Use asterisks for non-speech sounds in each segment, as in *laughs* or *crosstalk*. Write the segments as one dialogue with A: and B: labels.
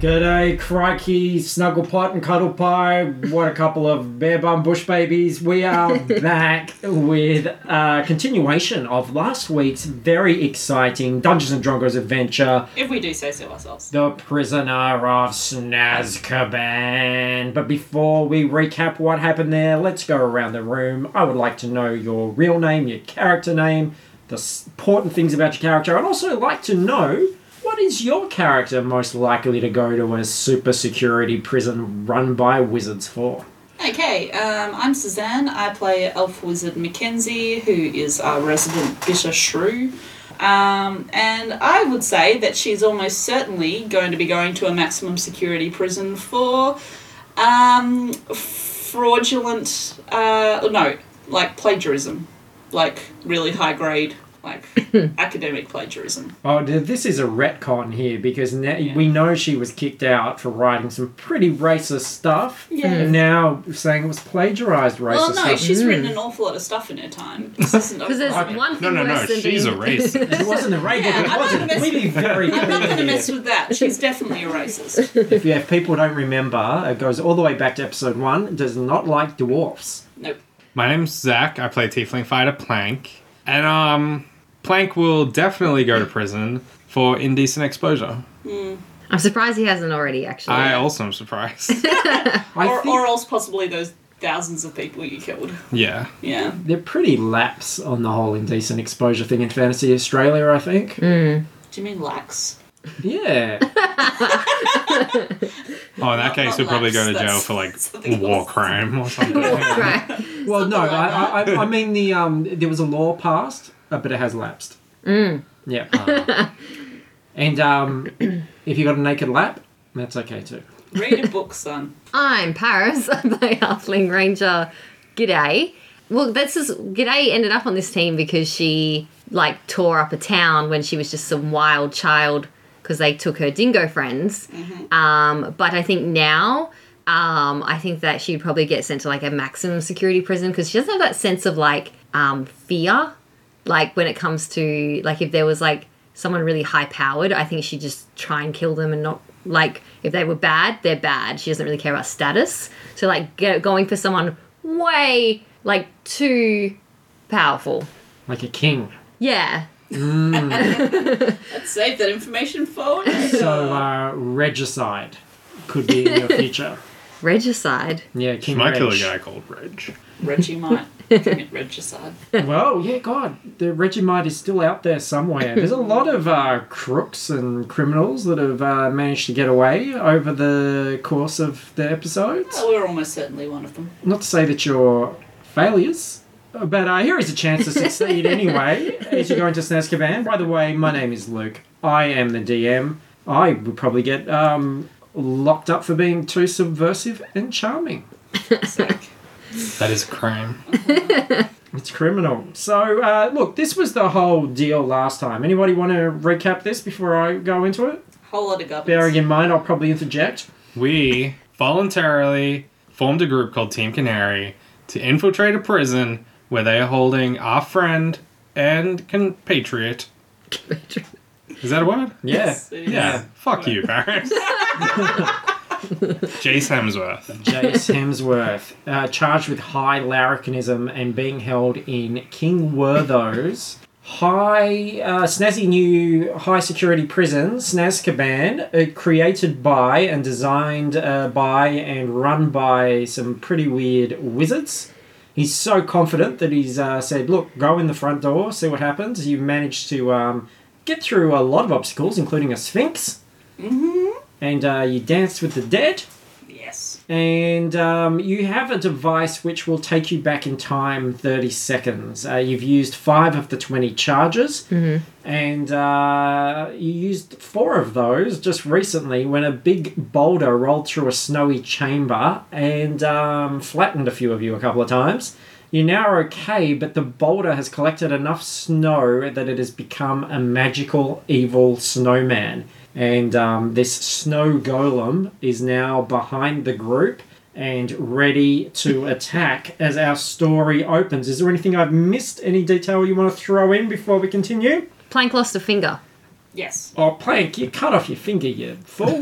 A: G'day, crikey, snuggle pot and cuddle pie. What a couple of bare bum bush babies. We are back with a continuation of last week's very exciting Dungeons and Drongos adventure,
B: If we do say so ourselves.
A: The Prisoner of Snazkaban. But before we recap what happened there, let's go around the room. I would like to know your real name, your character name, the s- important things about your character. I'd also like to know what is your character most likely to go to a super security prison run by wizards for?
B: Okay, um, I'm Suzanne. I play elf wizard Mackenzie, who is our resident Bisha Shrew. Um, and I would say that she's almost certainly going to be going to a maximum security prison for um, fraudulent, uh, no, like plagiarism, like really high grade,
C: *laughs*
B: like academic plagiarism.
A: Oh, d- this is a retcon here because now we know she was kicked out for writing some pretty racist stuff.
B: Yeah.
A: And now saying it was plagiarized racist
B: Well, no,
A: stuff.
B: she's written an awful lot of stuff in her time. This
C: *laughs*
B: isn't
C: Mm. Because there's
B: overwhelming.
C: one
D: No,
C: thing
D: no, no.
C: worse than
D: She's a
C: being-
B: *laughs*
D: racist.
A: It wasn't a rape.
B: Yeah,
A: it
B: I'm not
A: wasn't.
B: gonna mess
A: We'll be very
B: I'm not going to
A: clear
B: mess
A: here.
B: with that. She's definitely a racist.
A: If, yeah, if people don't remember, it goes all the way back to episode one. Does not like dwarfs.
B: Nope.
D: My name's Zach. I play Tiefling Fighter Plank. And, um, Plank will definitely go to prison for indecent exposure.
C: *laughs* I'm surprised he hasn't already,
B: Oh,
C: actually.
D: I also am surprised.
B: *laughs*
A: I
B: or,
A: think
B: or else possibly those thousands of people you killed.
D: yeah.
B: Yeah.
A: they're pretty lax on the whole indecent exposure thing in Fantasy Australia. I think.
B: Mm. Do you mean lax? *laughs*
A: Yeah.
D: Oh, in that case, he'll probably go to
B: That's-
D: jail for, like,
B: something
D: war
B: else.
D: crime
B: *laughs*
D: or something.
C: right.
A: well, no,
B: Something like
A: I, I, I mean the um, there was a law passed, uh, but it has lapsed. Mm. Yeah.
B: *laughs*
A: and um, if you got a naked lap, that's okay too.
B: Read a book, son.
C: I'm Paris. *laughs* I play Halfling Ranger. G'day. Well, this is G'day ended up on this team because she like tore up a town when she was just some wild child because they took her dingo friends. Um, but I think now, um, I think that she'd probably get sent to like a maximum security prison because she doesn't have that sense of like um, fear. Like when it comes to like if there was like someone really high powered, I think she'd just try and kill them and not like if they were bad, they're bad. She doesn't really care about status. So like go going for someone way like too powerful.
A: Like a king.
C: Yeah.
B: Let's save that information for later.
A: So uh, regicide could be
B: *laughs*
A: in your future.
C: Regicide.
A: Yeah, King
D: Might kill a
A: Reg.
D: guy called Reg.
B: Reggie might commit regicide.
A: *laughs*
B: *laughs*
A: Well, yeah, God, the Regimite is still out there somewhere. There's a lot of uh, crooks and criminals that have uh, managed to get away over the course of the episodes.
B: Well, Oh, we're almost certainly one of them.
A: Not to say that you're failures, but uh, here is a chance to succeed anyway as you go into Snazkaban. By the way, my name is Luke. I am the DM. I would probably get um, locked up for being too subversive and charming.
B: Zach.
D: That is crime.
A: It's criminal. So, uh, look, this was the whole deal last time. Anybody want to recap this before I go into it?
B: Whole lot of garbage.
A: Bearing in mind, I'll probably interject.
D: We voluntarily formed a group called Team Canary to infiltrate a prison where they are holding our friend and compatriot. Is that a word?
A: Yeah.
B: Yes, it is.
D: Yeah. Fuck you, *laughs* Paris. Jace Hemsworth.
A: Jace Hemsworth, uh, charged with high larrikinism and being held in King Wertho's high, uh, snazzy new high security prison, Snazkaban, uh, created by and designed uh, by and run by some pretty weird wizards. He's so confident that he's uh, said, "Look, go in the front door, see what happens." You managed to um, get through a lot of obstacles, including a sphinx, mm-hmm. and uh, you danced with the dead.
B: Yes.
A: And um, you have a device which will take you back in time 30 seconds. Uh, you've used five of the 20 charges, and uh, you used four of those just recently when a big boulder rolled through a snowy chamber and um, flattened a few of you a couple of times. You now are okay, but the boulder has collected enough snow that it has become a magical evil snowman. And um, this snow golem is now behind the group and ready to attack as our story opens. Is there anything I've missed? Any detail you want to throw in before we continue?
C: Plank lost a finger.
B: Yes.
A: Oh, Plank, you cut off your finger, you fool.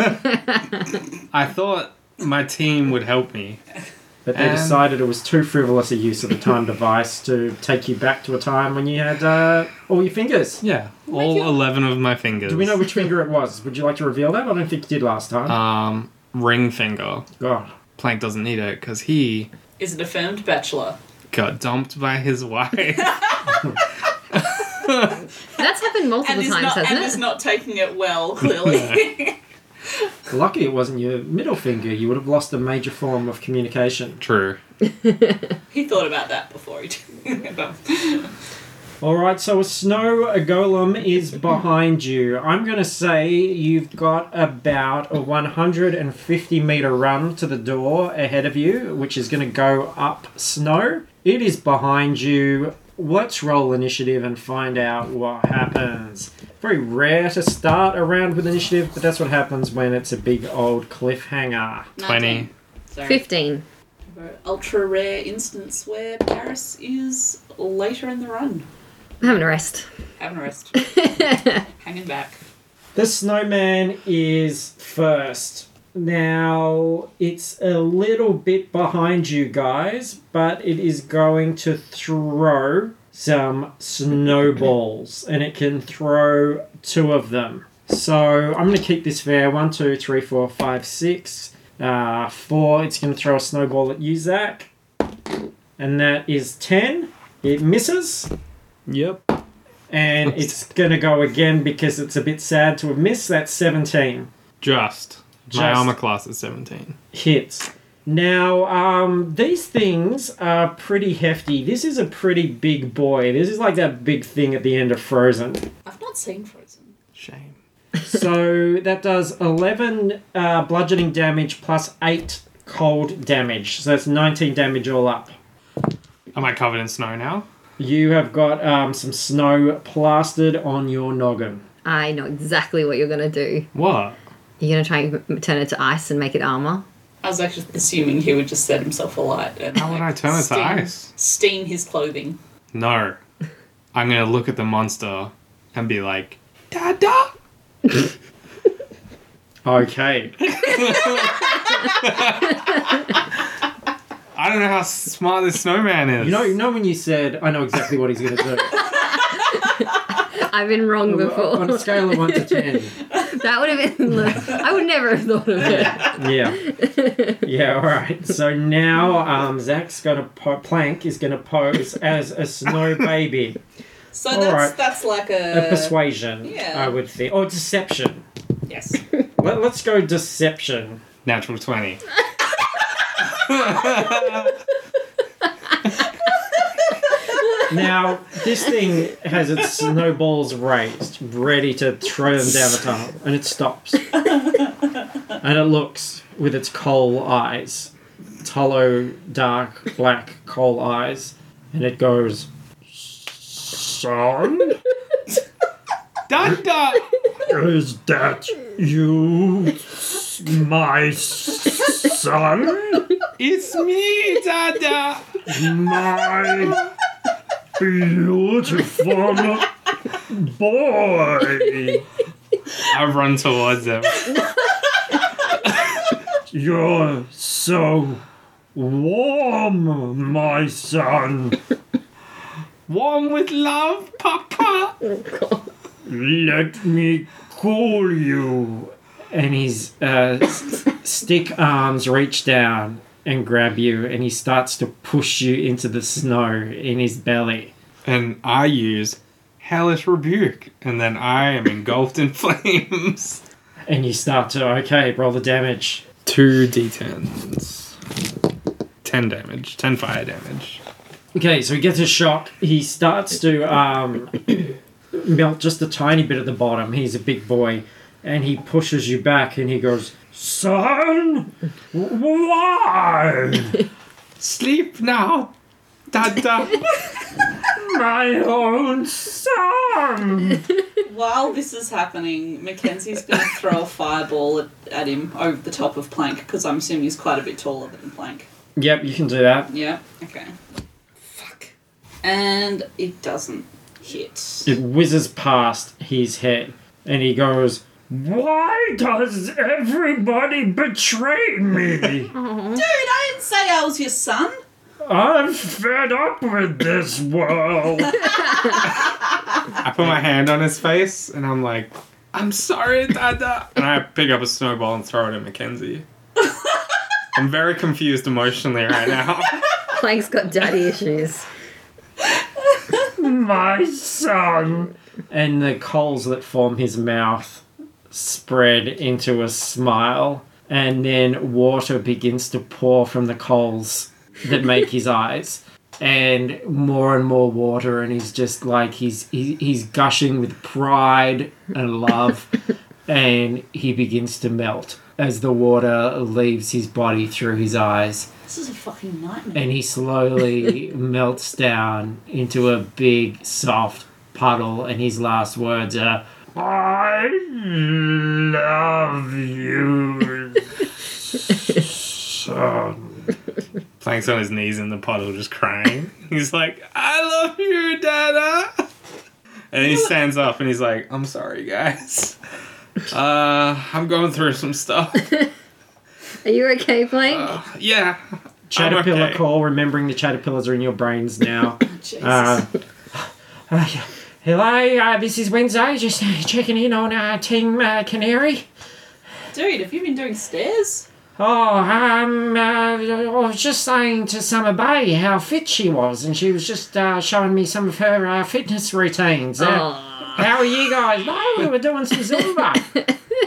D: I thought my team would help me.
A: But they
D: Um,
A: decided it was too frivolous a use of the time device to take you back to a time when you had uh, all your fingers.
D: Yeah, all
B: God.
D: eleven of my fingers.
A: Do we know which finger it was? Would you like to reveal that? I don't think you did last time.
D: Um, ring finger.
A: God.
D: Plank doesn't need it because he
B: Is it affirmed bachelor?
D: got dumped by his *laughs* wife.
C: That's
B: *laughs*
C: happened
B: And
C: multiple
B: is
C: times,
B: not and
C: hasn't
B: is
C: it?
B: not taking it well,
A: *laughs*
B: clearly.
A: Lucky it wasn't your middle finger. You would have lost a major form of communication.
D: True.
B: *laughs* he thought about that before he did. *laughs* But-
A: All right, so a snow golem is behind you. I'm going to say you've got about a 150 meter run to the door ahead of you, which is going to go up snow. It is behind you. Let's roll initiative and find out what happens. Very rare to start a round with initiative, but that's what happens when it's a big old cliffhanger.
D: 20.
B: Sorry.
C: 15.
B: Ultra rare instance where Paris is later in the run.
C: I'm having a rest.
B: Having a rest. Hanging back.
A: The snowman is first. Now, it's a little bit behind you guys, but it is going to throw some snowballs, and it can throw two of them. So I'm going to keep this fair. One, two, three, four, five, six, uh, four. It's going to throw a snowball at you, Zach. And that is 10. It misses
D: Yep.
A: and it's gonna go again because it's a bit sad to have missed. That's 17
D: Just. My
A: Just.
D: armor class is 17.
A: hits. Now, um, these things are pretty hefty. This is a pretty big boy. This is like that big thing at the end of Frozen.
B: I've not seen Frozen.
D: Shame.
A: so *laughs* that does 11 uh, bludgeoning damage plus 8 cold damage. So that's 19 damage all up.
D: Am I covered in snow now?
A: You have got um, some snow plastered on your noggin.
C: I know exactly what you're going to do.
D: What?
C: You're going to try and m- turn it to ice and make it armor.
B: I was actually assuming he would just set himself alight. And,
D: How would I turn it to
B: steam,
D: ice?
B: Steam his clothing.
D: No. I'm gonna look at the monster and be like, Dada!
A: Okay.
D: I don't know how smart this snowman is.
A: You know, you know when you said, I know exactly what he's going to do.
C: I've been wrong before.
A: On a scale of 1 to 10.
C: *laughs* that would have been. I would never have thought of it.
A: Yeah. Yeah, all right. So now um, Zach's going to po- Plank is going to pose as a snow baby.
B: So
A: All
B: that's
A: right.
B: that's like
A: A
B: a,
A: persuasion,
B: Uh, yeah.
A: I would think. Or deception.
B: yes.
A: Let, let's go deception.
D: Natural 20.
A: Now, this thing has its snowballs raised, ready to throw them down the tunnel, and it stops. and it looks with its coal eyes, its hollow, dark, black coal eyes, and it goes, Son,
D: Dada!
A: is that you, my son?
D: It's me, Dada!
A: My beautiful boy.
D: I run towards him.
A: You're so warm, my son.
D: Warm with love, Papa!
A: Let me cool you. And his uh, s- stick arms reach down and grab you, and he starts to push you into the snow in his belly.
D: And I use Hellish Rebuke. And then I am engulfed in *laughs* flames.
A: And you start to, okay, roll the damage.
D: Two d10s. 10 damage. 10 fire damage.
A: Okay, so he gets a shock. He starts to um, melt just a tiny bit at the bottom. He's a big boy, and he pushes you back, and he goes, "Son, why,
D: Sleep now! Dada!
A: my own son?"
B: While this is happening, Mackenzie's going to throw a fireball at, at him over the top of Plank because I'm assuming he's quite a bit taller than Plank.
A: Yep, you can do that.
B: Yeah. Okay. Fuck. And it doesn't hit.
A: It whizzes past his head, and he goes, "Why does everybody betray me?"
B: Dude, I didn't say I was your son.
A: I'm fed up with this world.
D: I put my hand on his face and I'm like, I'm sorry, Dada! And I pick up a snowball and throw it at Mackenzie. I'm very confused emotionally right now.
C: *laughs* Plank's got daddy issues.
A: My son. And the coals that form his mouth spread into a smile, and then water begins to pour from the coals that make *laughs* his eyes. And more and more water, and he's just like he's he, he's gushing with pride and *laughs* love, and he begins to melt as the water leaves his body through his eyes
B: This is a fucking nightmare.
A: and he slowly melts down into a big soft puddle and his last words are i love you son
D: Plank's on his knees in the puddle,
B: *laughs*
D: just crying. He's like, I love you, Dada! And
B: *laughs*
D: then he stands up and he's like, I'm sorry, guys. Uh, I'm going through some stuff. *laughs*
C: Are you okay, Plank?
D: Uh, Yeah.
A: caterpillar
D: okay.
A: call remembering the caterpillars are in your brains now
B: Jesus.
A: uh, uh, yeah. hello uh, this is wednesday just uh, checking in on uh, team uh, canary
B: Dude, have you been doing stairs?
A: Oh, um, uh, I was just saying to Summer Bay how fit she was, and she was just uh, showing me some of her uh, fitness routines. Uh,
C: Aw.
A: how are you guys? No, we were doing some Zumba.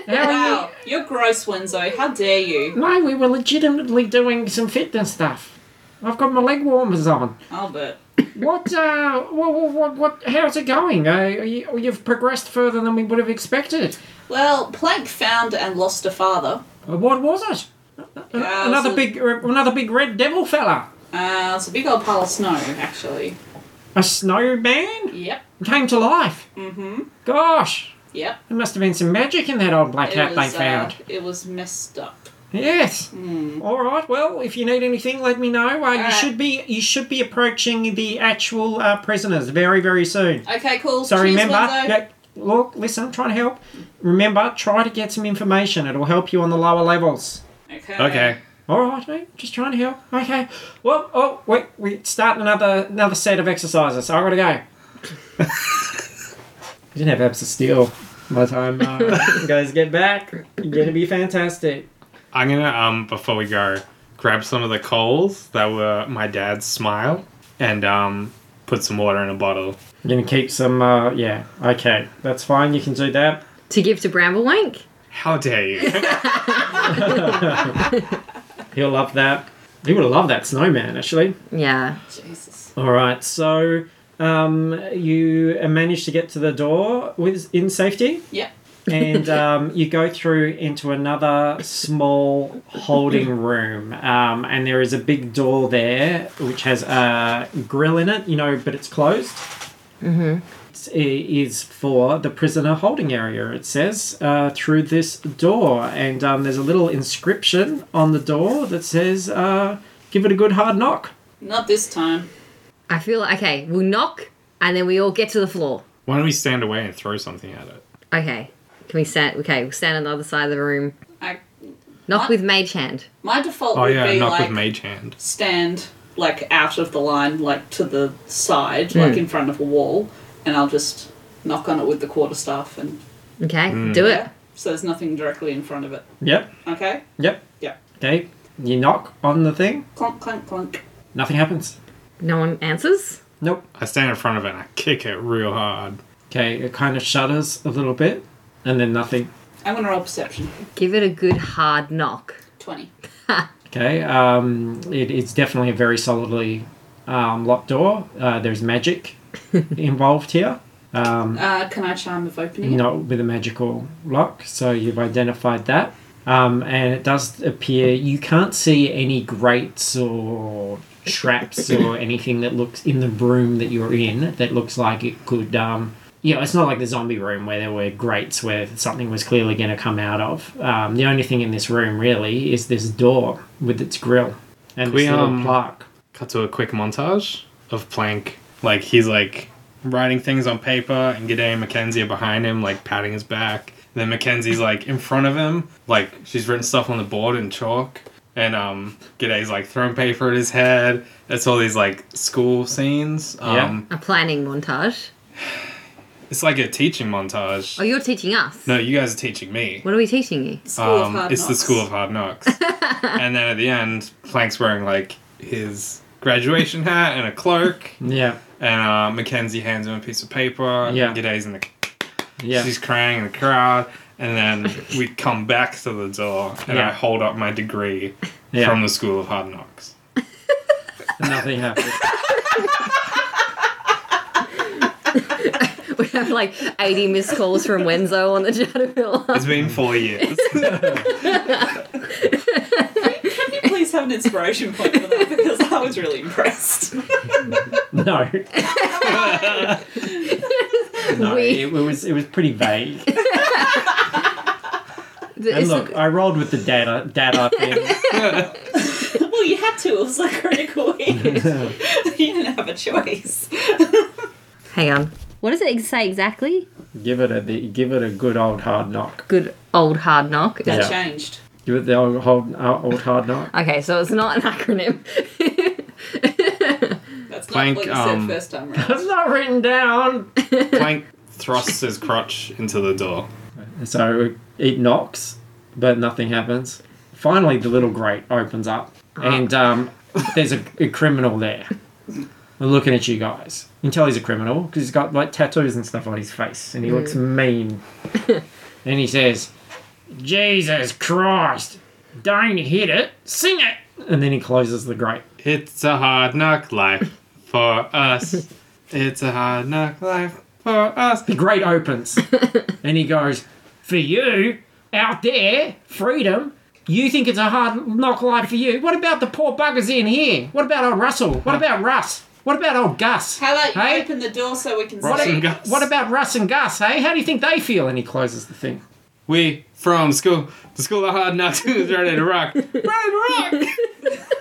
A: How are
B: Wow, you're gross, Wenzo. How dare you?
A: you? No, we were legitimately doing some fitness stuff. I've got my leg warmers on.
B: Albert.
A: What, uh, what, what, what, what how's it going? Uh, are you, you've progressed further than we would have expected.
B: Well, Plank found and lost a father.
A: Uh, What was it?
B: Yeah,
A: another
B: Uh, so-
A: big, uh, another big red devil fella.
B: Uh, it's a big old pile of snow, actually.
A: A snowman?
B: Yep.
A: came to life.
B: Mm-hmm.
A: Gosh,
B: Yep.
A: there must have been some magic in that old black
B: It
A: hat they
B: was, uh,
A: found.
B: it was messed up.
A: Yes.
B: Hmm.
A: All right. Well, if you need anything, let me know. Uh, you
B: right.
A: should be you should be approaching the actual uh, prisoners very very soon.
B: Okay, cool.
A: So
B: Cheers,
A: remember,
B: Wenzo.
A: yeah, look, listen, I'm trying to help. Remember, try to get some information. It'll help you on the lower levels.
B: Okay.
D: Okay.
A: All right, mate. Just trying to help. Okay. Well, oh wait, we start another another set of exercises. So I gotta *laughs* go. we didn't have abs of steel by the time uh, you *laughs* guys get back. You're gonna be fantastic.
D: I'm gonna um before we go, grab some of the coals that were my dad's smile and um put some water in a bottle.
A: You're gonna keep some. Uh, yeah. Okay. That's fine. You can do that.
C: To give to Bramblewank?
D: How dare you?
B: *laughs*
A: He'll love that. He would have loved that snowman actually.
C: Yeah.
B: Jesus.
A: All right. So um, you uh, managed to get to the door with in safety.
B: Yep.
A: and um, you go through into another small holding room, um, and there is a big door there which has a grill in it, you know, but it's closed. Mm-hmm. It is for the prisoner holding area. It says uh, through this door, and um, there's a little inscription on the door that says, uh, "Give it a good hard knock."
B: Not this time.
C: I feel okay, we'll knock and then we all get to the floor.
D: Why don't we stand away and throw something at it?
C: Okay. Can we stand okay, we'll stand on the other side of the room.
B: I,
C: Knock
B: What?
C: with mage hand.
B: my default
D: Oh
B: would
D: yeah,
B: be
D: knock
B: like
D: with mage hand.
B: stand like out of the line, like to the side,
C: Hmm.
B: like in front of a wall, and I'll just knock on it with the quarterstaff and
C: Okay,
D: Hmm.
C: do it.
B: yeah. So there's nothing directly in front of it.
A: Yep.
B: Okay.
A: Yep.
B: Yeah.
A: Okay. You knock on the thing.
B: Clunk, clunk, clunk.
A: Nothing happens.
C: No one answers?
A: Nope.
D: I stand in front of it and I kick it real hard.
A: Okay, it kind of shudders a little bit, and then nothing.
B: I'm gonna roll perception.
C: Give it a good hard knock.
B: 20.
A: Okay, um, it, it's definitely a very solidly um, locked door. Uh, there's magic involved here. Um,
B: Uh, can I charm of opening it?
A: not with a magical lock, so you've identified that. Um, and it does appear you can't see any grates or traps
D: *laughs*
A: or anything that looks in the room that you're in that looks like it could. Um, yeah, it's not like the zombie room where there were grates where something was clearly going to come out of. Um, the only thing in this room really is this door with its grill and
D: We,
A: this little
D: um,
A: plaque.
D: Cut to a quick montage of Plank. Like he's like writing things on paper, and G'day and Mackenzie are behind him, like patting his back. Then Mackenzie's like in front of him, like she's written stuff on the board in chalk. And um, G'day's like throwing paper at his head. That's all these like school scenes. Um,
A: Yeah.
C: A planning montage.
D: It's like a teaching montage.
C: Oh, you're teaching us.
D: No, you guys are teaching me.
C: What are we teaching you? *laughs*
B: School
D: Um,
B: of Hard
D: it's the
B: Knocks.
D: School of
B: *laughs*
D: Hard Knocks. and then at the end, Plank's wearing like his graduation hat and a cloak,
A: Yeah,
D: and uh, Mackenzie hands him a piece of paper.
A: Yeah.
D: and G'day's in the.
A: yeah.
D: She's crying in the crowd, and
A: *laughs*
D: then we come back to the door, and
A: Yeah.
D: I hold up my degree
A: Yeah.
D: from the School of Hard Knocks.
A: Nothing happened.
C: We have like 80 missed calls from Wenzo on the *laughs* Chatterpillar.
D: It's been
A: *laughs*
D: four years.
B: Can you please have an inspiration point for that? Because I was really impressed.
A: *laughs* No, no.
C: We-
A: It, it was it was pretty *laughs* vague. And
C: It's-
A: look, I rolled with the uh, data data thing.
B: well, you had to. It was like critical *laughs*
C: *laughs*
B: hit. you didn't have a choice.
C: Hang on. What does it say exactly?
A: give it a the- give it a good old hard knock.
C: Good old hard knock.
B: That
A: Yeah.
B: changed.
A: Give it the old old, uh, old hard knock.
C: Okay, so it's not an *laughs* acronym.
B: That's
D: Plank,
B: not what you
D: um,
B: said first time round.
A: *laughs* That's not written down.
D: Plank thrusts his crutch into the door.
A: So it knocks, but nothing happens. Finally, the little grate opens up, and um, there's a, a criminal there. We're looking at you guys. You can tell he's a criminal because he's got like tattoos and stuff on his face, and he looks mean. and he says, "Jesus Christ, don't hit it, sing it." And then he closes the grate.
D: It's a hard knock life for us. It's a hard knock life for us.
A: The grate opens, and he goes, "For you out there, freedom. You think it's a hard knock life for you? What about the poor buggers in here? What about old Russell? What about Russ? What about old Gus?
B: How about you
A: Hey?
B: open the door so we can
D: What
B: see?
D: a- Gus?
A: What about Russ and Gus? Hey, how do you think they feel?" And he closes the thing.
D: We from school, the school of hard knocks is ready to rock. Ready to rock! It's
A: *laughs*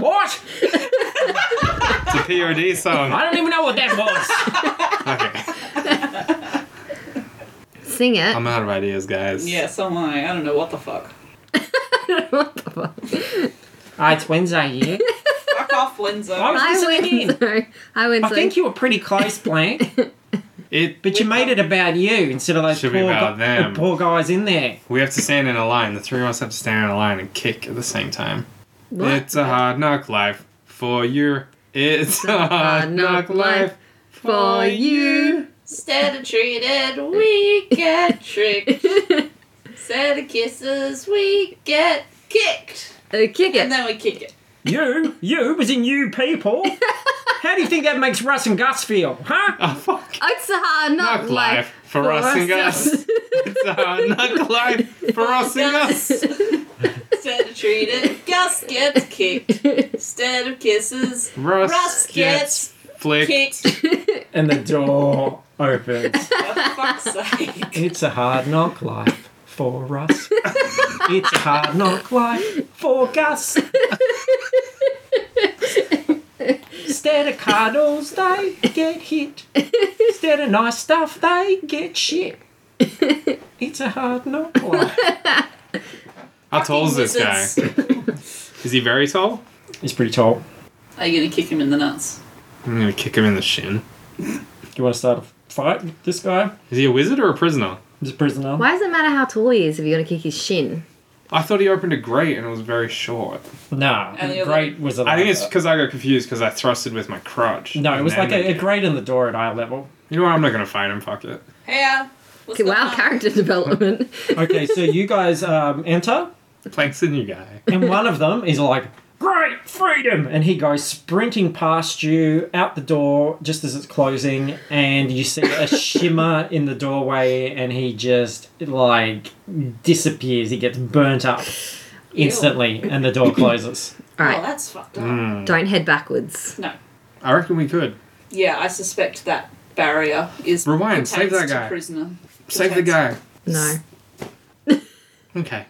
A: What?
D: a PRD
A: *laughs*
D: song.
A: I don't even know what that was.
D: Okay.
C: Sing *laughs* it.
D: I'm out of ideas, guys.
B: Yeah, so am oh I. I don't know what the fuck.
C: what the fuck?
A: Ah, it's Wednesday here.
B: Fuck off,
D: *laughs*
B: Windsor.
A: I was
C: I
A: listening in.
C: went. Sorry. I went.
A: I
C: *laughs*
A: think you were pretty close, Blank,
D: It.
A: but you made it about you instead of those
D: Should
A: poor,
D: be about
A: gu-
D: them.
A: the poor guys in there.
D: We have to stand in a line. The three of us have to stand in a line and kick at the same time.
C: What?
D: It's a hard knock life for you. It's a hard knock life
C: for you.
B: Instead of treated, we get tricked. Instead of kisses, we get kicked.
C: *laughs* Uh, kick
B: And
C: it.
B: then we kick it.
A: You, you was in you people. How do you think that makes Russ and Gus feel, huh?
D: Oh, fuck.
C: It's a hard knock,
D: Knock
C: life.
D: life for, us
C: *laughs*
D: and us. it's a *laughs* hard knock life for us and *laughs* us.
B: Instead of treated, Gus gets kicked. Instead of kisses,
D: Russ,
B: Russ
D: gets
B: gets
D: flicked.
B: kicked.
A: And the door opens.
B: For fuck's sake.
A: It's a hard knock life for us. It's a hard knock life for Gus. Instead of cuddles, they get hit. Instead of nice stuff, they get shit. It's a hard knock life.
D: How tall is this guy?
B: Fucking wizards.
D: *laughs* Is he very tall?
A: He's pretty tall.
B: Are you gonna kick him in the nuts?
D: I'm gonna kick him in the shin.
A: Do you want to start a fight with this guy?
D: Is he a wizard or a prisoner?
A: He's a prisoner.
C: Why does it matter how tall he is if you're gonna kick his shin?
D: I thought he opened a grate and it was very short.
A: Nah,
B: And the other-
A: great was a.
D: I think it's because I got confused because I thrusted with my crutch.
A: Uh, No, it
D: And
A: was
D: then
A: like a,
D: they-
A: a grate in the door at eye level.
D: You know what? I'm not gonna fight him. Fuck it.
B: Hey, uh, What's going
C: *laughs* Wow,
B: on?
C: character *laughs* development.
A: Okay, so you guys um, enter,
D: Plank's the new guy.
A: and one of them is like, Great freedom! And he goes sprinting past you out the door just as it's closing, and you see a shimmer in the doorway, and he just like disappears. He gets burnt up instantly, and the door closes.
C: All
B: Oh,
C: right,
B: that's fucked up.
C: don't head backwards.
B: No.
D: Hmm. I reckon we could.
B: Yeah, I suspect that barrier is
D: Rewind,
B: pertains
D: save that
B: to
D: guy.
B: Prisoner.
D: Save the
B: Pertains-
D: guy.
C: No.
D: Okay.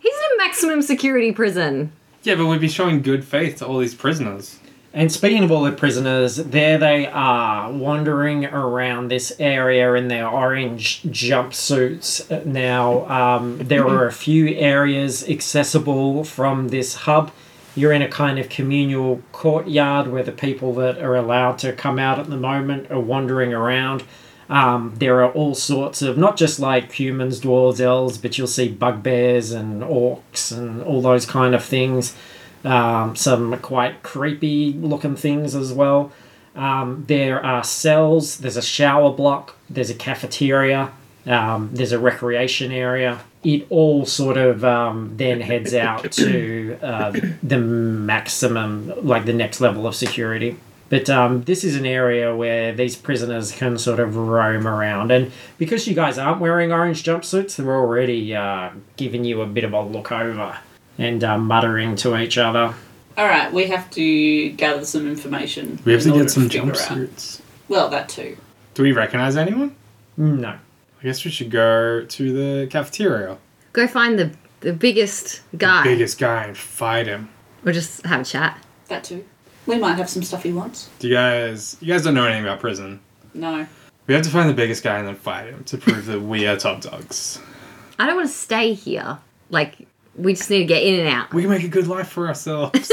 C: He's in a maximum security prison.
D: Yeah, but we'd be showing good faith to all these prisoners.
A: And speaking of all the prisoners, there they are, wandering around this area in their orange jumpsuits. Now, um, there are a few areas accessible from this hub. You're in a kind of communal courtyard where the people that are allowed to come out at the moment are wandering around. Um, there are all sorts of, not just like humans, dwarves, elves, but you'll see bugbears and orcs and all those kind of things um, some quite creepy looking things as well. Um, there are cells, there's a shower block, there's a cafeteria, um, there's a recreation area. It all sort of um, then heads out to uh, the maximum, like the next level of security. But um, this is an area where these prisoners can sort of roam around. And because you guys aren't wearing orange jumpsuits, they're already uh, giving you a bit of a look over and uh, muttering to each other.
B: All right, we have to gather some information.
D: We have
B: in
D: to
B: order
D: get some
B: figure out-
D: jumpsuits.
B: Well, that too.
D: Do we recognize anyone?
A: Mm, No.
D: I guess we should go to the cafeteria.
C: Go find the the biggest guy,
D: Biggest guy and fight him.
C: or just have a chat.
B: That too. We might have some stuff he wants.
D: Do you guys you guys don't know anything about prison.
B: No.
D: We have to find the biggest guy and then fight him to prove that we are top dogs.
C: I don't want to stay here. Like we just need to get in and out.
D: We can make a good life
B: *laughs*
D: for ourselves.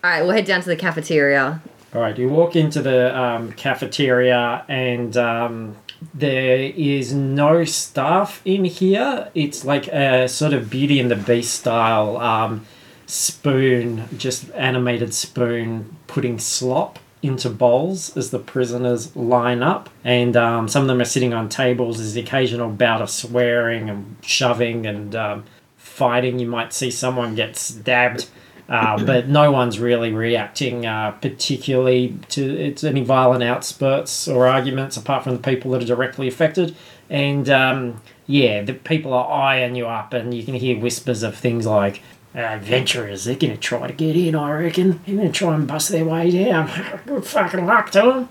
C: All right, we'll head down to the cafeteria.
A: All right, you walk into the um, cafeteria, and um, there is no staff in here. It's like a sort of Beauty and the Beast style um, spoon, just animated spoon, putting slop into bowls as the prisoners line up. And um, some of them are sitting on tables. There's the occasional bout of swearing and shoving and um, fighting. You might see someone get stabbed. Uh, but no one's really reacting uh, particularly to it's any violent outspurts or arguments apart from the people that are directly affected. And um, yeah, the people are eyeing you up, and you can hear whispers of things like uh, adventurers. They're going to try to get in, I reckon. They're going to try and bust their way down. *laughs* Good fucking luck to them.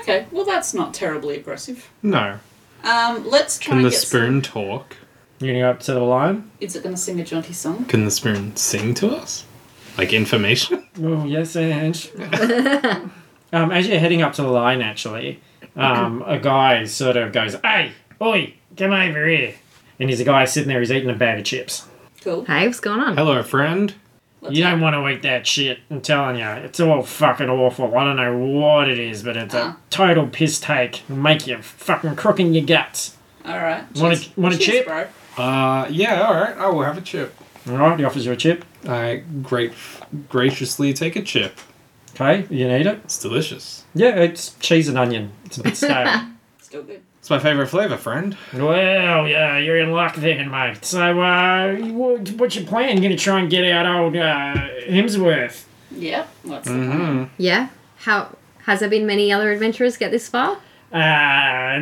B: Okay, well, that's not terribly aggressive.
D: no.
B: Um, let's try
D: Can
B: and
D: the
B: get
D: spoon talk?
A: You're going to go up to the line.
B: Some... Is it going to sing a jaunty song?
D: Can the spoon sing to us? Like information?
A: Oh, yes, Ange. um, as you're heading up to the line, actually, um, a guy sort of goes, Hey, oi, come over here. And there's a guy sitting there, he's eating a bag of chips.
B: Cool.
C: Hey, what's going on?
D: Hello, friend.
B: Let's
A: You don't want to eat that shit, I'm telling you. It's all fucking awful. I don't know what it is, but it's a total piss take. It'll make you fucking crook in your guts.
B: All right.
A: Wanna-
B: cheers.
A: wanna
B: Cheers,
A: chip?
B: bro.
D: Uh yeah, alright, I will have a chip.
A: All right, he offers you a chip.
D: I great graciously take a chip.
A: Okay, you need it?
D: It's delicious.
A: Yeah, it's cheese and onion. It's a bit stale.
B: Still good.
D: It's my favorite flavor, friend.
A: Well, yeah, you're in luck then, mate. So, uh, what, what's your plan? You gonna try and get out old uh, Hemsworth?
B: Yeah. What's
D: Mm-hmm. Hmm,
C: Yeah. How has there been many other adventurers get this far?
A: Uh,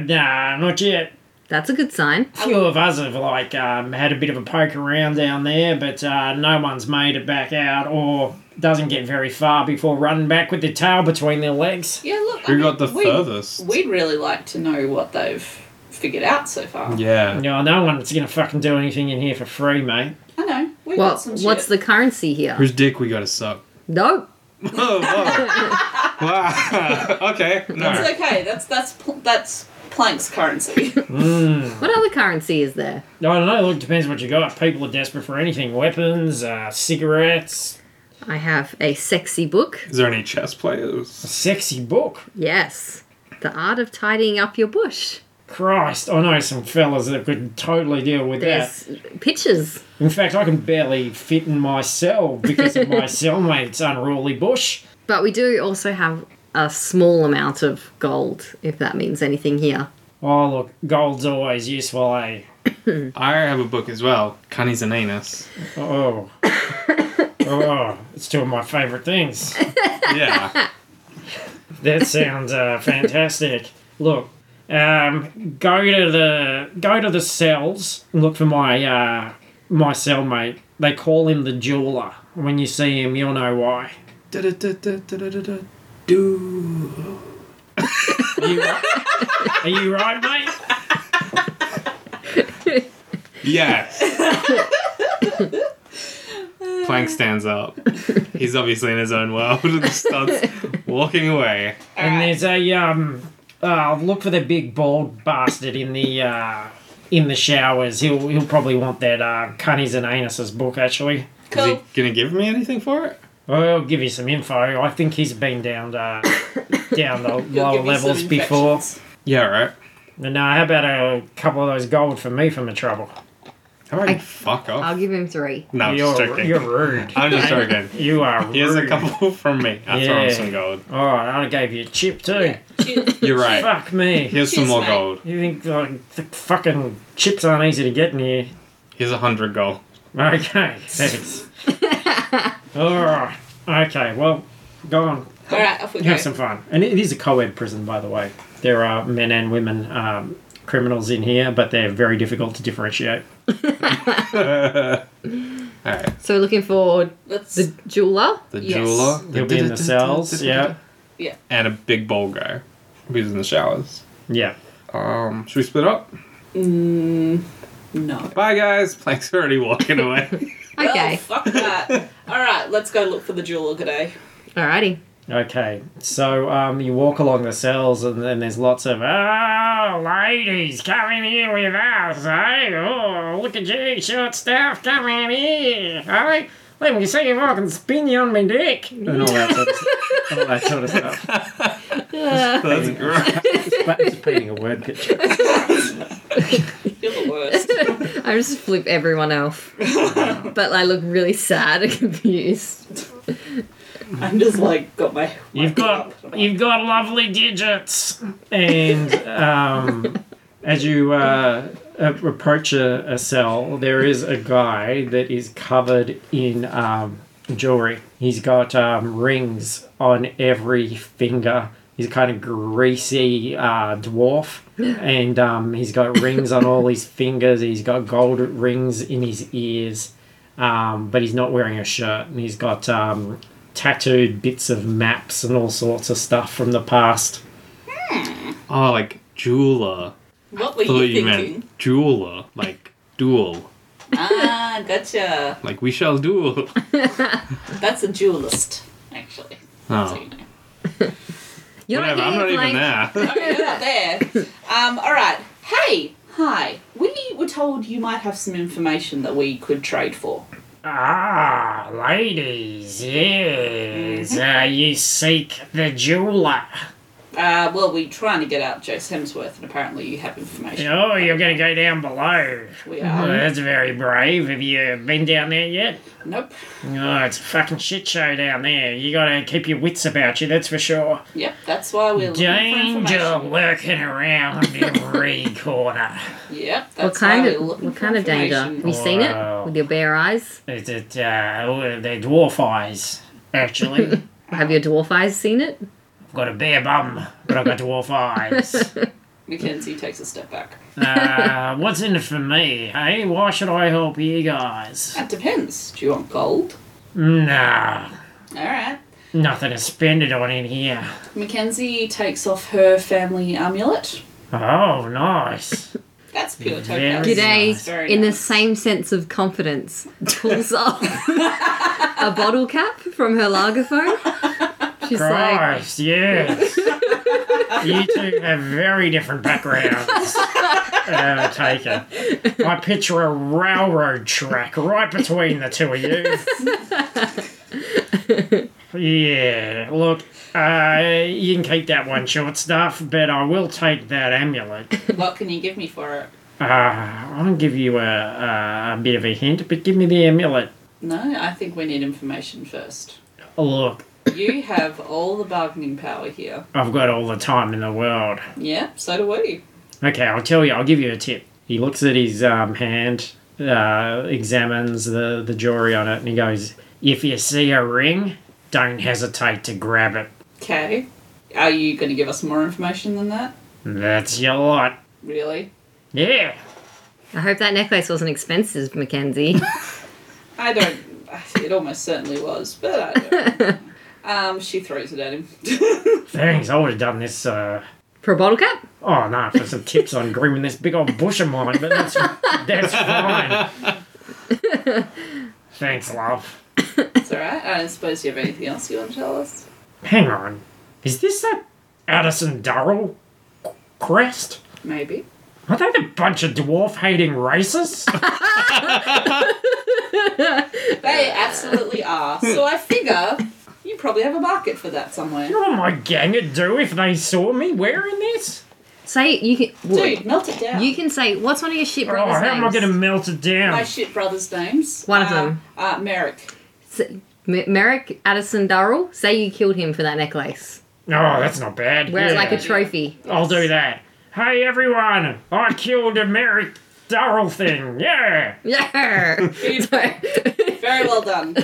A: nah, not yet.
C: That's a good sign.
A: A few of us have, like, um, had a bit of a poke around down there, but uh, no one's made it back out or doesn't get very far before running back with their tail between their legs.
B: Yeah, look.
D: Who got the
B: we
D: furthest?
B: We'd really like to know what they've figured out so far.
D: Yeah.
A: No, no one's gonna fucking do anything in here for free, mate.
B: I know. We've
C: Well,
B: got some shit.
C: what's the currency here?
D: Whose dick we gotta suck? *laughs*
C: Nope.
D: Oh, wow. wow. *laughs* okay.
B: That's
D: No.
B: okay. That's that's pl- that's Plank's
A: *laughs*
B: currency.
C: What other currency is there?
A: I don't know, look, depends what you got. People are desperate for anything weapons, uh, cigarettes,
C: I have a sexy book.
D: Is there any chess players?
A: sexy book.
C: Yes. The art of tidying up your bush.
A: Christ, I know some fellas that could totally deal with
C: There's pictures.
A: that. In fact, I can barely fit in my cell because of my cellmate's unruly bush.
C: But we do also have a small amount of gold, if that means anything here.
A: Oh, look, gold's always useful, eh?
D: I have a book as well, Cunnies and Anus.
A: Oh. oh, it's two of my favourite things.
D: Yeah.
A: That sounds uh, fantastic. Look, um, go to the go to the cells and look for my uh, my cellmate. They call him the jeweler. When you see him, you'll know why.
D: Do.
A: Are you, right- are you right, mate?
D: Yes. Plank stands up. He's obviously in his own world *laughs* and starts walking away.
A: And there's a um, uh, look for the big bald bastard in the uh, in the showers. He'll he'll probably want that uh, Cunnies and Anuses book actually.
D: Is he
B: Cool.
D: gonna give me anything for it?
A: Well, I'll give you some info. I think he's been down
B: *coughs*
A: uh, down the
B: You'll
A: lower
B: give me some
A: levels before.
B: infections.
D: Yeah, right.
A: And uh, how about a couple of those gold for me for my trouble?
D: How about you
C: I-
D: fuck off?
C: I'll give him three.
D: no, I'm just
A: you're,
D: joking.
A: you're rude.
D: I'm just joking.
A: You are rude.
D: *laughs* Here's a couple from me. I throw
A: Yeah.
D: him some gold.
A: All right, I gave you a chip too.
B: Cheers.
D: You're right.
A: Fuck me.
D: Here's some
B: Cheers,
D: more
B: mate.
D: gold.
A: You think like, the fucking chips aren't easy to get in here?
D: Here's a
A: *laughs*
D: hundred gold. *laughs*
A: Okay, thanks. All right. Okay, well, go on.
B: All right, off we go.
A: Have some fun. And it is a co ed prison, by the way. There are men and women um, criminals in here, but they're very difficult to differentiate.
D: Alright.
C: So we're looking for
B: Let's.
C: the jeweler.
D: The
B: Yes.
D: jeweler.
A: He'll be in the cells, yeah.
B: yeah.
D: And a big bowl guy. Who's in the showers.
A: Yeah.
D: Um, should we split up?
B: mm, No.
D: Bye guys. *laughs* Plank's already
B: *laughs*
D: walking away.
C: Okay.
B: Oh, fuck that. All right, let's go look for the jeweler today.
C: Alrighty.
A: Okay, so um, you walk along the cells, and then there's lots of oh, ladies, come in here with us, eh? Oh, look at you, short staff, come in here, eh? Let me see if I can spin you on my dick, and all that sort *laughs* of, all that sort of stuff.
C: *laughs*
D: That's great.
A: But it's painting a word picture.
B: You're the
A: *laughs*
B: worst.
C: I just flip everyone off. but I look really sad and confused.
B: I'm just like got my. my
A: You've got you've got lovely digits, and um, as you uh, a- approach a, a cell, there is a guy that is covered in um, jewelry. He's got um, rings on every finger. He's a kind of greasy uh, dwarf, and um, he's got rings on all his fingers. He's got gold rings in his ears um, but he's not wearing a shirt and he's got um, tattooed bits of maps and all sorts of stuff from the past.
D: Oh, like jeweler.
B: What were
D: I thought
B: you
D: you
B: thinking?
D: meant jeweler. Like duel.
B: ah, gotcha.
D: Like we
B: *laughs*
D: shall duel.
B: That's a duelist, actually. So
D: Oh.
B: you know.
C: You're
D: Whatever, I'm not
C: here,
D: even
C: Blank.
D: there. *laughs*
B: Oh, you're not there. Um, all right. Hey, hi. We were told you might have some information that we could trade for.
A: Ah, ladies, yes. Uh, you seek the jeweler.
B: Uh, well, we're trying to get out Jace Hemsworth, and apparently you have information.
A: Oh, you're going to go down below.
B: We
A: Oh,
B: are.
A: that's very brave. Have you been down there yet?
B: Nope.
A: Oh, it's a fucking shit show down there. You gotta keep your wits about you, that's for sure.
B: Yep, that's why we're looking for
A: Danger
B: information.
A: lurking around every *laughs* corner.
B: Yep, that's
C: What kind
B: why we're
C: of
B: looking
C: what
B: for
C: kind of danger? Have
B: information.
C: you seen
A: Wow.
C: it with your bare eyes?
A: Is it, uh, oh, they're dwarf eyes, actually. I've
C: Have your dwarf eyes seen it?
A: got a bare bum, but I've got dwarf eyes.
B: Mackenzie takes a step back.
A: Uh, what's in it for me, hey? Why should I help you guys?
B: That depends. Do you want gold?
A: Nah,
B: All right.
A: nothing to spend it on in here.
B: Mackenzie takes off her family amulet.
A: Oh, nice.
B: That's pure
A: Very
B: topaz.
C: G'day,
A: nice.
B: Very
C: in the
B: nice.
C: same sense of confidence, pulls off *laughs* a bottle cap from her lager phone. She's like,
A: Christ, yes. you two have very different backgrounds. Uh, take it. I picture a railroad track right between the two of you. Yeah, look, uh, you can keep that one short stuff, but I will take that amulet.
B: What can you give me for it?
A: Uh, I'll give you a, a, a bit of a hint, but give me the amulet.
B: No, I think we need information first.
A: Look,
B: You have all the bargaining power here.
A: I've got all the time in the world.
B: Yeah, so do we.
A: Okay, I'll tell you. I'll give you a tip. He looks at his um, hand, uh, examines the, the jewelry on it, and he goes, If you see a ring, don't hesitate to grab it.
B: Okay. Are you going to give us more information than that?
A: That's your lot.
B: Really?
A: Yeah.
C: I hope that necklace wasn't expensive, Mackenzie.
B: I don't. It almost certainly was, but I don't. *laughs* um, she throws it at him.
A: Thanks. I would have done this. Uh,
C: For a bottle cap?
A: oh, no, for some tips on grooming this big old bush of mine, but that's, that's fine. Thanks, love.
B: it's alright. I don't suppose you have anything else you want to tell us?
A: Hang on. Is this that Addison Durrell c- crest?
B: Maybe.
A: Are they a bunch of dwarf hating racists?
B: They absolutely are. So I figure you probably have a market for that somewhere.
A: You know what my gang would do if they saw me wearing this?
C: Say you can. well,
B: Dude, melt it down.
C: you can say what's one of your shit
A: Oh, how
C: brothers'
A: am I
C: names?
A: going to melt it down?
B: My shit brother's names.
C: One of
B: Uh,
C: them.
B: Uh, Merrick.
C: S- M- Merrick Addison Durrell. Say you killed him for that necklace.
A: oh, that's not bad.
C: Wear it
A: Yeah.
C: like a trophy.
A: I'll do that. Hey, everyone! I killed a Merrick Durrell thing. Yeah. *laughs*
C: Yeah. *laughs* Sorry.
B: Very well *laughs* done.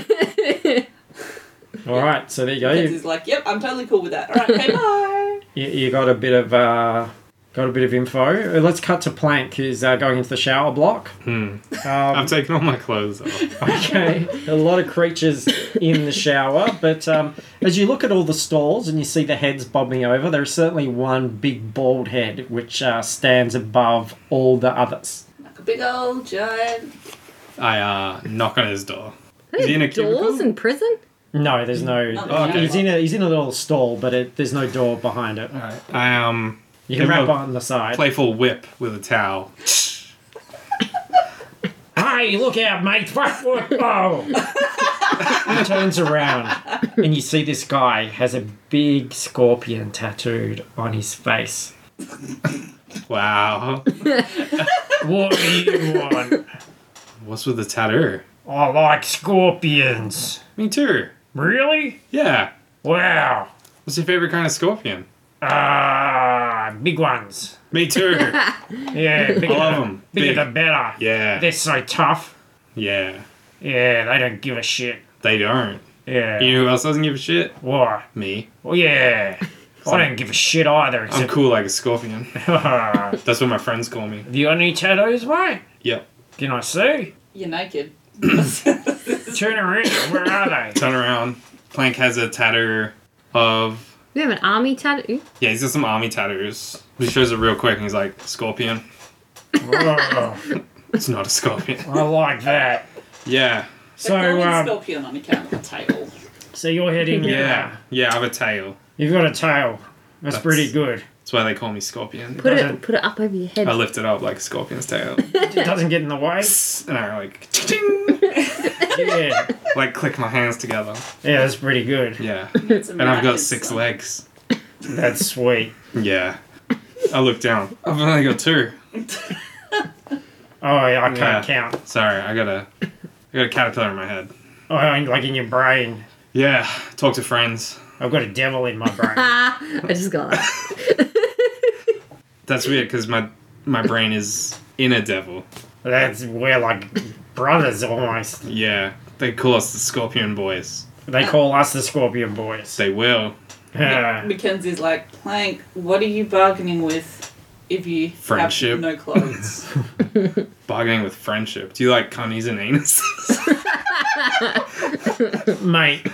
A: All right. So there you go.
B: Because he's like, yep, I'm totally cool with that. Alright, okay, bye.
A: You, you got a bit of uh, got a bit of info. Uh, Let's cut to Plank. Who's uh, going into the shower block? Um,
D: I'm taking all my clothes off. *laughs*
A: Okay, a lot of creatures in the shower, but um, as you look at all the stalls and you see the heads bobbing over, there is certainly one big bald head which uh, stands above all the others.
B: Like a big old giant.
D: I uh, knock on his door. Is he in a
C: Doors
D: cubicle?
C: in prison?
A: No, there's no.
B: Oh,
D: okay.
A: He's in a he's in a little stall, but it, there's no door behind it.
D: Alright. I um,
A: You can
D: give him
A: wrap
D: a
A: on the side.
D: playful whip with a towel.
A: Hey, look out, mate! *laughs* Fuck, what- Oh! he turns around, and you see this guy has a big scorpion tattooed on his face.
B: *laughs*
D: Wow.
A: What do you want?
D: What's with the tattoo?
A: I like scorpions.
D: Me too.
A: Really?
D: Yeah.
A: Wow.
D: What's your favorite kind of scorpion?
A: Ah, big ones.
B: *laughs*
D: Me too. *laughs*
A: Yeah, bigger,
D: love
A: the-
D: 'em.
A: bigger
D: Big.
A: the better. They're
D: yeah.
A: so tough.
D: Yeah.
A: Yeah, they don't give a shit.
D: They don't.
A: Yeah.
D: You know who else doesn't give a shit?
A: Why?
D: Me.
A: Well, yeah. I don't give a shit either.
D: I'm
A: Except
D: cool like a scorpion.
A: *laughs*
D: That's what my friends call me.
A: you got any tattoos, mate?
D: Yep.
A: Can I see?
B: You're naked. *laughs*
A: Turn around. Where are they?
D: Turn around. Plank has a tattoo of.
C: We have an army tattoo.
D: Yeah, he's got some army tattoos. He shows it real quick and he's like, Scorpion.
A: Oh,
D: It's not a scorpion.
A: *laughs* I like that.
D: Yeah.
B: So, they
A: So,
B: call me
A: um,
B: Scorpion on account of the
D: *laughs*
B: tail.
A: so you're heading.
D: Yeah. Yeah, I have a tail.
A: You've got a tail. That's,
D: That's-
A: pretty good.
D: That's why they call me Scorpion.
C: Put
A: Doesn't-
C: it, put it up over your head.
D: I lift it up like a scorpion's tail.
A: It doesn't get in the
D: *laughs*
A: way.
D: and I like, ting,
A: Yeah.
D: like click my hands together.
A: Yeah, that's pretty good.
D: Yeah.
B: It's a
D: And I've got
B: miraculous
D: six
B: son.
D: legs.
A: *laughs* That's sweet.
D: Yeah. I look down. I've only got two.
A: Oh, yeah, I can't
D: Yeah.
A: count.
D: Sorry, I got a, I got a caterpillar in my head.
A: Oh, I mean, like in your brain.
D: Yeah, talk to friends.
A: I've got a devil in my *laughs* brain.
C: Ah, I just got that.
D: That's weird because my my brain is in a devil.
A: That's we're like brothers almost.
D: Yeah, they call us the Scorpion Boys.
A: They call us the Scorpion Boys.
D: They will
A: Yeah.
B: Mackenzie's like, Plank, what are you bargaining with if you
D: Friendship.
B: have no clothes?
D: *laughs* bargaining with friendship. Do you like cunnies
A: *laughs*
D: and anuses?
A: Uh, Mate,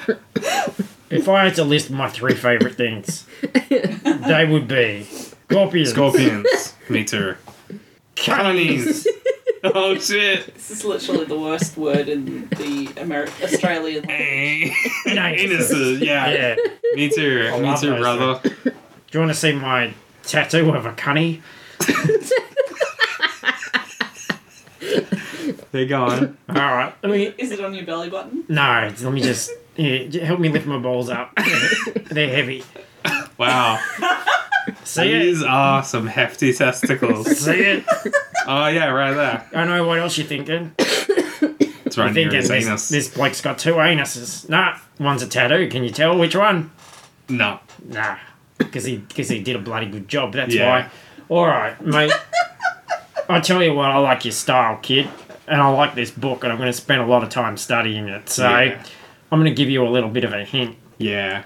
A: if I had to list my three favourite things, they would be scorpions,
D: Scorpions. Me too.
A: cunnies, *laughs*
D: Cunnies. Oh shit.
B: this is literally the worst word in the American Australian language.
A: anuses.
D: Anuses. Yeah.
A: Yeah. Do
D: Me too. Me
A: love
D: too,
A: those
D: brother.
A: you want to see my tattoo of a cunny? *laughs*
D: They're gone.
A: All right. Let me.
B: Is it on your belly button?
A: No, let me just. Yeah, j- help me lift my balls *laughs* up. They're heavy. *laughs*
D: Wow.
A: See it?
D: These are some
A: *laughs*
D: hefty testicles.
A: See it?
D: Oh yeah, right there.
A: I know what else you're thinking.
D: It's right near
A: thinking
D: his
A: this,
D: anus.
A: this bloke's got two anuses. Nah, one's a tattoo. Can you tell which one?
D: No.
A: Nah, because he because he did a bloody good job. That's
D: Yeah.
A: why All right, mate. I tell you what, I like your style, kid, and I like this book, and I'm going to spend a lot of time studying it. So
D: Yeah.
A: I'm going to give you a little bit of a hint.
D: Yeah.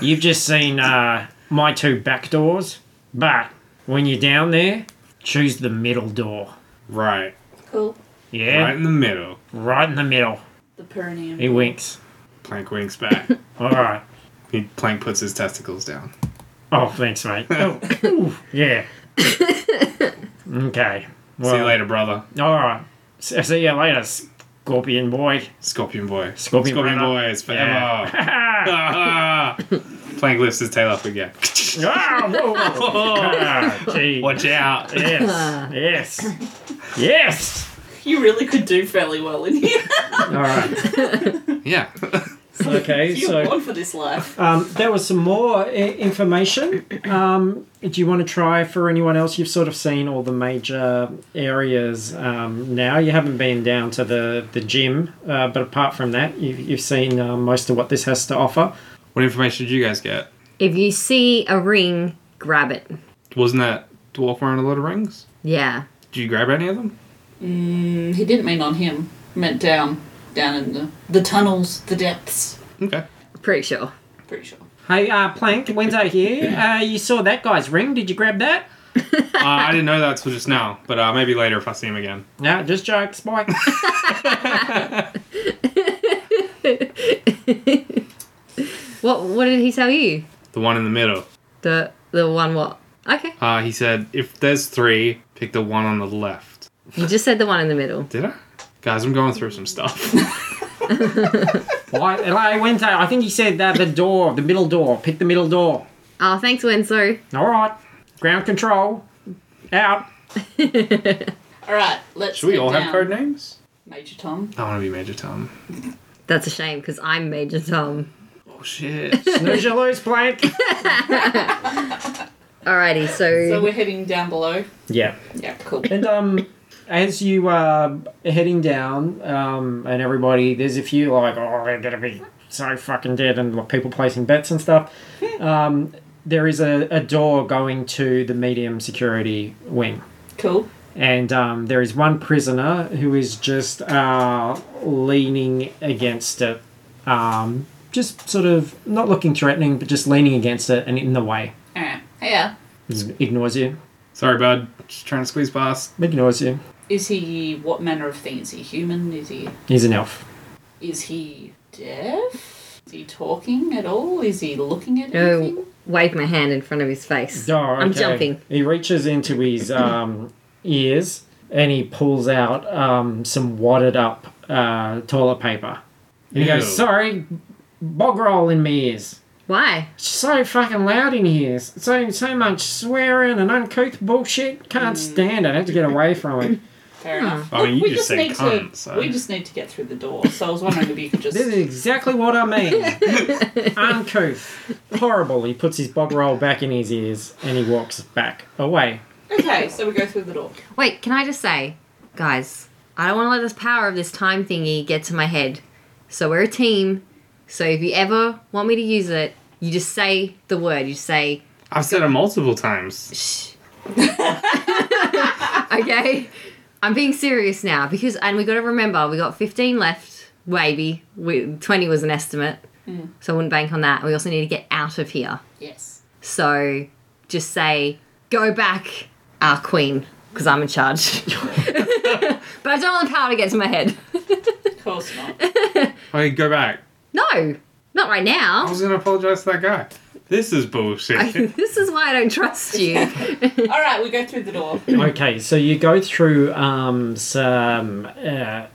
A: You've just seen uh, my two back doors, but when you're down there, choose the middle door.
D: Right.
B: Cool.
A: Yeah,
D: Right
A: right,
D: in the middle.
A: in the middle.
B: The perineum.
A: He winks.
D: Plank winks back.
A: All right.
D: he, Plank puts his testicles down.
A: Oh, thanks,
D: *laughs*
A: mate. Oh, ooh, yeah. okay. Well,
D: See you later, brother.
A: All right. See see you later, Scorpion boy.
D: Scorpion boy.
A: Scorpion brother.
D: boys forever.
A: Yeah.
D: Ah. *laughs* Plank lifts his tail up again.
A: Ah, whoa.
D: *laughs*
A: Ah, gee.
D: Watch out.
A: Yes. Yes. Yes.
B: You really could do fairly well in
D: *laughs*
B: here.
A: All right.
D: *laughs* Yeah.
A: Okay.
B: You're
A: So
B: born for this life.
A: um, there was some more I- information. Um, do you want to try for anyone else? You've sort of seen all the major areas um, now. You haven't been down to the the gym, uh, but apart from that, you've, you've seen uh, most of what this has to offer.
D: what information did you guys get?
C: *laughs* If you see a ring, grab it.
D: Wasn't that dwarf wearing a lot of rings?
C: Yeah.
D: Did you grab any of them?
B: He didn't mean on him. He meant down, down in the, the tunnels, the depths.
D: Okay.
C: Pretty sure.
B: Pretty sure.
A: Hey, uh, Plank, Windsor here. Uh, you saw that guy's ring. Did you grab that?
D: Uh, I didn't know that till just now, but uh, maybe later if I see him again.
A: No, just jokes, boy.
C: What what did he tell you?
D: The one in the middle.
C: The the one what? Okay.
D: Uh, he said, if there's three, pick the one on the left.
C: You just said the one in the middle.
D: Did I? Guys, I'm going through some stuff.
A: Why? Like Winter, I think he said that the door, the middle door. Pick the middle door.
C: Oh, thanks, Winslow.
A: All right. Ground control. Out.
B: All right, let's.
D: Should we
B: get
D: all
B: down.
D: have code names?
B: Major Tom.
D: I want to be Major Tom.
C: That's a shame because I'm Major Tom.
D: Oh, shit.
A: Snooze you lose, Plank.
C: Alrighty,
B: So
C: so,
B: we're heading down below.
A: yeah.
B: Yeah, cool.
A: And um, as you are heading down, um, and everybody, there's a few like, oh, they're gonna be so fucking dead, and like, people placing bets and stuff. Um, there is a, a door going to the medium security wing.
B: Cool.
A: and um, there is one prisoner who is just uh, leaning against it, um, just sort of not looking threatening, but just leaning against it and in the way.
B: All right. Yeah.
A: Just Ignores you,
D: *laughs* Sorry, bud. Just trying to squeeze past.
A: ignores you.
B: Is he what manner of thing? Is he human? Is he
A: He's an elf.
B: is he deaf? Is he talking at all? Is he looking
A: Uh,
B: at anything?
C: no, wave my hand in front of his face.
A: Oh,
C: I'm
A: okay.
C: jumping.
A: He reaches into his um, ears and he pulls out um, some wadded up uh, toilet paper. And he
D: Ew.
A: goes, "Sorry, bog roll in me ears."
C: Why?
A: so fucking loud in here. So so much swearing and uncouth bullshit. Can't
C: Mm.
A: stand it. I have to get away from
C: *laughs*
A: it.
B: Fair
A: hmm.
B: enough.
D: I mean, you
B: we
D: just said
B: need
D: cunt,
B: to.
D: so-
B: We just need to get through the door. So I was wondering if you could
A: *laughs*
B: just.
A: This is exactly what I
C: *laughs*
A: mean. uncouth, horrible. He puts his bog roll back in his ears and he walks back away.
B: Okay, so we go through the door.
C: Wait, can I just say, guys, I don't want to let this power of this time thingy get to my head. So we're a team. So if you ever want me to use it, you just say the word. You say,
D: I've said it multiple times.
C: shh. *laughs* okay? I'm being serious now because, and we got to remember, we got 15 left, maybe. We, 20 was an estimate. So I wouldn't bank on that. We also need to get out of here.
B: Yes.
C: So just say, go back, our queen, because I'm in charge. *laughs* but I don't want the power to get to my head. *laughs*
B: Of course not.
D: Okay, go back.
C: No, not right
D: I
C: now. *laughs*
D: was gonna apologize to that guy. This is bullshit.
C: this is why I don't trust you. *laughs*
B: All right, we go through the door.
A: Okay, so you go through um, some uh,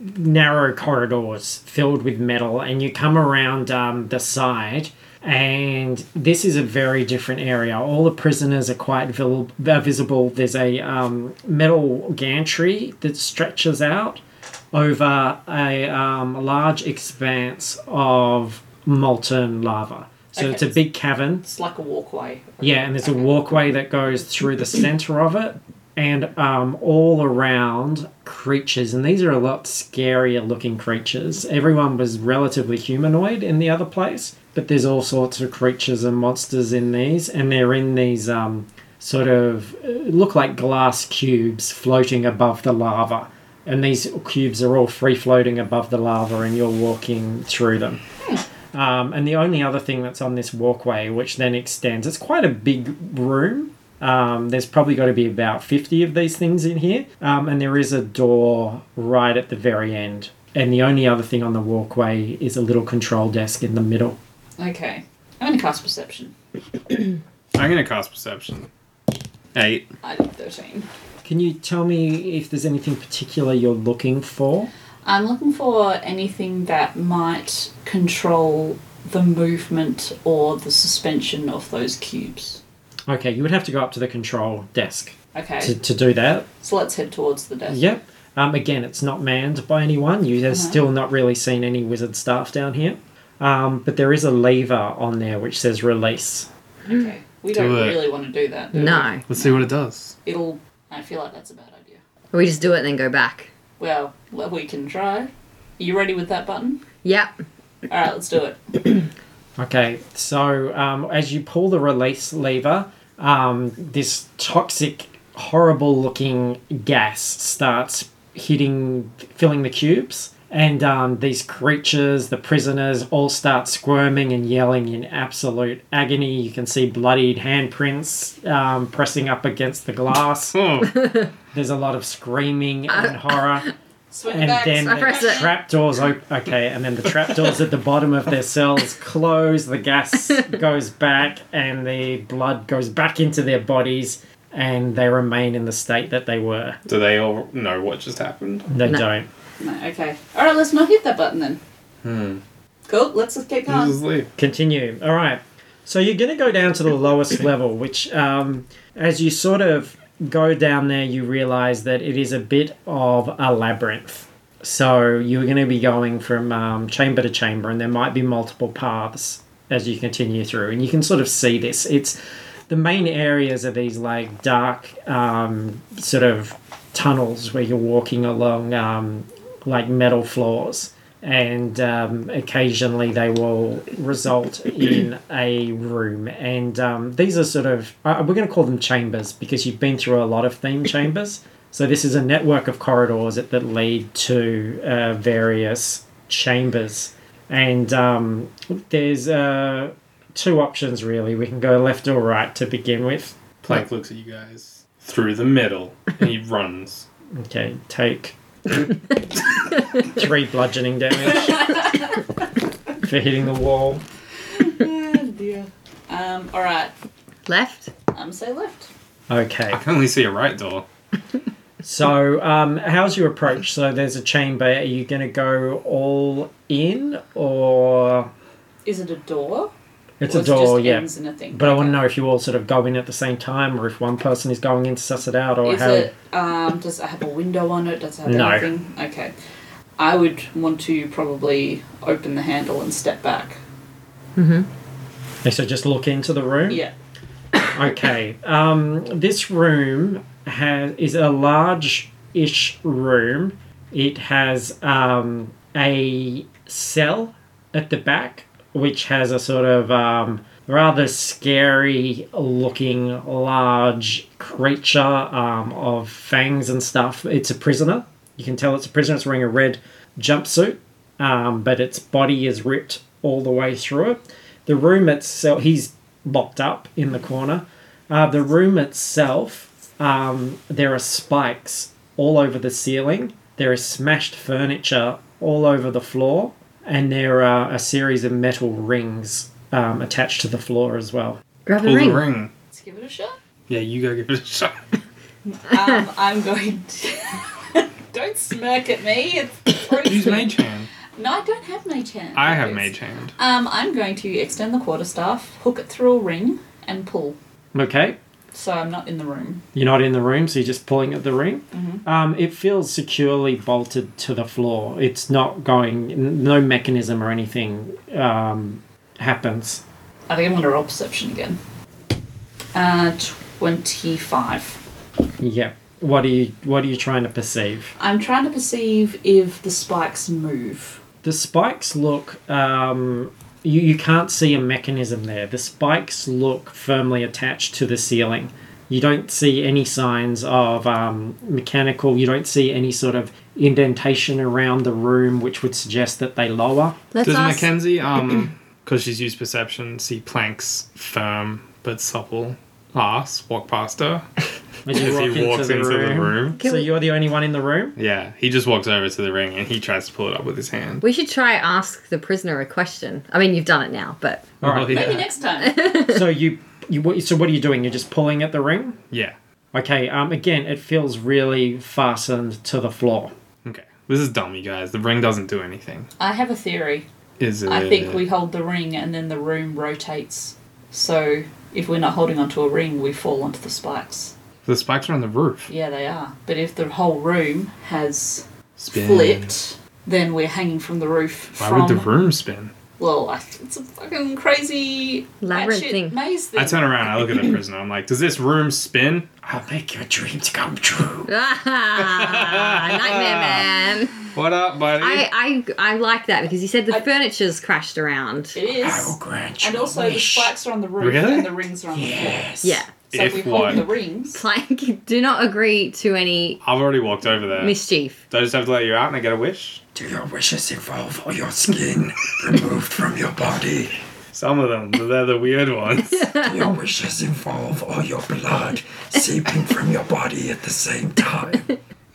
A: narrow corridors filled with metal, and you come around um, the side. And this is a very different area. All the prisoners are quite vil- uh, visible. There's a um, metal gantry that stretches out over a um, large expanse of molten lava. So
B: Okay.
A: it's a big cavern.
B: It's like a walkway.
A: Yeah, and there's a walkway that goes through the center of it, and um, all around creatures. And these are a lot scarier looking creatures. Everyone was relatively humanoid in the other place, but there's all sorts of creatures and monsters in these, and they're in these um, sort of uh, look like glass cubes floating above the lava. And these cubes are all free floating above the lava, and you're walking through them. Um, and the only other thing that's on this walkway, which then extends, it's quite a big room. Um, there's probably got to be about 50 of these things in here. Um, and there is a door right at the very end. And the only other thing on the walkway is a little control desk in the middle.
B: Okay. I'm going to cast perception.
D: I'm gonna cast perception. Eight.
B: I did 13.
A: Can you tell me if there's anything particular you're looking for?
B: I'm looking for anything that might control the movement or the suspension of those cubes.
A: Okay, you would have to go up to the control desk to,
B: Okay,
A: to do that.
B: so let's head towards the desk.
A: Yep. Um, again, it's not manned by anyone. You have
B: Uh-huh.
A: still not really seen any wizard staff down here. Um, but there is a lever on there which says release.
B: Okay. We don't
D: Do it.
B: really want to do that. do we?
C: No.
D: Let's see what it does.
B: It'll. I feel like that's a bad idea.
C: We just do it and then go back.
B: Well, well, we can try. Are you ready with that button?
C: Yep.
B: All right, let's do it.
A: Okay, so um, as you pull the release lever, um, this toxic, horrible looking gas starts hitting, filling the cubes. And um, these creatures, the prisoners, all start squirming and yelling in absolute agony. You can see bloodied handprints um, pressing up against the glass.
D: Oh,
A: There's a lot of screaming and horror.
B: Swing
A: And
B: back.
A: then
B: swing
C: I press
A: the
C: it.
A: trapdoors open. Okay, and then the trapdoors at the bottom of their cells close. The gas
C: *laughs*
A: goes back, and the blood goes back into their bodies, and they remain in the state that they were.
D: do they all know what just happened?
A: They
C: No.
A: don't.
B: No, okay. All right, let's not hit that button then.
D: Hmm.
B: Cool. Let's just get
D: Let's
B: going.
D: just leave.
A: Continue. All right. So you're going to go down to the lowest level, which, um, as you sort of go down there, you realize that it is a bit of a labyrinth. So you're going to be going from um, chamber to chamber, and there might be multiple paths as you continue through. And you can sort of see this. It's the main areas are these like dark um, sort of tunnels where you're walking along um, like metal floors and um, occasionally they will result in a room and um, these are sort of uh, we're going to call them chambers because you've been through a lot of theme chambers so this is a network of corridors that, that lead to uh, various chambers and um, there's uh, two options really we can go left or right to begin with
D: Plank looks at you guys through the middle and he runs.
A: Okay, take three bludgeoning damage for hitting the wall.
B: Oh, dear. Um. All right.
C: Left.
B: I'm say left.
A: Okay,
D: I can only see a right door.
A: so um, how's your approach? So there's a chamber. Are you going to go all in, or
B: Is it a door?
A: it's
B: Or
A: a
B: is
A: door?
B: It just
A: Yeah,
B: ends in a thing?
A: but I want to
B: Okay.
A: know if you all sort of go in at the same time, or if one person is going in to suss it out, or
B: Is
A: how.
B: it? Um. Does it have a window on it? Does it have
A: No.
B: anything? Okay. I would want to probably open the handle and step back.
A: So just look into the room.
B: Yeah.
A: *laughs* Okay. Um, this room has is a large-ish room. It has um, a cell at the back, which has a sort of um, rather scary-looking large creature um, of fangs and stuff. It's a prisoner. You can tell it's a prisoner. It's wearing a red jumpsuit, um, but its body is ripped all the way through it. The room itself, he's locked up in the corner. Uh, the room itself, um, there are spikes all over the ceiling. There is smashed furniture all over the floor, and there are a series of metal rings um, attached to the floor as well.
C: Grab
D: Pull
C: the ring.
D: the ring.
B: Let's give it a shot.
D: Yeah, you go give it a shot.
A: *laughs*
B: Um. I'm going. to... *laughs* Don't smirk at me. It's *coughs*
D: Use
B: freezing.
D: mage hand.
B: No, I don't have mage hand.
D: I have
B: It's-
D: mage hand.
B: Um, I'm going to extend the quarterstaff, hook it through a ring, and pull.
A: Okay,
B: So I'm not in the room.
A: You're not in the room, so you're just pulling at the ring. Um, it feels securely bolted to the floor. It's not going, n- no mechanism or anything um, happens.
B: I think I'm going to roll perception again. Uh, 25.
A: Yeah. What are you What are you trying to perceive?
B: I'm trying to perceive if the spikes move.
A: The spikes look. Um, you you can't see a mechanism there. The spikes look firmly attached to the ceiling. You don't see any signs of um, mechanical. You don't see any sort of indentation around the room, which would suggest that they lower.
C: Let's
D: Does
C: ask.
B: *clears throat*
D: Mackenzie, um, because she's used perception, see Plank's firm but supple ass walk
B: *laughs*
D: past her
A: As you
D: as
A: walk
D: he walks into the room?
C: Can
A: so
C: we-
A: you're the only one in the
B: *laughs*
A: room.
D: Yeah, he just walks over to the ring and he tries to pull it up with his hand.
C: we should try ask the prisoner a question. I mean, you've done it now, but *laughs*
A: All right.
D: yeah.
B: Maybe next time.
A: so you, you, what- so what are you doing? You're just pulling at the ring.
D: yeah.
A: Okay. Um. Again, it feels really fastened to the floor.
D: Okay. This is dumb, you guys. The ring doesn't do anything.
B: *laughs* I have a theory.
D: Is it?
B: I think we hold the ring and then the room rotates. So if we're not holding onto a ring, we fall onto the spikes.
D: The spikes are on the roof.
B: Yeah, they are. But if the whole room has
D: Spin.
B: flipped, then we're hanging from the roof.
D: Why
B: from,
D: would the room spin?
B: Well, I- it's a fucking crazy
C: Labyrinth
B: batshit
C: thing.
B: maze thing.
D: I turn around, I look
B: *clears throat*
D: at the prisoner. I'm like, does this room spin?
A: I'll make your dreams come
B: *laughs*
A: true.
C: Ah, nightmare man.
D: What up, buddy?
C: I, I I like that because you said the
B: I-
C: furniture's crashed around.
B: It is.
A: grant
B: And also, the spikes are on the roof
D: Really?
B: and the rings are on the floor.
C: Yeah. *laughs*
B: So
D: If
B: we
D: what?
B: hold the rings.
C: Plank, do not agree to any
D: I've already walked over there.
C: mischief.
D: Do I just have to let you out and I get a wish?
E: Do your wishes involve all your skin *laughs* removed from your body?
D: Some of them, but they're the
C: *laughs*
D: weird ones.
E: Do
B: *laughs*
E: your wishes involve all your blood seeping from your body at the same time?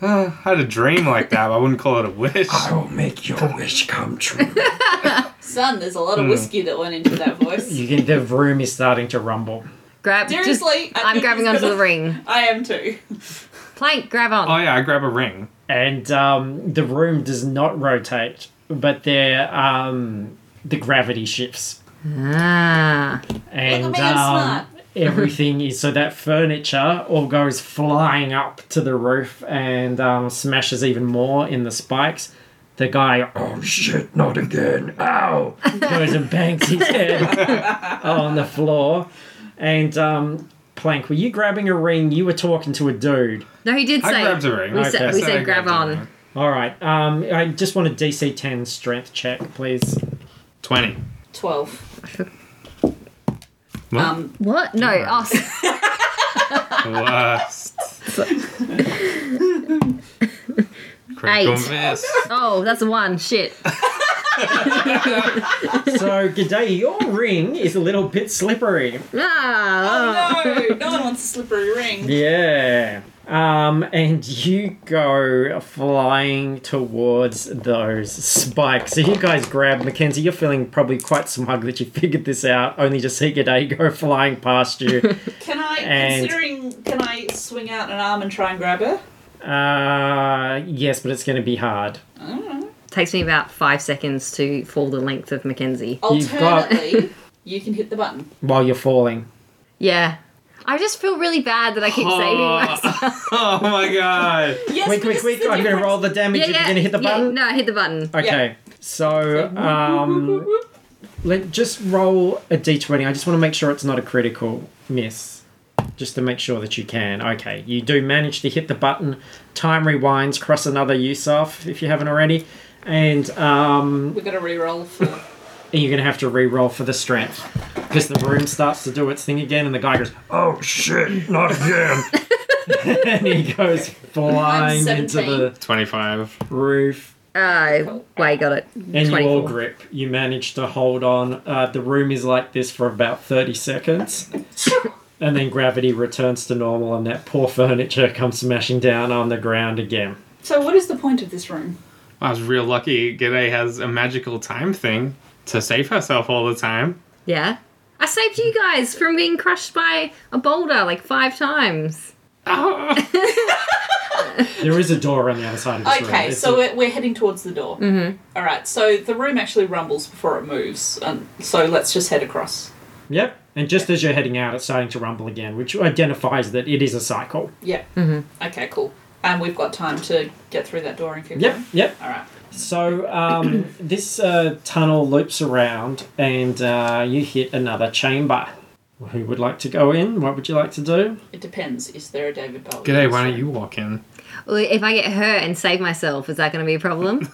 D: Uh, I had a dream like that, but I wouldn't call it
C: *laughs*
D: a wish. Oh,
E: I will make your wish come true.
B: Son, there's a lot of whiskey that went into that voice.
A: Hmm. *laughs* You can, the room is starting to rumble.
C: Grab. just-
B: Seriously, I
C: I'm
B: think
C: grabbing
B: he's
C: onto
B: gonna-
C: the ring.
B: *laughs* I am too.
C: Plank, grab on.
D: Oh yeah, I grab a ring.
A: and um, the room does not rotate, but there um, the gravity shifts,
C: Ah.
A: and
B: Look at me, I'm *laughs*
A: um, everything is so that furniture all goes flying up to the roof and um, smashes even more in the spikes. The guy
E: oh shit, not again. Ow!
A: goes and bangs his head on the floor, and um, Plank, were you grabbing a ring? You were talking to a dude.
C: No, he did
D: I
C: say.
D: grabbed a ring.
C: We
D: I
C: said, we
D: I
C: said grab
D: grabbed a
C: on.
D: ring.
A: All right, um, I just want a DC ten strength check, please.
D: Twenty.
C: *laughs*
B: 12.
D: What?
B: Um,
C: What? No. Oh, s-
D: Worst. Critical
C: Eight.
D: miss.
C: oh, that's a one. Shit.
A: So, G'day, your ring is a little bit slippery.
C: Ah.
B: Oh,
C: *laughs*
B: No, no one wants a slippery ring.
A: Yeah. Um, and you go flying towards those spikes. So you guys grab Mackenzie. You're feeling probably quite smug that you figured this out, only to see G'day go flying past you.
B: Can I,
A: And-
B: considering, can I swing out an arm and try and grab her?
A: uh, yes, but it's going to be hard.
C: Takes me about five seconds to fall the length of Mackenzie.
A: You've got-
B: Alternatively, you can hit the button.
A: While you're falling.
C: Yeah. I just feel really bad that I keep saving myself.
A: *laughs*
D: Oh my god.
B: Yes,
A: Quick, quick,
B: but this
A: quick.
B: is the
A: I'm going to
B: difference.
A: roll the damage
C: Yeah,
A: if you're
C: yeah.
A: going to hit the
C: yeah,
A: button.
C: No, I hit the button.
A: Okay. So, um, let just roll a d20. I just want to make sure it's not a critical miss, just to make sure that you can. Okay, you do manage to hit the button. Time rewinds. Cross another use off if you haven't already, and um,
B: We're gonna re-roll for.
A: and you're gonna have to re-roll for the strength because the room starts to do its thing again, and the guy goes
E: Oh shit, not again.
A: *laughs* and he
B: *laughs*
A: goes flying into
B: 17.
A: the
D: Twenty-five.
A: roof.
C: Uh, way got it.
A: And you all
C: 24.
A: grip. You manage to hold on. Uh, the room is like this for about 30 seconds. and then gravity returns to normal, and that poor furniture comes smashing down on the ground again.
B: So, what is the point of this room?
D: I was real lucky. G'day has a magical time thing to save herself all the time.
C: Yeah. I saved you guys from being crushed by a boulder like five times.
D: Oh.
A: There is a door on the other side of this room.
B: Okay,
A: It's
B: so
A: a-
B: we're, we're heading towards the door. Mm-hmm. All right, so the room actually rumbles before it moves, and so let's just head across.
A: Yep. And just as you're heading out, it's starting to rumble again, which identifies that it is a cycle.
B: Yeah. Mm-hmm. Okay, cool. And we've got time to get through that door and keep
A: Yep,
B: going.
A: yep.
B: All right.
A: So um, this uh, tunnel loops around, and uh, you hit another chamber. Who would like to go in? What would you like to do?
B: It depends. Is there a David Bowie?
D: G'day, why don't you walk in?
C: Well, If I get hurt and save myself, is that going to be
A: *laughs*
C: a problem?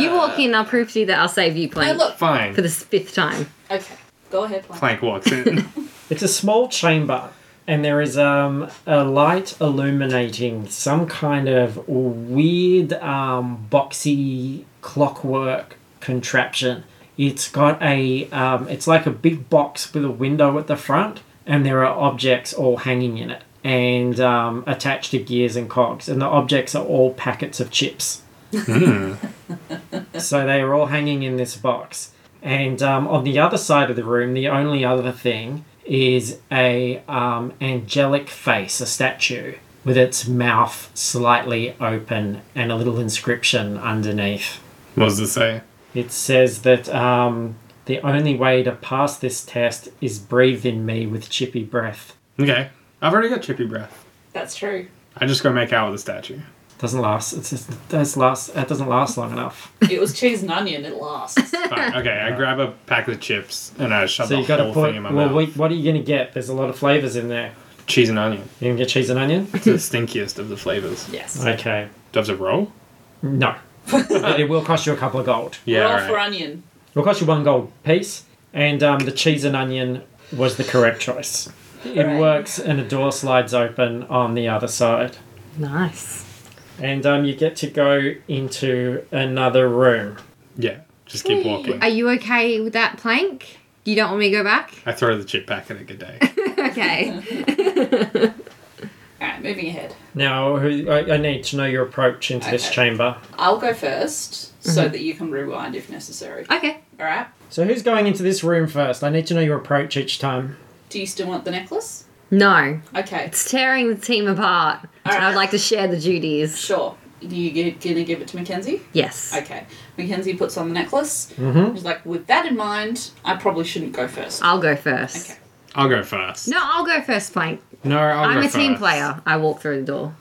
C: you walk in, I'll prove to you that I'll save you,
B: Hey,
C: Plank,
B: look.
D: Fine.
C: for the fifth time.
B: Okay, go ahead. Plank.
C: *laughs*
D: Plank walks in.
A: It's a small chamber and there is um, a light illuminating some kind of weird um, boxy clockwork contraption. It's got a um, it's like a big box with a window at the front, and there are objects all hanging in it and um, attached to gears and cogs, and the objects are all packets of chips. so they are all hanging in this box. And um, on the other side of the room, the only other thing is a um, angelic face, a statue with its mouth slightly open and a little inscription underneath.
D: What does it say?
A: It says that um, the only way to pass this test is breathe in me with chippy breath.
D: Okay. I've already got chippy breath.
B: That's true.
D: I just go make out with the statue.
A: Doesn't last. It's just, it does last. It doesn't last long enough.
B: It was cheese and onion. It
D: *laughs*
B: lasts. *laughs*
D: Fine. Okay, I grab a pack of chips and I shove
A: So you
D: the
A: got to
D: whole
A: put.
D: thing in my
A: Well,
D: mouth.
A: wait, what are you going to get? There's a lot of flavors in there.
D: Cheese and *laughs* onion.
A: You can get cheese and onion.
D: It's the stinkiest of the flavors.
B: yes.
A: Okay.
D: Does it roll?
B: *laughs*
A: No. but it will cost you a couple of gold.
D: Yeah.
B: Roll
D: all right.
B: for onion.
A: It'll cost you one gold piece, and um, the cheese and onion was the correct choice. It
B: Right.
A: works, and a door slides open on the other side,
C: Nice.
A: and um, you get to go into another room.
D: Yeah. Just keep walking.
C: Are you okay with that plank? You don't want me to go back?
D: I throw the chip packet at Good Day.
C: *laughs*
D: *laughs*
C: Okay.
B: All right, moving ahead.
A: Now, who, I, I need to know your approach into this
B: Okay.
A: chamber.
B: I'll go 1st so
D: Mm-hmm.
B: that you can rewind if necessary.
C: okay.
B: All right.
A: So, who's going into this room first? I need to know your approach each time.
B: Do you still want the necklace?
C: No.
B: Okay.
C: It's tearing the team apart. And I would like to share the duties.
B: Sure. You g- gonna give it to Mackenzie?
C: Yes.
B: Okay. Mackenzie puts on the necklace.
D: Mm-hmm.
A: Mhm.
B: She's like, with that in mind, I probably shouldn't go first.
C: I'll go first.
B: Okay.
D: I'll go first.
C: No, I'll go first plank.
D: No, I'll
C: I'm
D: go
C: a team
D: first.
C: player. I walk through the door.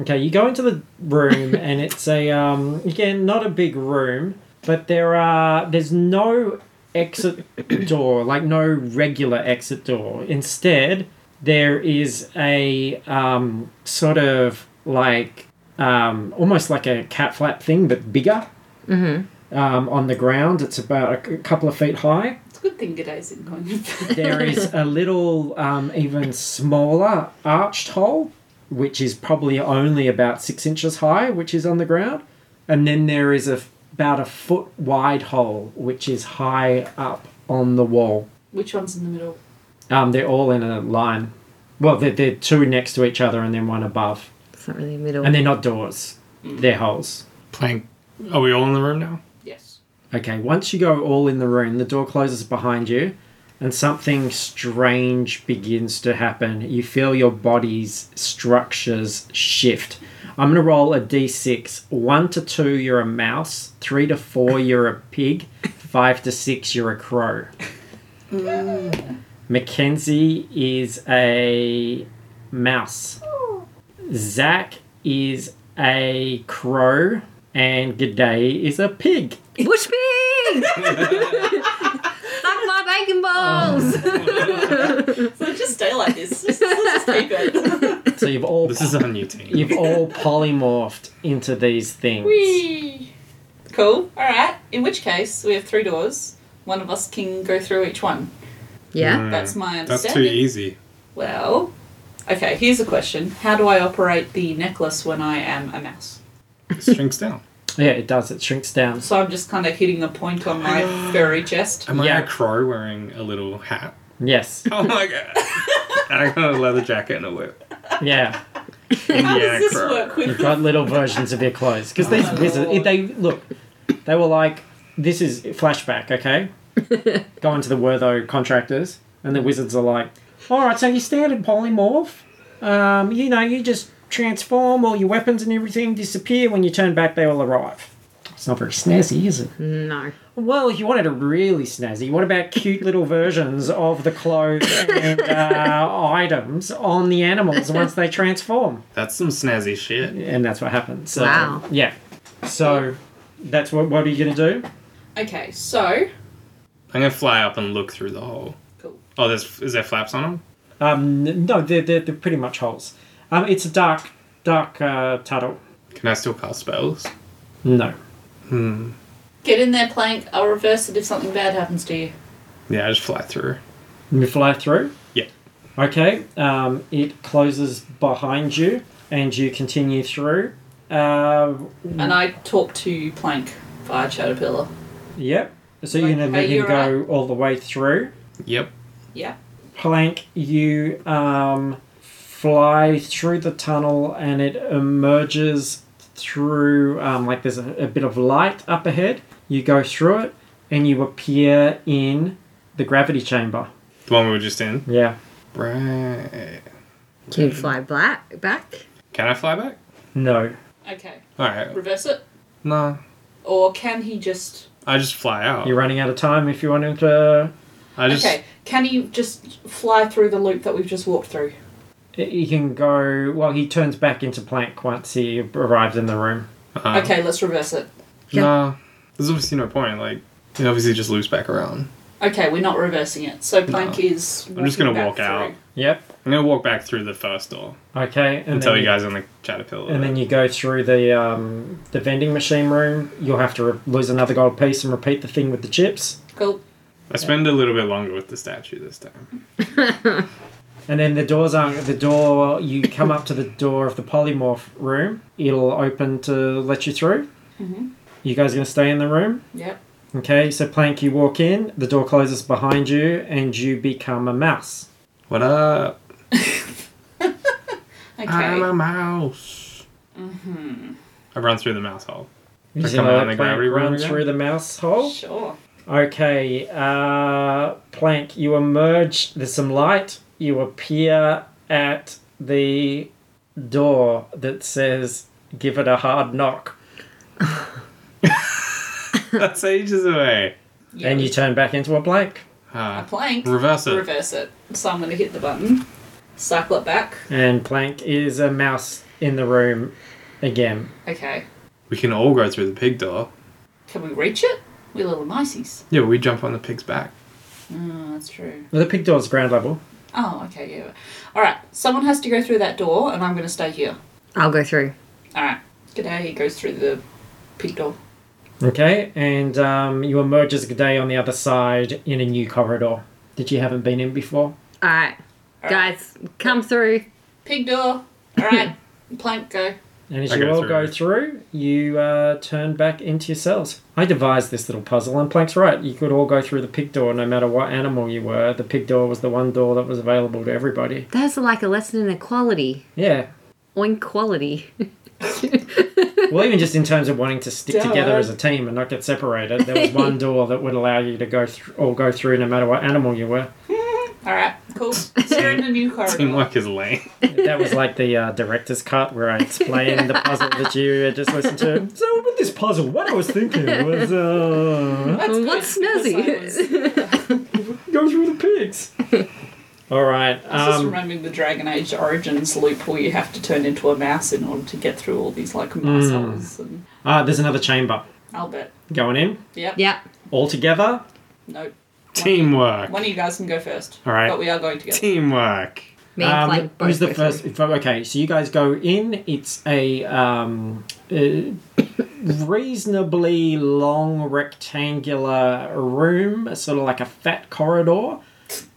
A: Okay, you go into the room, and it's a um, again not a big room, but there are there's no exit door, like no regular exit door. Instead, there is a um, sort of like um, almost like a cat flap thing, but bigger. Um, on the ground, it's about a c- couple of feet high
B: It's a good thing Gaday's in going *laughs* first.
A: there is a little, um, even smaller arched hole, which is probably only about six inches high, which is on the ground. And then there is a, f- about a foot wide hole, which is high up on the wall.
B: Which one's in the middle?
A: Um, they're all in a line. Well, they're, they're two next to each other and then one above.
C: It's not really a middle.
A: And they're not doors, they're holes.
D: Plank. Are we all in the room now?
B: Yes.
A: Okay, once you go all in the room, the door closes behind you, and something strange begins to happen. You feel your body's structures shift. I'm going to roll a d6. 1 to 2, you're a mouse. 3 to 4, you're a pig. 5 to 6, you're a crow. Mackenzie is a mouse. Zach is a crow. And G'day is a pig.
C: Bush pig! Suck my
A: *laughs*
C: bacon balls!
B: So just stay like this. Just, let's just keep it.
A: So you've all
D: This is on you, team.
A: you've all polymorphed into these things.
B: *laughs* Whee! Cool. All right. In which case, we have three doors. One of us can go through each one.
C: yeah?
B: That's my
D: Hmm. That's
B: understanding.
D: too easy.
B: Well, okay, here's a question. How do I operate the necklace when I am a mouse?
D: It shrinks down.
A: Yeah, it does. It shrinks down.
B: So I'm just kind of hitting a point on *gasps* my furry chest.
D: Am I
A: Yeah.
D: a crow wearing a little hat?
A: Yes.
D: Oh
B: *laughs*
D: my god. And I got a leather jacket and a whip.
A: Yeah.
B: How
D: Yeah,
B: does this
D: crow.
B: work with
D: *laughs*
A: You've got little versions of your clothes because these wizards if they look. They were like, "This is flashback, okay?" Go into the Wertho contractors, and the wizards are like, "All right, so you standard polymorph. Um, you know, you just transform all your weapons and everything disappear. When you turn back, they all arrive." It's not very snazzy, is it?
C: No.
A: Well, if you wanted a really snazzy, what about cute little versions of the clothes and uh, items on the animals once they transform?
D: That's some snazzy shit.
A: And that's what happens. So,
C: Wow.
A: Yeah. So that's what. What are you going to do?
B: Okay, so.
D: I'm gonna fly up and look through the hole.
B: Cool.
D: Oh, there's is there flaps on them?
A: Um, n- no, they're, they're, they're pretty much holes. Um, it's a dark dark uh, tunnel.
D: Can I still cast spells?
A: No.
B: Get in there, Plank. I'll reverse it if something bad happens to you.
D: Yeah, I just fly through.
A: You fly through.
D: Yeah.
A: Okay, um, it closes behind you, and you continue through. Uh,
B: And I talk to Plank via Caterpillar.
A: yep. So you're gonna
B: Like,
A: let
B: are you
A: him go all the way through.
D: Yep.
B: Yeah.
A: Plank, you um, fly through the tunnel, and it emerges through um, like there's a, a bit of light up ahead. You go through it, and you appear in the gravity chamber.
D: The one we were just in.
A: Yeah.
D: Right.
C: Can you fly black back?
D: Can I fly back?
A: No.
B: Okay.
D: All right.
B: Reverse it.
D: No.
B: Or can he just
D: I just fly out.
A: You're running out of time. If you wanted to,
D: I just.
B: Okay, can he just fly through the loop that we've just walked through?
A: he can go. Well, he turns back into Plank once he arrives in the room.
D: Uh,
B: Okay, let's reverse it.
C: Yeah.
D: No. There's obviously no point. Like, it obviously just loops back around.
B: Okay, we're not reversing it. So Plank is.
D: I'm just gonna
B: walking back
D: walk out.
A: Yep.
D: I'm gonna walk back through the first door
A: Okay. And
D: and tell
A: then
D: you guys on the caterpillar.
A: And then you go through the um, the vending machine room. You'll have to re- lose another gold piece and repeat the thing with the chips.
B: through. Cool.
D: I spend a little bit longer with the statue this time.
A: And then the doors aren't the door. You come up to the door of the polymorph room. It'll open to let you through. You guys gonna stay in the room?
B: Yep.
A: Okay. So Plank, you walk in. The door closes behind you, and you become a mouse.
D: What up?
B: Okay.
D: I'm a mouse. Mm-hmm. I run through the mouse hole. *laughs*
A: You
D: I
A: see
D: come
A: how
D: out in the
A: Plank
D: gravity room
A: runs
D: again?
A: through the mouse hole.
B: Sure.
A: Okay, uh, Plank, you emerge, there's some light, you appear at the door that says, give it a hard knock,
D: That's ages away.
B: Yeah.
A: and you turn back into a plank.
D: Uh,
B: A plank.
D: Reverse it.
B: Reverse it. So I'm gonna hit the button, cycle it back.
A: And Plank is a mouse in the room again.
B: Okay.
D: we can all go through the pig door.
B: Can we reach it? We're little niceies.
D: Yeah, we jump on the pig's back.
B: Oh, that's true.
A: The pig door's ground level.
B: Oh, okay, yeah. Alright, someone has to go through that door, and I'm gonna stay here.
C: I'll go through.
B: Alright. G'day, he goes through the pig door.
A: Okay, and um, you emerge as a day on the other side in a new corridor that you haven't been in before.
C: All right, guys, come through.
B: Pig door. Alright, *laughs* plank, go.
A: And as
D: I
A: you
D: go
A: all
D: through.
A: go through, you uh, turn back into yourselves. I devised this little puzzle, and Plank's right. You could all go through the pig door no matter what animal you were. The pig door was the one door that was available to everybody.
C: That's like a lesson in equality.
A: *laughs* Yeah.
C: On quality.
A: Well, even just in terms of wanting to stick
B: Duh.
A: together as a team and not get separated, there was *laughs* one door that would allow you to go thr all go through no matter what animal you were.
B: Alright, cool. They're in the new corridor.
D: Teamwork is lame.
A: That was like the uh, director's cut where I explained the puzzle that you uh, just listened to. So, with this puzzle, what I was thinking was uh,
B: That's
C: What's
B: good,
C: snazzy?
B: *laughs* because I was-
A: go through the *laughs* pigs. All right.
B: I was just
A: um,
B: remembering the Dragon Age Origins loop where you have to turn into a mouse in order to get through all these like mouse holes and
A: Ah, there's another chamber
B: I'll bet.
A: going in.
B: Yep.
C: yeah.
A: All together.
B: Nope.
D: Teamwork.
B: One of you guys can go first.
A: All right.
B: But we are going together.
D: Teamwork.
C: Me and Plank both
A: Um, who's the
C: go
A: first?
C: through.
A: Okay, so you guys go in. It's a um, uh, reasonably long rectangular room, sort of like a fat corridor.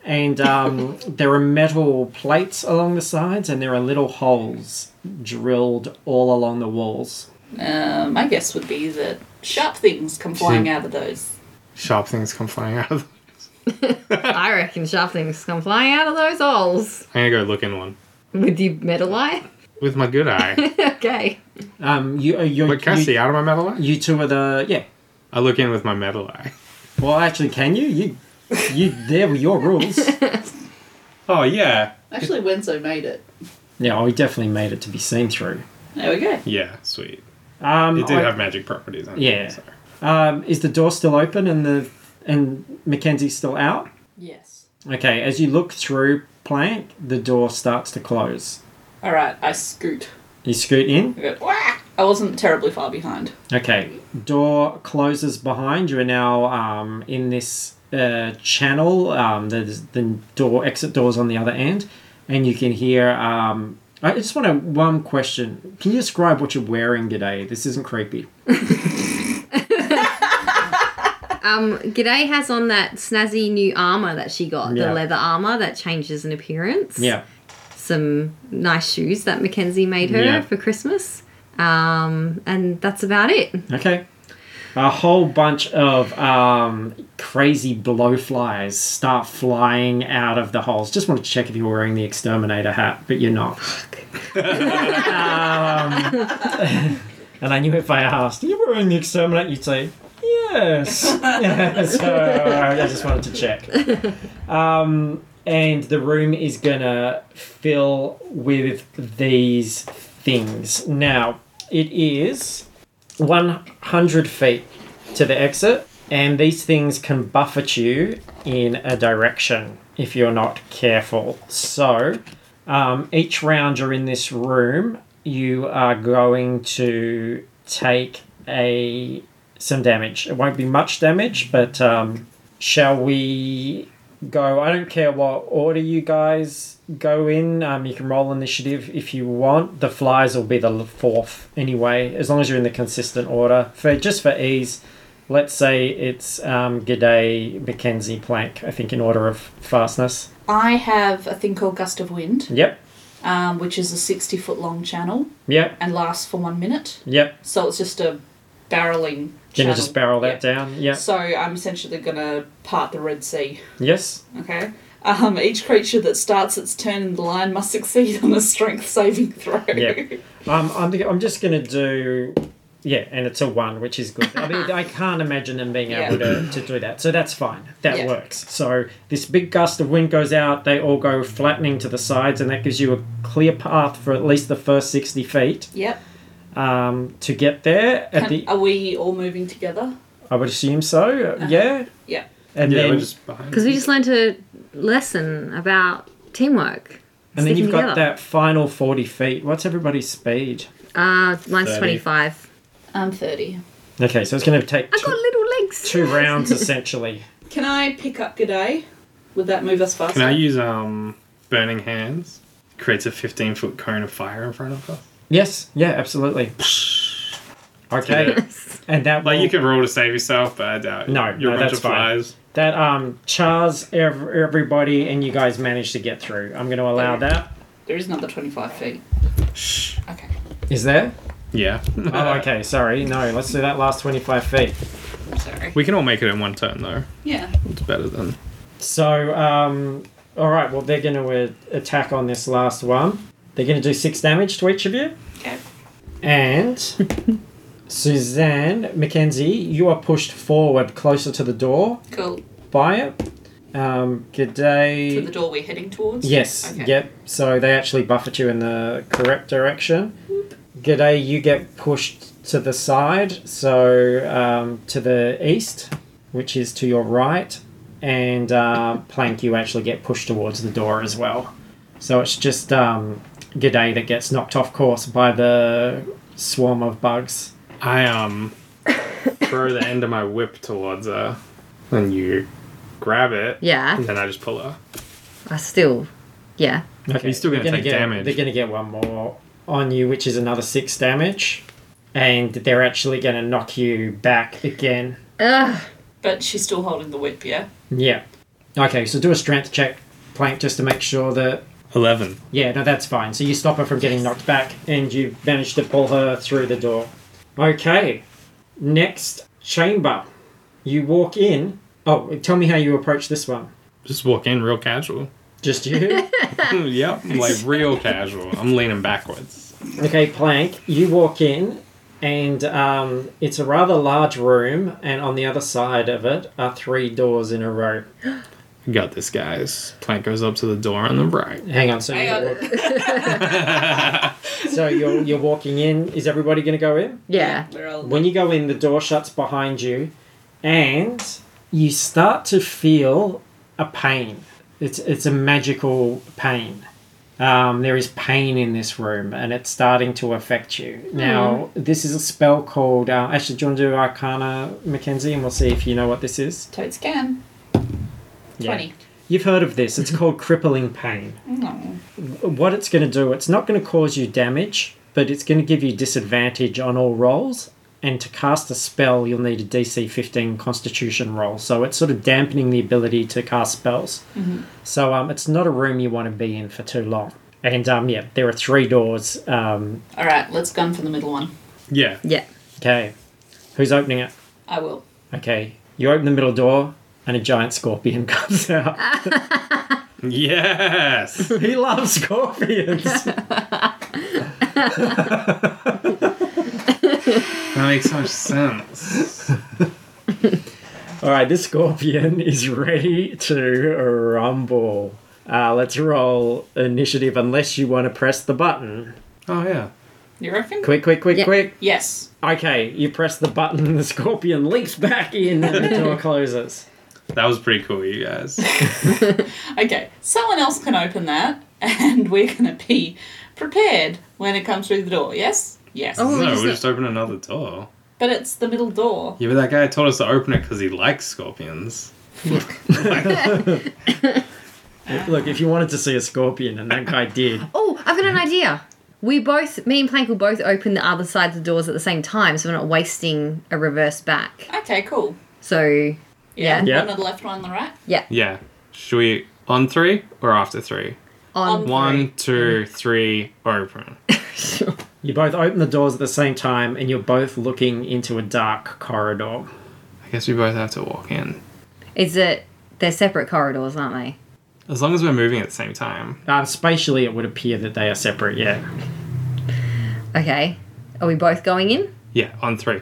A: And um, there are metal plates along the sides, and there are little holes drilled all along the walls.
B: Um, my guess would be that sharp things come flying out of those.
D: Sharp things come flying out *laughs* of them.
C: I reckon sharp things come flying out of those holes
D: I'm gonna go look in one.
C: with your metal eye. *laughs*
D: With my
A: *laughs*
D: good eye.
C: okay.
A: Um, you, uh, you,
D: Wait, can I see
A: you,
D: out of my metal eye?
A: you two are the yeah.
D: I look in with my metal eye.
A: Well, actually, can you? You, you. There were your rules.
D: Oh, yeah.
B: Actually, Wenzo made it.
A: yeah, we definitely made it to be seen through.
B: There we go.
D: Yeah, sweet.
A: Um,
D: It did
A: I-
D: have magic properties on it.
A: Yeah.
D: so.
A: um, is the door still open and the and Mackenzie's still out?
B: Yes.
A: Okay, as you look through plank, the door starts to close.
B: All right. I scoot.
A: You scoot in.
B: I go. Wah! I wasn't terribly far behind.
A: Okay, door closes behind you. Are now um, in this uh, channel. Um, there's the door exit doors on the other end, and you can hear. Um, I just want to one question. Can you describe what you're wearing today? This isn't creepy.
C: Um, G'day has on that snazzy new armor that she got,
A: Yeah.
C: the leather armor that changes in appearance.
A: Yeah.
C: Some nice shoes that Mackenzie made her
A: Yeah.
C: for Christmas. Um, and that's about it.
A: Okay. A whole bunch of um, crazy blowflies start flying out of the holes. Just wanted to check if you were wearing the exterminator hat, but you're not. um, *laughs* and I knew if I asked, "Are you wearing the exterminator?" you'd say, "Yes." *laughs* so uh, I just wanted to check. Um, and the room is gonna fill with these things. Now it is. 100 feet to the exit, and these things can buffet you in a direction if you're not careful. So, um, each round you're in this room, you are going to take a some damage. It won't be much damage, but um, shall we go? I don't care what order you guys go in. Um, you can roll initiative if you want. The flies will be the l- fourth anyway, as long as you're in the consistent order. For just for ease, let's say it's um, G'day, Mackenzie, Plank. I think in order of fastness.
B: I have a thing called Gust of Wind,
A: Yep.
B: um, which is a 60 foot long channel
A: Yep.
B: and lasts for one minute.
A: Yep.
B: So it's just a barreling
A: Gonna
B: channel.
A: just barrel that
B: Yeah.
A: down. Yep.
B: So I'm essentially going to part the Red Sea.
A: Yes.
B: Okay. Um, each creature that starts its turn in the line must succeed on a strength saving throw.
A: Yeah. Um, I'm, I'm just going to do. Yeah, and it's a one, which is good. I mean, I can't imagine them being able to, to do that. So that's fine. That
B: Yeah.
A: works. So this big gust of wind goes out, they all go flattening to the sides, and that gives you a clear path for at least the first 60 feet
B: *laughs* Yep.
A: um, to get there. At
B: Can-
A: the,
B: Are we all moving together?
A: I would assume so, uh, yeah.
B: Yeah.
A: And
D: yeah,
A: then,
D: we're just behind.
C: Because we just learned a lesson about teamwork.
A: and then
C: sticking
A: you've got
C: together.
A: that final 40 feet. What's everybody's speed?
C: Uh, mine's
D: 30.
C: 25.
B: I'm 30.
A: Okay, so it's going to take
C: I've got
A: two,
C: little legs.
A: two rounds essentially.
B: Can I pick up G'day? Would that move us faster?
D: Can I use um burning hands? Creates a fifteen foot cone of fire in front of us.
A: Yes, yeah, absolutely. Okay, and that
D: Like
A: will,
D: you can roll to save yourself, but I doubt it.
A: No,
D: You're
A: no,
D: a bunch
A: that's
D: of
A: fine.
D: flies.
A: that um chars ev- everybody, and you guys manage to get through. I'm going to allow that.
B: There is another 25 feet. Okay.
A: Is there?
D: Yeah.
A: Oh, okay. Sorry, no. Let's do that last 25 feet.
B: I'm sorry.
D: *laughs* We can all make it in one turn though.
B: Yeah.
D: It's better than
A: So, um, all right. Well, they're going to uh, attack on this last one. They're going to do six damage to each of you.
B: Okay.
A: And
D: *laughs*
A: Suzanne Mackenzie, you are pushed forward closer to the door
B: Cool.
A: by it. Um, good day.
B: To the door we're heading towards?
A: Yes.
B: Okay.
A: Yep. So they actually buffet you in the correct direction. G'day, you get pushed to the side, so um, to the east, which is to your right, and uh, Plank, you actually get pushed towards the door as well. So it's just um, G'day that gets knocked off course by the swarm of bugs.
D: I um throw the end of my whip towards her and you grab it.
C: *laughs* Yeah,
D: And then I just pull her.
C: I still, yeah.
A: Okay,
D: You're still gonna
A: they're
D: take
A: get,
D: damage.
A: They're going to get one more on you, which is another six damage, and they're actually going to knock you back again.
C: Ugh.
B: But she's still holding the whip, yeah?
A: Yeah. Okay, so do a strength check, Plank, just to make sure that.
D: Eleven.
A: Yeah, no, that's fine. So you stop her from getting knocked back, and you manage to pull her through the door. Okay, next chamber. You walk in. Oh, tell me how you approach this one.
D: Just walk in real casual. *laughs*
A: Just you?
D: yep. Like real casual. I'm leaning backwards.
A: Okay, Plank, you walk in, and um, it's a rather large room, and on the other side of it are three doors in a row.
D: You got this guys. Plank goes up to the door on the right.
A: Hang on, so,
B: Hang
A: you're, *laughs* so you're, you're walking in. Is everybody going to go in?
C: Yeah.
B: We're all
A: When you go in, the door shuts behind you, and you start to feel a pain. It's it's a magical pain. Um, there is pain in this room, and it's starting to affect you. Now, this is a spell called. Uh, actually, do you want to do Arcana, Mackenzie, and we'll see if you know what this is.
B: Totes can.
A: Yeah.
B: 20.
A: You've heard of this. It's called crippling pain.
B: No.
A: What it's going to do, it's not going to cause you damage, but it's going to give you disadvantage on all rolls and to cast a spell, you'll need a DC 15 Constitution roll. So it's sort of dampening the ability to cast spells. So um, it's not a room you want to be in for too long. And um, yeah, there are three doors. Um,
B: All right, let's gun for the middle one.
D: Yeah.
C: Yeah.
A: okay, who's opening it?
B: I will.
A: Okay, you open the middle door, and a giant scorpion *laughs* comes out.
D: *laughs* Yes.
A: he loves scorpions.
D: That makes so much sense.
A: All right, this scorpion *laughs* is ready to rumble. Uh, let's roll initiative unless you want to press the button.
D: Oh yeah.
B: You reckon?
A: Quick, quick, quick,
C: Yeah.
A: quick.
B: Yes.
A: Okay, you press the button and the scorpion leaps back in and the door closes.
D: That was pretty cool, you guys.
B: Okay, someone else can open that, *laughs* and we're gonna be prepared when it comes through the door. Yes. Yes.
C: Oh.
D: no,
C: we
D: we
C: just-
D: just, opened another door.
B: But it's the middle door.
D: Yeah, but that guy told us to open it because he likes scorpions.
A: Look, if you wanted to see a scorpion, and that guy did.
C: Oh, I've got an idea. We both, me and Plank will both open the other sides of the doors at the same time, so we're not wasting a reverse back.
B: Okay, cool.
C: So,
B: Yeah.
C: Yeah.
A: Yeah.
B: One on the left, one on the right.
D: Yeah. Should we on three or after three?
C: on.
B: Um,
D: One, two, three, open.
A: You both open the doors at the same time, and you're both looking into a dark corridor.
D: I guess we both have to walk in.
C: *laughs* is it. They're separate corridors, aren't they?
D: As long as we're moving at the same time.
A: Uh, spatially, it would appear that they are separate. Yeah.
C: Okay. Are we both going in?
D: Yeah, on three.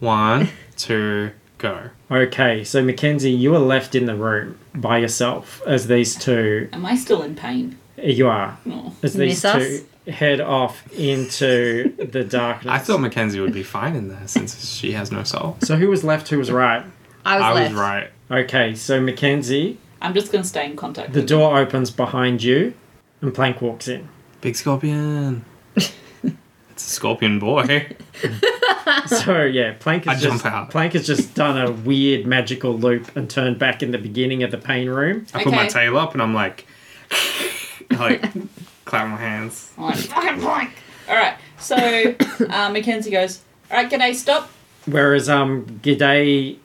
D: One, *laughs* two, go.
A: Okay, so Mackenzie, you are left in the room by yourself as these two.
B: Am I still in pain?
A: You are
B: No.
A: as these
C: Miss us?
A: two head off into the *laughs* darkness.
D: I thought Mackenzie would be fine in there since she has no soul.
A: So who was left? Who was right?
C: I was
D: I
C: left.
D: was right.
A: Okay, so Mackenzie,
B: I'm just gonna stay in contact.
A: the
B: with them.
A: door opens behind you, and Plank walks
C: *laughs*
A: in.
D: Big scorpion. it's a scorpion boy.
A: So yeah, Plank
D: I
A: has
D: jump
A: just
D: out.
A: Plank has just done a weird magical loop and turned back in the beginning of the pain room.
D: I put my
B: Okay.
D: tail up and I'm like, *laughs* like, clap my hands.
C: *laughs*
B: I'm like, fucking blank. All right. So *coughs* uh, Mackenzie goes. All right, g'day. Stop.
A: Whereas um, G'day,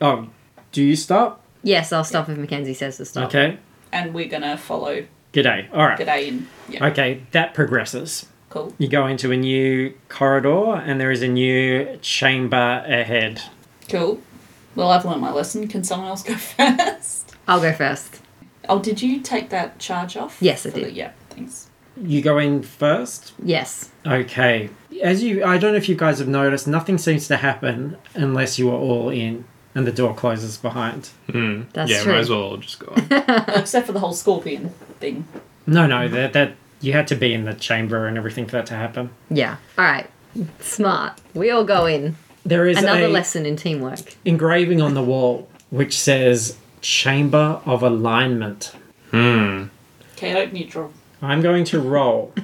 A: oh, do you stop?
C: Yes, I'll stop if Mackenzie says to stop.
A: Okay,
B: And we're gonna follow.
A: G'day. All right.
B: G'day in. Yeah.
A: Okay, that progresses.
B: Cool.
A: You go into a new corridor, and there is a new chamber ahead.
B: Cool. Well, I've learned my lesson. Can someone else go *laughs* first?
C: I'll go first.
B: Oh, did you take that charge off?
C: Yes, I
B: For the-
C: did.
B: yeah. Thanks.
A: You go in first.
C: Yes.
A: Okay. As you, I don't know if you guys have noticed, nothing seems to happen unless you are all in and the door closes behind.
C: That's
D: yeah,
C: true.
D: might as well just go. on.
B: Well, Oh, except for the whole scorpion thing.
A: No, no, that that you had to be in the chamber and everything for that to happen.
C: Yeah. All right. Smart. We all go in.
A: There is
C: Another
A: a
C: lesson in teamwork.
A: engraving on the wall which says "Chamber of Alignment."
D: Hmm.
B: Okay, open your
C: *laughs*
B: drawer.
A: I'm going to roll.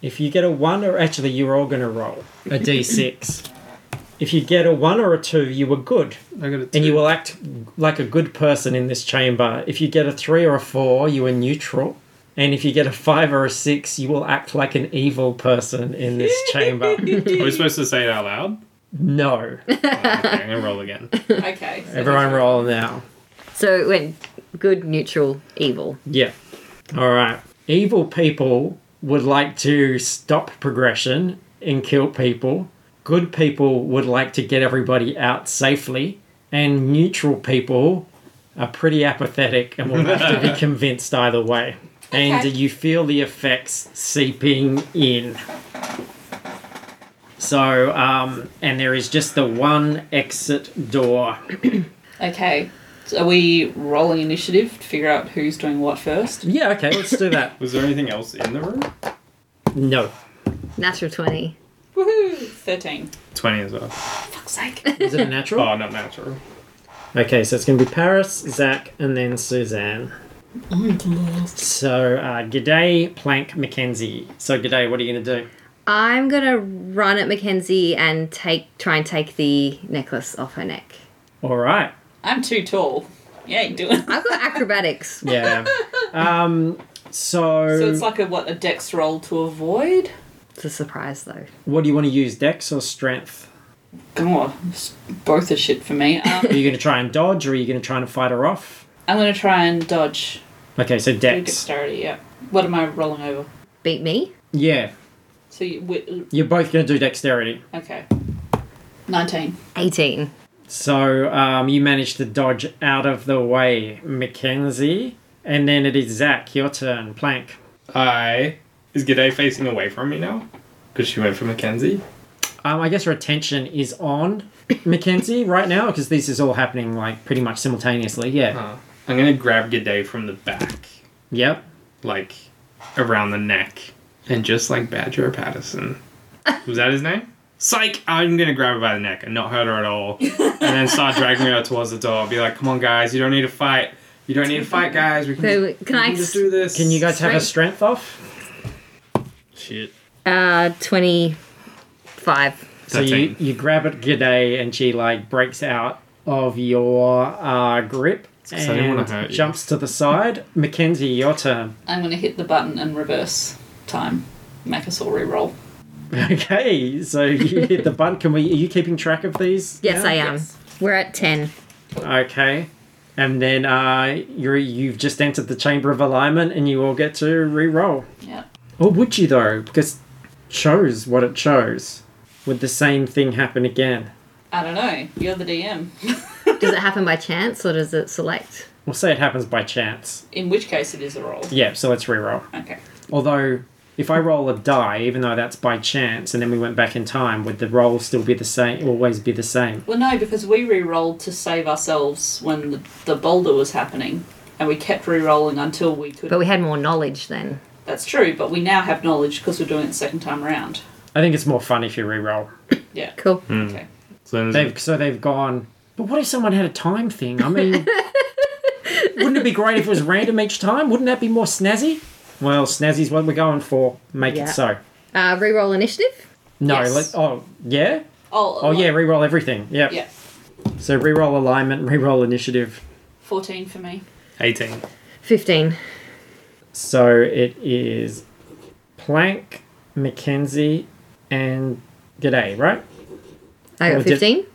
A: if you get a one, or actually, you're all going to roll a d6. if you get a one or a two, you were good,
D: I got it.
A: and you will act like a good person in this chamber. If you get a three or a four, you are neutral. And if you get a five or a six, you will act like an evil person in this chamber.
D: Are we supposed to say it out loud?
A: No.
D: Oh, okay, I'm gonna roll again.
B: Okay. so
A: Everyone
B: that's-
A: roll now.
C: So it went good, neutral, evil.
A: Yeah. All right. Evil people would like to stop progression and kill people. Good people would like to get everybody out safely. And neutral people are pretty apathetic and will have to be convinced either way. And
B: Okay.
A: you feel the effects seeping in. So, um, and there is just the one exit door.
B: Okay. So are we rolling initiative to figure out who's doing what first?
A: Yeah, okay, let's do that.
D: Was there anything else in the room?
A: No.
C: Natural 20.
B: Woohoo! 13.
D: Twenty as well.
B: Fuck's sake.
A: Is it a natural?
D: Oh, not natural.
A: Okay, so it's going to be Paris, Zach, and then Suzanne.
B: Oh
A: So, uh, G'day, Plank, Mackenzie. So, G'day, what are you going to do?
C: I'm gonna run at Mackenzie and take try and take the necklace off her neck.
A: All right.
B: *laughs* I'm too tall. You ain't doing
C: *laughs*
B: it.
C: I've got acrobatics.
A: *laughs*
C: *laughs*
A: Yeah. um, so,
B: So it's like a what, a dex roll to avoid?
C: It's a surprise though.
A: what do you want to use, Dex or Strength?
B: God, it's- both are shit for me.
C: *laughs*
B: Um,
A: Are you going to try and dodge, or are you going to try and fight her off?
B: I'm gonna try and dodge.
A: Okay, so
B: Do
A: Dex.
B: dexterity. Yeah. What am I rolling over?
C: Beat me.
A: Yeah,
B: So you, wi-
A: you're both going to do dexterity.
B: okay. Nineteen.
C: 18.
A: So um, you managed to dodge out of the way, Mackenzie. And then it is Zach, your turn. Plank.
D: I is G'day facing away from me now? Because she went for Mackenzie.
A: Um, I guess her attention is on *coughs* Mackenzie right now because this is all happening like pretty much simultaneously. Yeah.
D: Uh, I'm gonna grab G'day from the back,
A: Yep.
D: like around the neck, and just like Badger Patterson, was that his name? Psych! I'm gonna grab her by the neck and not hurt her at all, and then *laughs* start dragging her towards the door. Be like, "Come on, guys! You don't need to fight. You don't need to fight, guys. We can,
C: So,
D: just,
C: can
D: we
C: I
D: can just
C: s-
D: do this."
A: Can you guys have a strength off?
D: Shit.
C: Uh, 25.
A: So you,
D: Thirteen.
A: you grab it, G'day, and she like breaks out of your uh, grip
D: 'cause I didn't wanna
A: and
D: hurt you.
A: jumps to the
D: *laughs*
A: side. Mackenzie, your turn. *laughs*
B: I'm gonna hit the button and reverse time. Make us all re-roll.
A: Okay, so you hit the button. Can we? Are you keeping track of these?
C: Yes,
A: now?
C: I am.
B: Yes.
C: We're at 10.
A: Okay. And then uh, you're, you've just entered the Chamber of Alignment and you all get to re-roll.
B: Yeah.
A: Or would you though? Because it shows what it shows. Would the same thing happen again?
B: I don't know. You're the DM.
C: Does it happen by chance or does it select?
A: We'll say it happens by chance.
B: *laughs* In which case, it is a roll.
A: Yeah, so let's re-roll.
B: Okay.
A: Although, if I roll a die, even though that's by chance, and then we went back in time, would the roll still be the same? Always be the same?
B: Well, no, because we re-rolled to save ourselves when the, the boulder was happening, and we kept re-rolling until we could.
C: But we had more knowledge then.
B: That's true, but we now have knowledge because we're doing it the second time around.
A: I think it's more fun if you re-roll.
B: Yeah.
C: Cool.
A: Hmm.
B: Okay.
D: So then there's-
A: They've so they've gone. But what if someone had a time thing? I mean, wouldn't it be great if it was random each time? Wouldn't that be more snazzy? Well, snazzy's what we're going for. Make
C: Yeah.
A: it so.
C: Uh, reroll initiative.
A: No,
B: Yes.
A: let, oh yeah,
B: Oh.
A: oh yeah, re-roll everything. Yep.
B: Yeah.
A: So re-roll alignment, *laughs* re-roll initiative.
B: Fourteen for me.
D: 18.
C: 15.
A: So it is Plank, Mackenzie, and G'day, right?
C: I
A: Well,
C: got
A: did-
C: 15.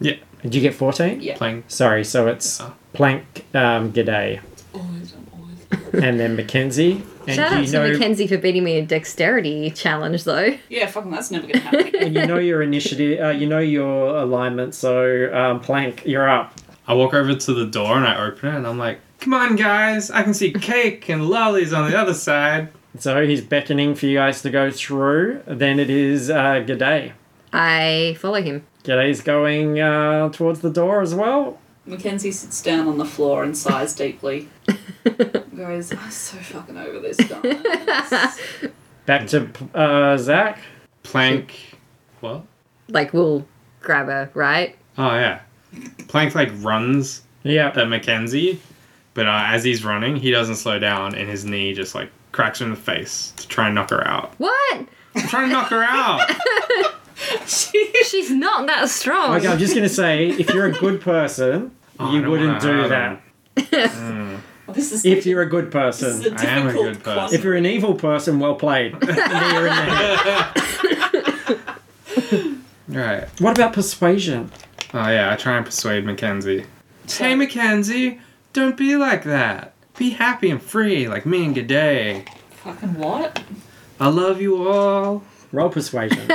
D: Yeah.
A: Did you get fourteen?
B: Yeah.
D: Playing.
A: Sorry, so it's
D: Oh.
A: Plank, um, G'day,
B: Always, always.
A: and then
C: *laughs*
A: Mackenzie. And
C: Shout
A: do
C: out
A: you
C: to
A: know-
C: Mackenzie for beating me in dexterity challenge though.
B: Yeah. Fucking. That's never gonna happen.
A: *laughs* *laughs* and you know your initiative, uh, you know your alignment. So um, plank, you're up.
D: I walk over to the door and I open it and I'm like, come on, guys, I can see cake and lollies on the other side.
A: So he's beckoning for you guys to go through. Then it is uh, G'day.
C: I follow him.
A: G'day's going uh, towards the door as well.
B: Mackenzie sits down on the floor and sighs deeply. Goes. I'm so fucking over this guy.
A: Back to uh, Zach.
D: Plank. What?
C: Like we'll grab her, right?
D: Oh, yeah. Plank, like, runs
A: Yeah.
D: at Mackenzie, but uh, as he's running, he doesn't slow down and his knee just, like, cracks her in the face to try and knock her out.
C: What?
D: *laughs* I'm trying to knock her out!
B: *laughs*
C: She's not that strong.
A: Okay, I'm just gonna say, if you're a good person,
D: *laughs* Oh, I
A: you
D: don't
A: wouldn't
D: wanna
A: do
D: hurt
A: that.
D: him.
B: this is.
A: If you're a good
B: this
A: person.
B: is a
D: I am a
B: difficult
D: good person.
A: If you're an evil person, well played. Now you're in there.
D: Right.
A: What about persuasion?
D: Oh, yeah, I try and persuade Mackenzie. Hey, Mackenzie, don't be like that. Be happy and free, like me and G'day.
B: Fucking what?
D: I love you all.
A: Roll persuasion.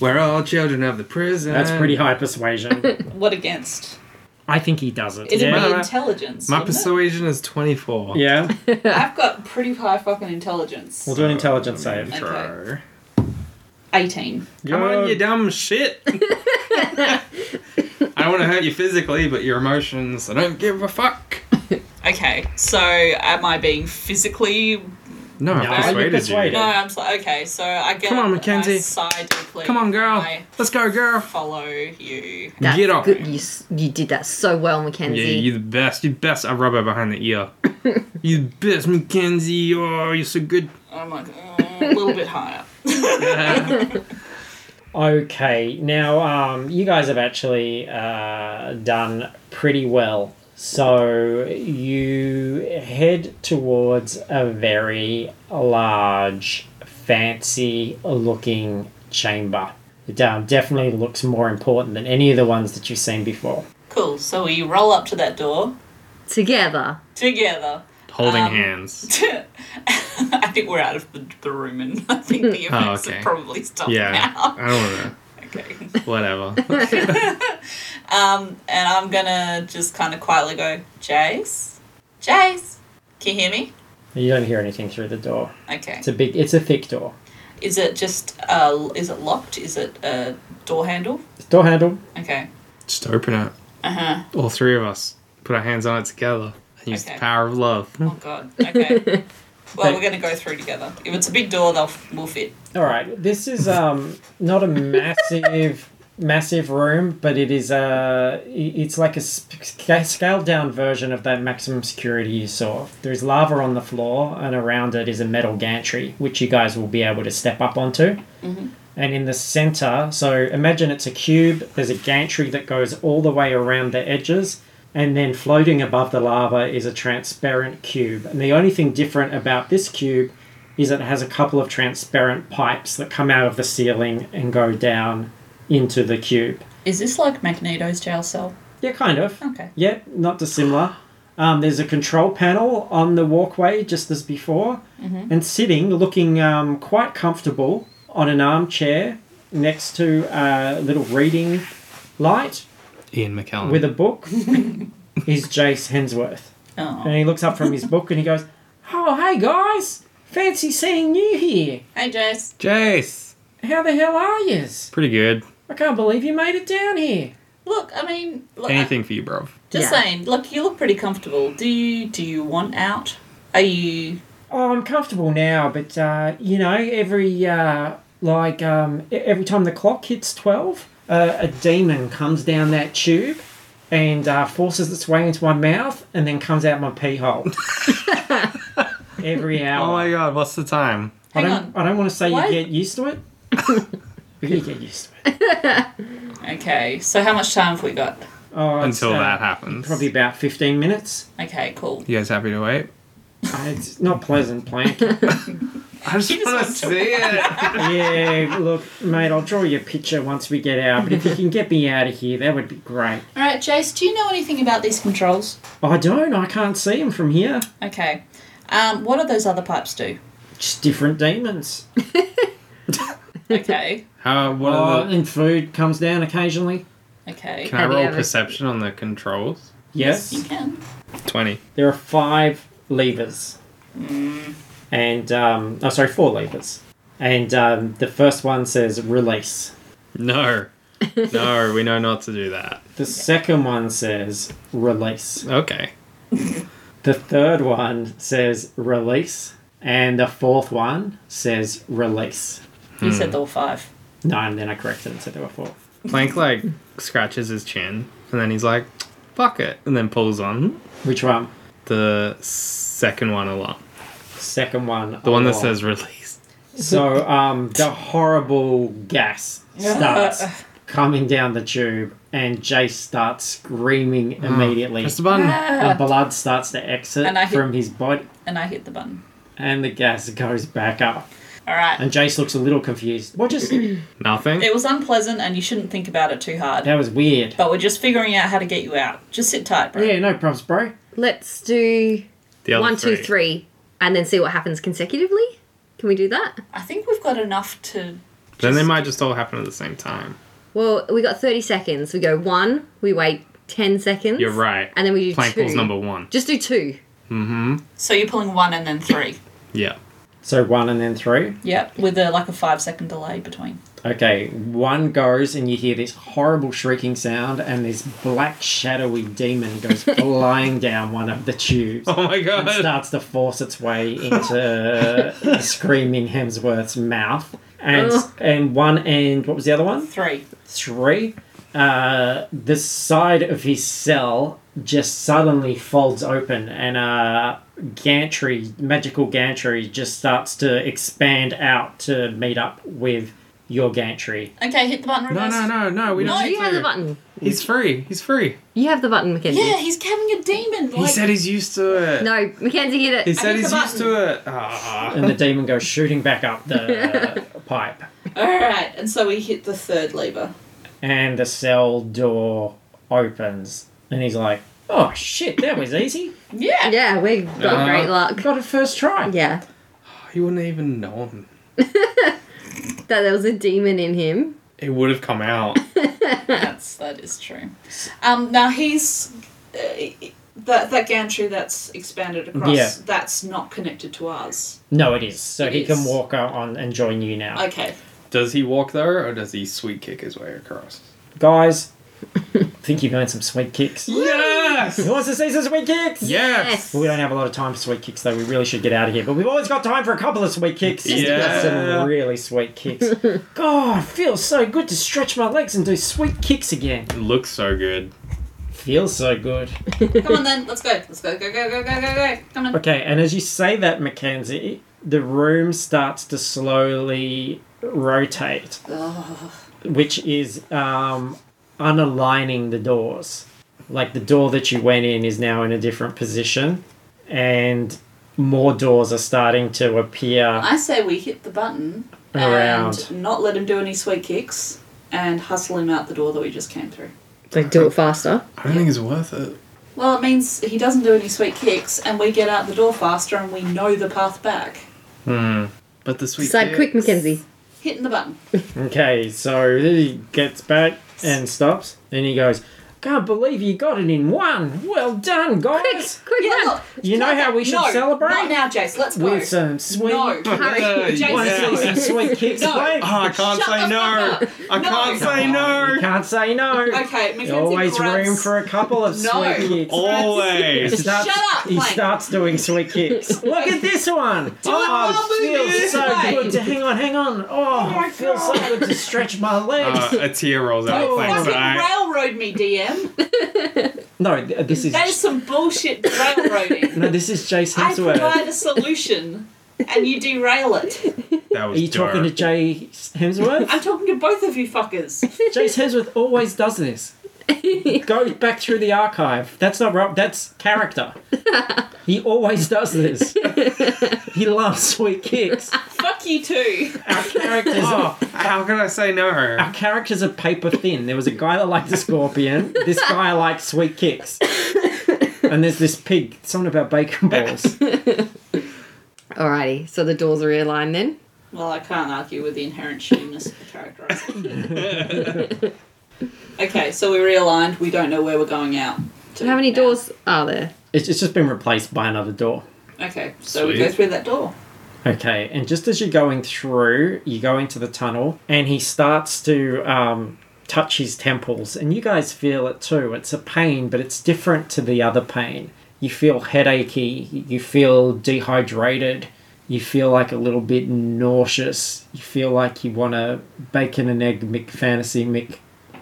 D: We're all children of the prison.
A: That's pretty high
B: *laughs*
A: persuasion.
B: What against?
A: I think he does it.
B: It'd
A: yeah.
B: be
D: Yeah.
B: intelligence.
D: My
B: wouldn't it?
D: persuasion is 24.
A: yeah.
B: I've got pretty high fucking intelligence.
A: We'll do an intelligence save.
B: Okay. 18.
D: Come on, you dumb
C: *laughs*
D: shit. I don't want to hurt you physically, but your emotions, I don't give a fuck.
B: Okay, so am I being physically.
D: No, I
A: No,
D: persuaded
A: you
D: you.
A: persuaded.
B: No, I'm so, okay, so I get.
D: Come on,
B: up and I
D: Mackenzie.
B: sigh deeply.
D: Come on, girl.
B: and I
D: Let's go, girl.
B: follow you.
C: That's
D: Get off
C: good.
D: me.
C: You, s- you did that so well, Mackenzie.
D: Yeah, you the best. You best. I rub her behind the
C: *laughs*
D: ear. you the best, Mackenzie. Oh, you're
C: *laughs*
D: so good.
B: I'm like, mm, a little bit higher. *laughs*
A: Okay, now um, you guys have actually uh, done pretty well. So you head towards a very large, fancy looking chamber. It um, definitely looks more important than any of the ones that you've seen before.
B: Cool. So we roll up to that door
C: Together.
B: together. *laughs*
D: Holding
C: Um,
D: hands.
B: I think we're out of the, the room, and I think the *laughs* effects
D: okay.
B: have probably stopped
C: *laughs*
D: Yeah.
B: now. *laughs*
D: I don't
B: Oh,
D: know.
B: Okay. Um,
D: Whatever.
B: And I'm gonna just kind of quietly go, Jace, Jace, can you hear me?
A: You don't hear anything through the door.
B: Okay.
A: It's a big, it's a thick door.
B: Is it just uh, is it locked? Is it a door handle?
A: Door handle.
B: Okay.
D: Just open it.
B: Uh huh.
D: All three of us put our hands on it together and use
B: Okay.
D: the power of love.
B: Oh god. *laughs* Okay. Well,
A: Okay.
B: we're gonna go through together. If it's a big door, they'll f- we'll fit.
A: All right, this is um not a massive massive room, but it is uh i- it's like a sp- sca- scaled down version of that maximum security you saw. There's lava on the floor, and around it is a metal gantry, which you guys will be able to step up onto. And in the center, so imagine it's a cube. There's a gantry that goes all the way around the edges. And then floating above the lava is a transparent cube. And the only thing different about this cube is it has a couple of transparent pipes that come out of the ceiling and go down into the cube.
B: Is this like Magneto's jail cell?
A: Yeah, kind of.
B: Okay.
A: Yeah, not dissimilar. Um, there's a control panel on the walkway, just as before, and sitting, looking um, quite comfortable on an armchair next to a little reading light
D: Ian McKellen.
A: with a book is Jace Hensworth.
B: Oh.
A: And he looks up from his book and he goes, Oh, hey guys! Fancy seeing you here!
B: Hey, Jace.
D: Jace!
A: How the hell are yous?
D: Pretty good.
A: I can't believe you made it down here.
B: Look, I mean, look, I-
D: Anything for you, bro.
B: just
C: Yeah.
B: saying. Look, you look pretty comfortable. Do you do you want out? Are you
A: Oh, I'm comfortable now, but uh, you know, every uh, like um, e- every time the clock hits twelve, uh, a demon comes down that tube and uh, forces its way into my mouth and then comes out my pee
D: *laughs*
A: hole. every hour.
D: Oh my god, what's the time?
A: I
B: Hang
A: don't.
B: on.
A: I don't want to say
B: Why-
A: you get used to
D: *laughs*
A: it. but you get used to it.
B: okay? So how much time have we got?
A: Oh, it's,
D: Until
A: uh,
D: that happens.
A: Probably about fifteen minutes.
B: Okay, cool.
D: You guys happy to wait?
A: Uh, It's not pleasant,
D: *laughs*
A: Plank.
D: I just
B: You just
D: wanna
B: want to *laughs*
D: it.
A: Yeah, look, mate, I'll draw you a picture once we get out, but if you can get me out of here, that would be great.
B: All right, Jace. Do you know anything about these controls?
A: I don't, I can't see them from here.
B: Okay. Um, what do those other pipes do?
A: Just different demons.
B: Okay.
D: How, what
A: Oh,
D: are the,
A: and food comes down occasionally.
B: Okay.
D: can I
C: Have you
D: roll
C: ever-
D: perception on the controls?
B: You
A: Yes.
B: can.
D: 20.
A: There are five levers. And, um, oh, sorry, four levers. And um, the first one says release.
D: No. No, we know not to do that.
A: The second one says release.
D: Okay.
A: The third one says release. And the fourth one says release.
B: You said there were five.
A: No, and then I corrected and said there were four.
D: Plank, like, scratches his chin, and then he's like, fuck it, and then pulls on
A: Which one?
D: the second one along.
A: Second one. Oh.
D: The one that
B: Oh.
A: along.
D: says release.
A: So, um, the horrible
B: *laughs*
A: gas starts coming down the tube, and Jace starts screaming immediately.
D: Press the
C: Uh,
D: button.
A: The blood starts to exit
B: Uh, And I hit-
A: from his body,
B: And I hit the button.
A: and the gas goes back up.
B: All right.
A: And Jace looks a little confused. What
B: *clears throat*
A: just. that
D: Nothing.
B: It was unpleasant, and you shouldn't think about it too hard.
A: was weird.
B: But we're just figuring out how to get you out. Just sit tight, bro.
A: Yeah, no problems, bro.
C: Let's do
D: The other
C: one, two, three,
D: three.
C: and then see what happens consecutively. Can we do that?
B: I think we've got enough to.
D: Then they might just all happen at the same time.
C: Well, we got 30 seconds. We go one, we wait 10 seconds.
D: You're right.
C: And then we do
D: Plank
C: two.
D: pulls number one.
C: Just do two.
B: So you're pulling one and then three.
D: Yeah.
A: So, one and then three.
B: Yep. With a like a five second delay between.
A: Okay, one goes, and you hear this horrible shrieking sound, and this black, shadowy demon
B: *laughs*
A: goes flying down one of the tubes.
D: *laughs* Oh my god.
A: and starts to force its way into uh, *laughs* screaming Hemsworth's mouth. And
C: Ugh.
A: and one and what was the other one?
B: Three.
A: Three. Uh, the side of his cell just suddenly folds open, and a gantry, magical gantry, just starts to expand out to meet up with your gantry.
B: Okay, hit the button.
D: No,
B: Reverse.
D: no, no, no. We don't.
B: No,
D: need
C: You have
D: to.
C: the button.
D: He's free. He's free.
C: You have the button, Mackenzie.
B: Yeah, he's having a demon.
D: He
B: like-
D: said he's used to it.
C: No, Mackenzie hit
D: He
C: it.
B: hit
D: said he's
B: the
D: used to it. Ah.
A: And the demon goes shooting back up the uh, pipe.
B: All right, and so we hit the third lever.
A: and the cell door opens, and he's like, "Oh shit, that was easy.
B: Yeah.
C: Yeah, we got
D: Uh-huh.
C: great luck.
A: Got it first try."
C: Yeah.
D: He wouldn't even know him.
C: That there was a demon in him.
D: It would have come out.
B: That's that is true. Um, now he's uh, that that gantry that's expanded across.
A: Yeah.
B: That's not connected to ours.
A: No, it is. So
B: It
A: he
B: is.
A: can walk out on and join you now,
B: Okay.
D: Does he walk there, or does he sweet kick his way across?
B: *laughs*
A: guys. think you've earned some sweet kicks.
D: Yes!
A: Who wants to see some sweet kicks?
D: yes!
A: Well, we don't have a lot of time for sweet kicks, though. We really should get out of here. But we've always got time for a couple of sweet kicks.
D: Yes, we
A: That's
D: have.
A: some really sweet
B: *laughs*
A: kicks. God, feels so good to stretch my legs and do sweet kicks again.
D: It looks so good.
A: Feels so good.
B: Come on then. Let's go. Let's go. Go go go go go go. Come on.
A: Okay, and as you say that, Mackenzie, the room starts to slowly rotate, which is um, unaligning the doors. Like the door that you went in is now in a different position, and more doors are starting to appear.
B: I say we hit the button
A: Around.
B: and not let him do any sweet kicks and hustle him out the door that we just came through.
C: Like, do it faster.
D: I don't think it's worth it.
B: Well, it means he doesn't do any sweet kicks and we get out the door faster and we know the path back.
D: Hmm. But the sweet
C: Decide
D: kick-
C: quick, Mackenzie.
B: Hitting the button.
A: Okay, so he gets back and stops, and he goes, "Can't believe you got it in one. Well done,
C: Quick,
A: guys."
C: quick,
B: Yeah,
C: run.
B: look.
A: You know how we should
B: no,
A: celebrate?
B: Not now, Jace. Let's go.
A: With uh, some sweet.
B: no.
A: *laughs*
D: Yeah,
B: Jason,
A: Want to
D: yeah.
A: see some sweet kicks,
B: No.
A: mate?
D: Oh, I can't
B: Shut
D: say
B: the
D: no.
B: fuck
D: I
B: No.
D: can't say
A: You
D: no.
A: can't say no.
B: *laughs* Okay, Mackenzie
A: There's always
B: grabs-
A: room for a couple of
B: No.
A: sweet kicks. He
D: Always.
A: starts,
B: Shut up,
A: he
B: Plank.
A: starts doing sweet
B: *laughs*
A: kicks. Look at this one.
B: while
A: oh,
B: moving
A: it feels
B: this
A: so
B: way.
A: good to hang on, hang on. Oh, it feels so good to stretch my legs.
D: Uh, a tear rolls out of
B: Don't
D: Plank's
B: Oh, fucking
D: eye.
B: railroad me, DM.
A: no, th- uh, this is
B: That is some bullshit
A: *laughs*
B: railroading.
A: no, this is Jace
B: I
A: Hemsworth.
B: provide a solution and you derail it.
D: That
A: Are
D: was
A: you talking to
D: *laughs* dark.
A: Jace Hemsworth?
B: I'm talking to both of you fuckers.
A: Jace Hemsworth always does
B: *laughs*
A: this. Go back through the archive. That's not wrong. That's
B: *laughs*
A: character. He always does this. He loves sweet kicks.
B: Fuck you too.
A: Our characters are
D: *laughs* Oh, how can I say no?
A: our characters are paper thin. There was a guy that liked the scorpion. This guy liked sweet kicks. And there's this pig. Something about bacon balls.
C: Alrighty, so the doors are realigned then.
B: Well, I can't argue with the inherent shittiness of the characterization. okay, so we're realigned. We don't know where we're going out. to
C: How many
B: now.
C: doors are there?
A: It's, it's just been replaced by another door.
B: Okay, so we
D: Sweet.
B: go through that door.
A: Okay, and just as you're going through, you go into the tunnel, and he starts to um, touch his temples, and you guys feel it too. It's a pain, but it's different to the other pain. You feel headachy, you feel dehydrated, you feel like a little bit nauseous, you feel like you want a bacon and egg McFantasy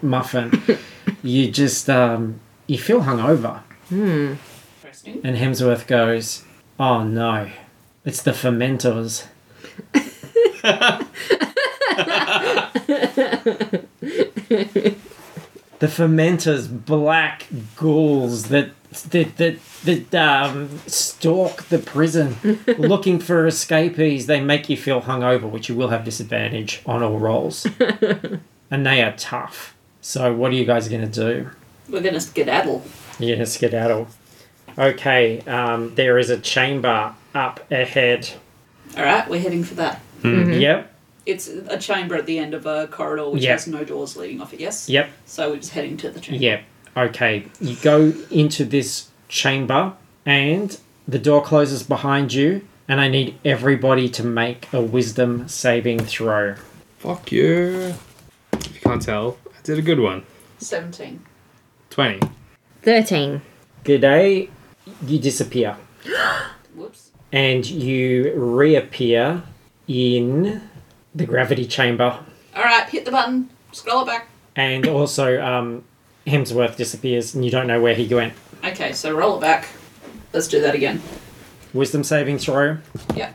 A: McMuffin. you just um, you feel hungover.
B: Interesting.
A: And Hemsworth goes, Oh no, it's the fermenters. *laughs* the fermenters, black ghouls that that that, that um, stalk the prison looking for escapees. They make you feel hungover, which you will have disadvantage on all rolls. and they are tough. So what are you guys gonna do?
B: We're gonna skedaddle.
A: Yeah, skedaddle. Okay, um, there is a chamber up ahead.
B: All right, we're heading for that.
A: Yep,
B: It's a chamber at the end of a corridor which
A: Yeah.
B: has no doors leading off it. Yes.
A: yep,
B: So we're just heading to the chamber.
A: yep. Okay, you go into this chamber and the door closes behind you, and I need everybody to make a wisdom saving throw.
D: Fuck you. If you can't tell, I did a good one.
B: Seventeen.
D: 20.
C: 13.
A: G'day, you disappear.
B: Whoops.
A: And you reappear in the gravity chamber
B: All right, hit the button. Scroll it back.
A: and also um, Hemsworth disappears, and you don't know where he went.
B: Okay, so roll it back. Let's do that again.
A: Wisdom saving throw.
B: Yeah.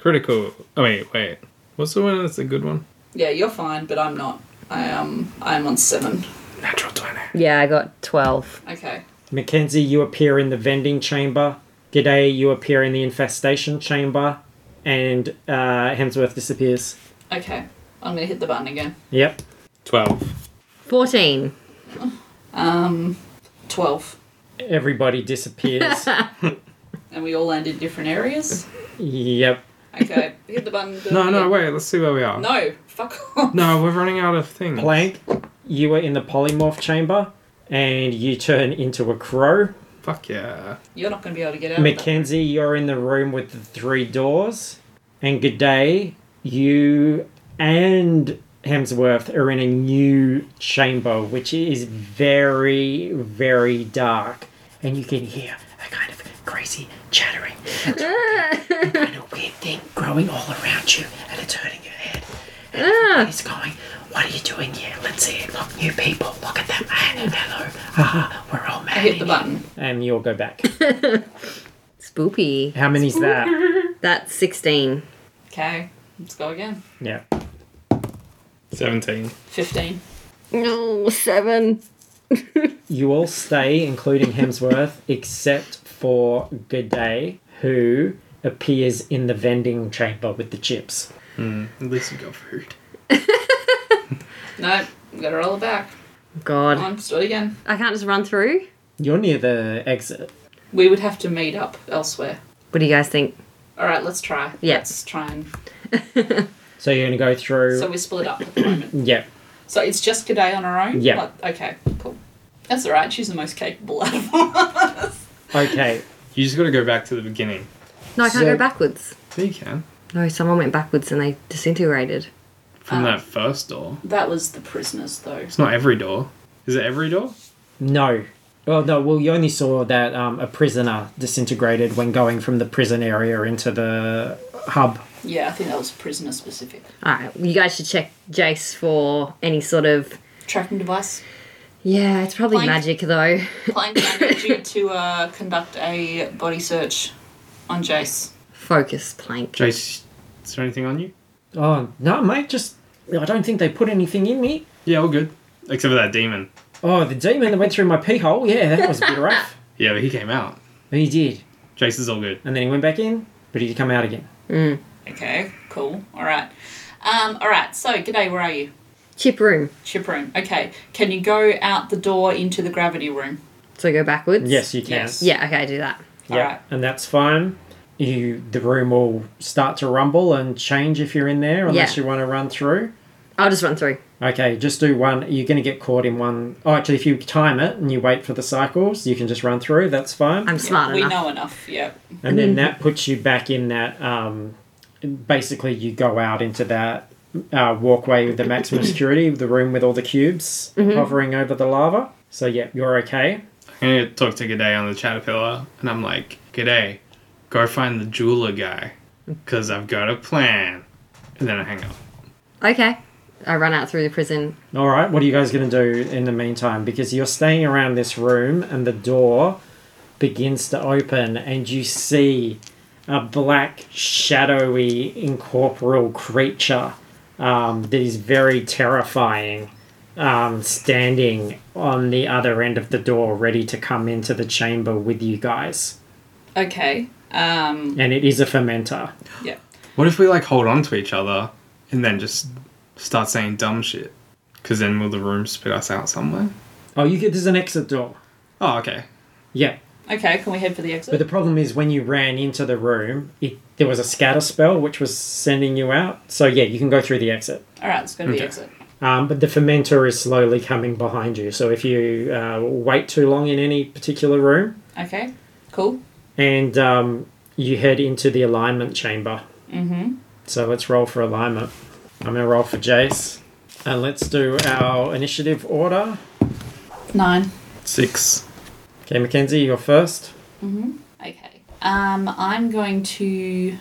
D: Critical. Oh, wait, wait. What's the one that's a good one?
B: Yeah, you're fine, but I'm not. I um I'm on seven.
D: Natural 20.
C: Yeah, I got 12.
B: Okay.
A: Mackenzie, you appear in the vending chamber. G'day, you appear in the infestation chamber. And uh, Hemsworth disappears.
B: Okay. I'm gonna hit the button again.
A: Yep.
D: 12.
C: 14.
B: Um, twelve,
A: Everybody disappears.
B: and we all land in different
D: *laughs*
B: areas.
A: yep.
B: Okay, hit the button. do it
D: No, no,
B: again.
D: wait. Let's see where we are.
B: No, fuck off.
D: No, we're running out of things.
A: Plank, you were in the polymorph chamber and you turn into a crow.
D: Fuck yeah.
B: You're not gonna be able to get out. of that.
A: Mackenzie, you're in the room with the three doors. And G'day, you and Hemsworth are in a new chamber, which is very, very dark. And you can hear a kind of crazy chattering, kind of weird thing growing all around you, and it's hurting your head.
C: Ah,
A: He's going, What are you doing here? Let's see. Look, new people. Look at them. Ah, Hello. Haha, we're all
B: I *laughs*
A: mad.
B: hit the button.
A: And you'll go back.
C: spoopy.
A: How many's that?
C: That's 16.
B: Okay, let's go again.
A: Yeah.
D: 17.
B: Fifteen.
C: No, 7.
A: You all stay, including Hemsworth, except for G'day, who appears in the vending chamber with the chips.
D: At least we got food.
B: No, we gotta roll it back.
C: God.
B: On, do it again.
C: I can't just run through?
A: You're near the exit.
B: We would have to meet up elsewhere.
C: What do you guys think?
B: All right, let's try.
C: Yeah.
B: Let's try and.
A: So you're going to go through.
B: So we're split up at the moment.
A: yeah.
B: So it's just G'day on her own.
A: Yeah.
B: Like, okay, cool. That's all right. She's the most capable out of all of us.
A: Okay.
D: You just gotta go back to the beginning.
C: No, I can't
A: So-
C: go backwards.
D: Yeah, you can.
C: No, someone went backwards and they disintegrated.
D: From
B: Um,
D: that first door.
B: That was the prisoners, though.
D: It's not every door. Is it every door?
A: No. Well, no, well, you only saw that um, a prisoner disintegrated when going from the prison area into the hub.
B: Yeah, I think that was prisoner specific.
C: Alright, you guys should check Jace for any sort of.
B: Tracking device.
C: Yeah, it's probably
B: Plank.
C: magic though.
B: Plank, I need you to uh, conduct a body search on Jace.
C: Focus, plank.
D: Jace, is there anything on you?
A: Oh, no, mate, just. I don't think they put anything in me.
D: Yeah, all good. Except for that demon.
A: Oh, the demon that went through my pee hole. Yeah, that was a bit rough.
D: Yeah, but he came out.
A: He did.
D: Jace is all good.
A: And then he went back in, but he'd come out again.
B: Okay, cool. All right. Um, all right, so G'day, where are you?
C: Chip room.
B: Ship room. Okay, can you go out the door into the gravity room?
C: So go backwards?
A: Yes, you can.
B: Yes.
C: Yeah, okay, I do that.
A: Yeah,
B: Alright.
A: and that's fine. You the room will start to rumble and change if you're in there, unless
C: Yeah.
A: you want to run through.
C: I'll just run through.
A: Okay, just do one. You're going to get caught in one. Oh, actually, if you time it and you wait for the cycles, you can just run through. That's fine.
C: I'm smart
B: we
C: enough.
B: know enough, yeah.
A: and
C: mm.
A: then that puts you back in that. Um, basically, you go out into that uh, walkway with the maximum security, the room with all the cubes
C: Mm-hmm.
A: hovering over the lava. So yeah, you're okay.
D: I'm gonna talk to G'day on the Caterpillar, and I'm like, G'day, go find the jeweler guy, because I've got a plan. And then I hang up.
C: Okay. I run out through the prison.
A: All right, what are you guys going to do in the meantime? Because you're staying around this room and the door begins to open, and you see a black, shadowy, incorporeal creature um, that is very terrifying um, standing on the other end of the door, ready to come into the chamber with you guys.
B: Okay. Um,
A: And it is a fermenter.
B: yeah.
D: What if we like hold on to each other and then just start saying dumb shit? Because then will the room spit us out somewhere?
A: Oh, you get there's an exit door.
D: Oh, okay.
A: Yeah.
B: Okay, can we head for the exit?
A: But the problem is when you ran into the room, it, there was a scatter spell which was sending you out. So yeah, you can go through the exit.
B: All right, let's go to the
D: Okay.
B: exit.
A: Um, but the fermenter is slowly coming behind you. So if you uh, wait too long in any particular room
B: Okay, cool.
A: and um, you head into the alignment chamber. Mm-hmm. So let's roll for alignment. I'm going to roll for Jace. And let's do our initiative order.
B: Nine.
D: Six.
A: Okay, Mackenzie, you're first.
B: Okay. Um, I'm going to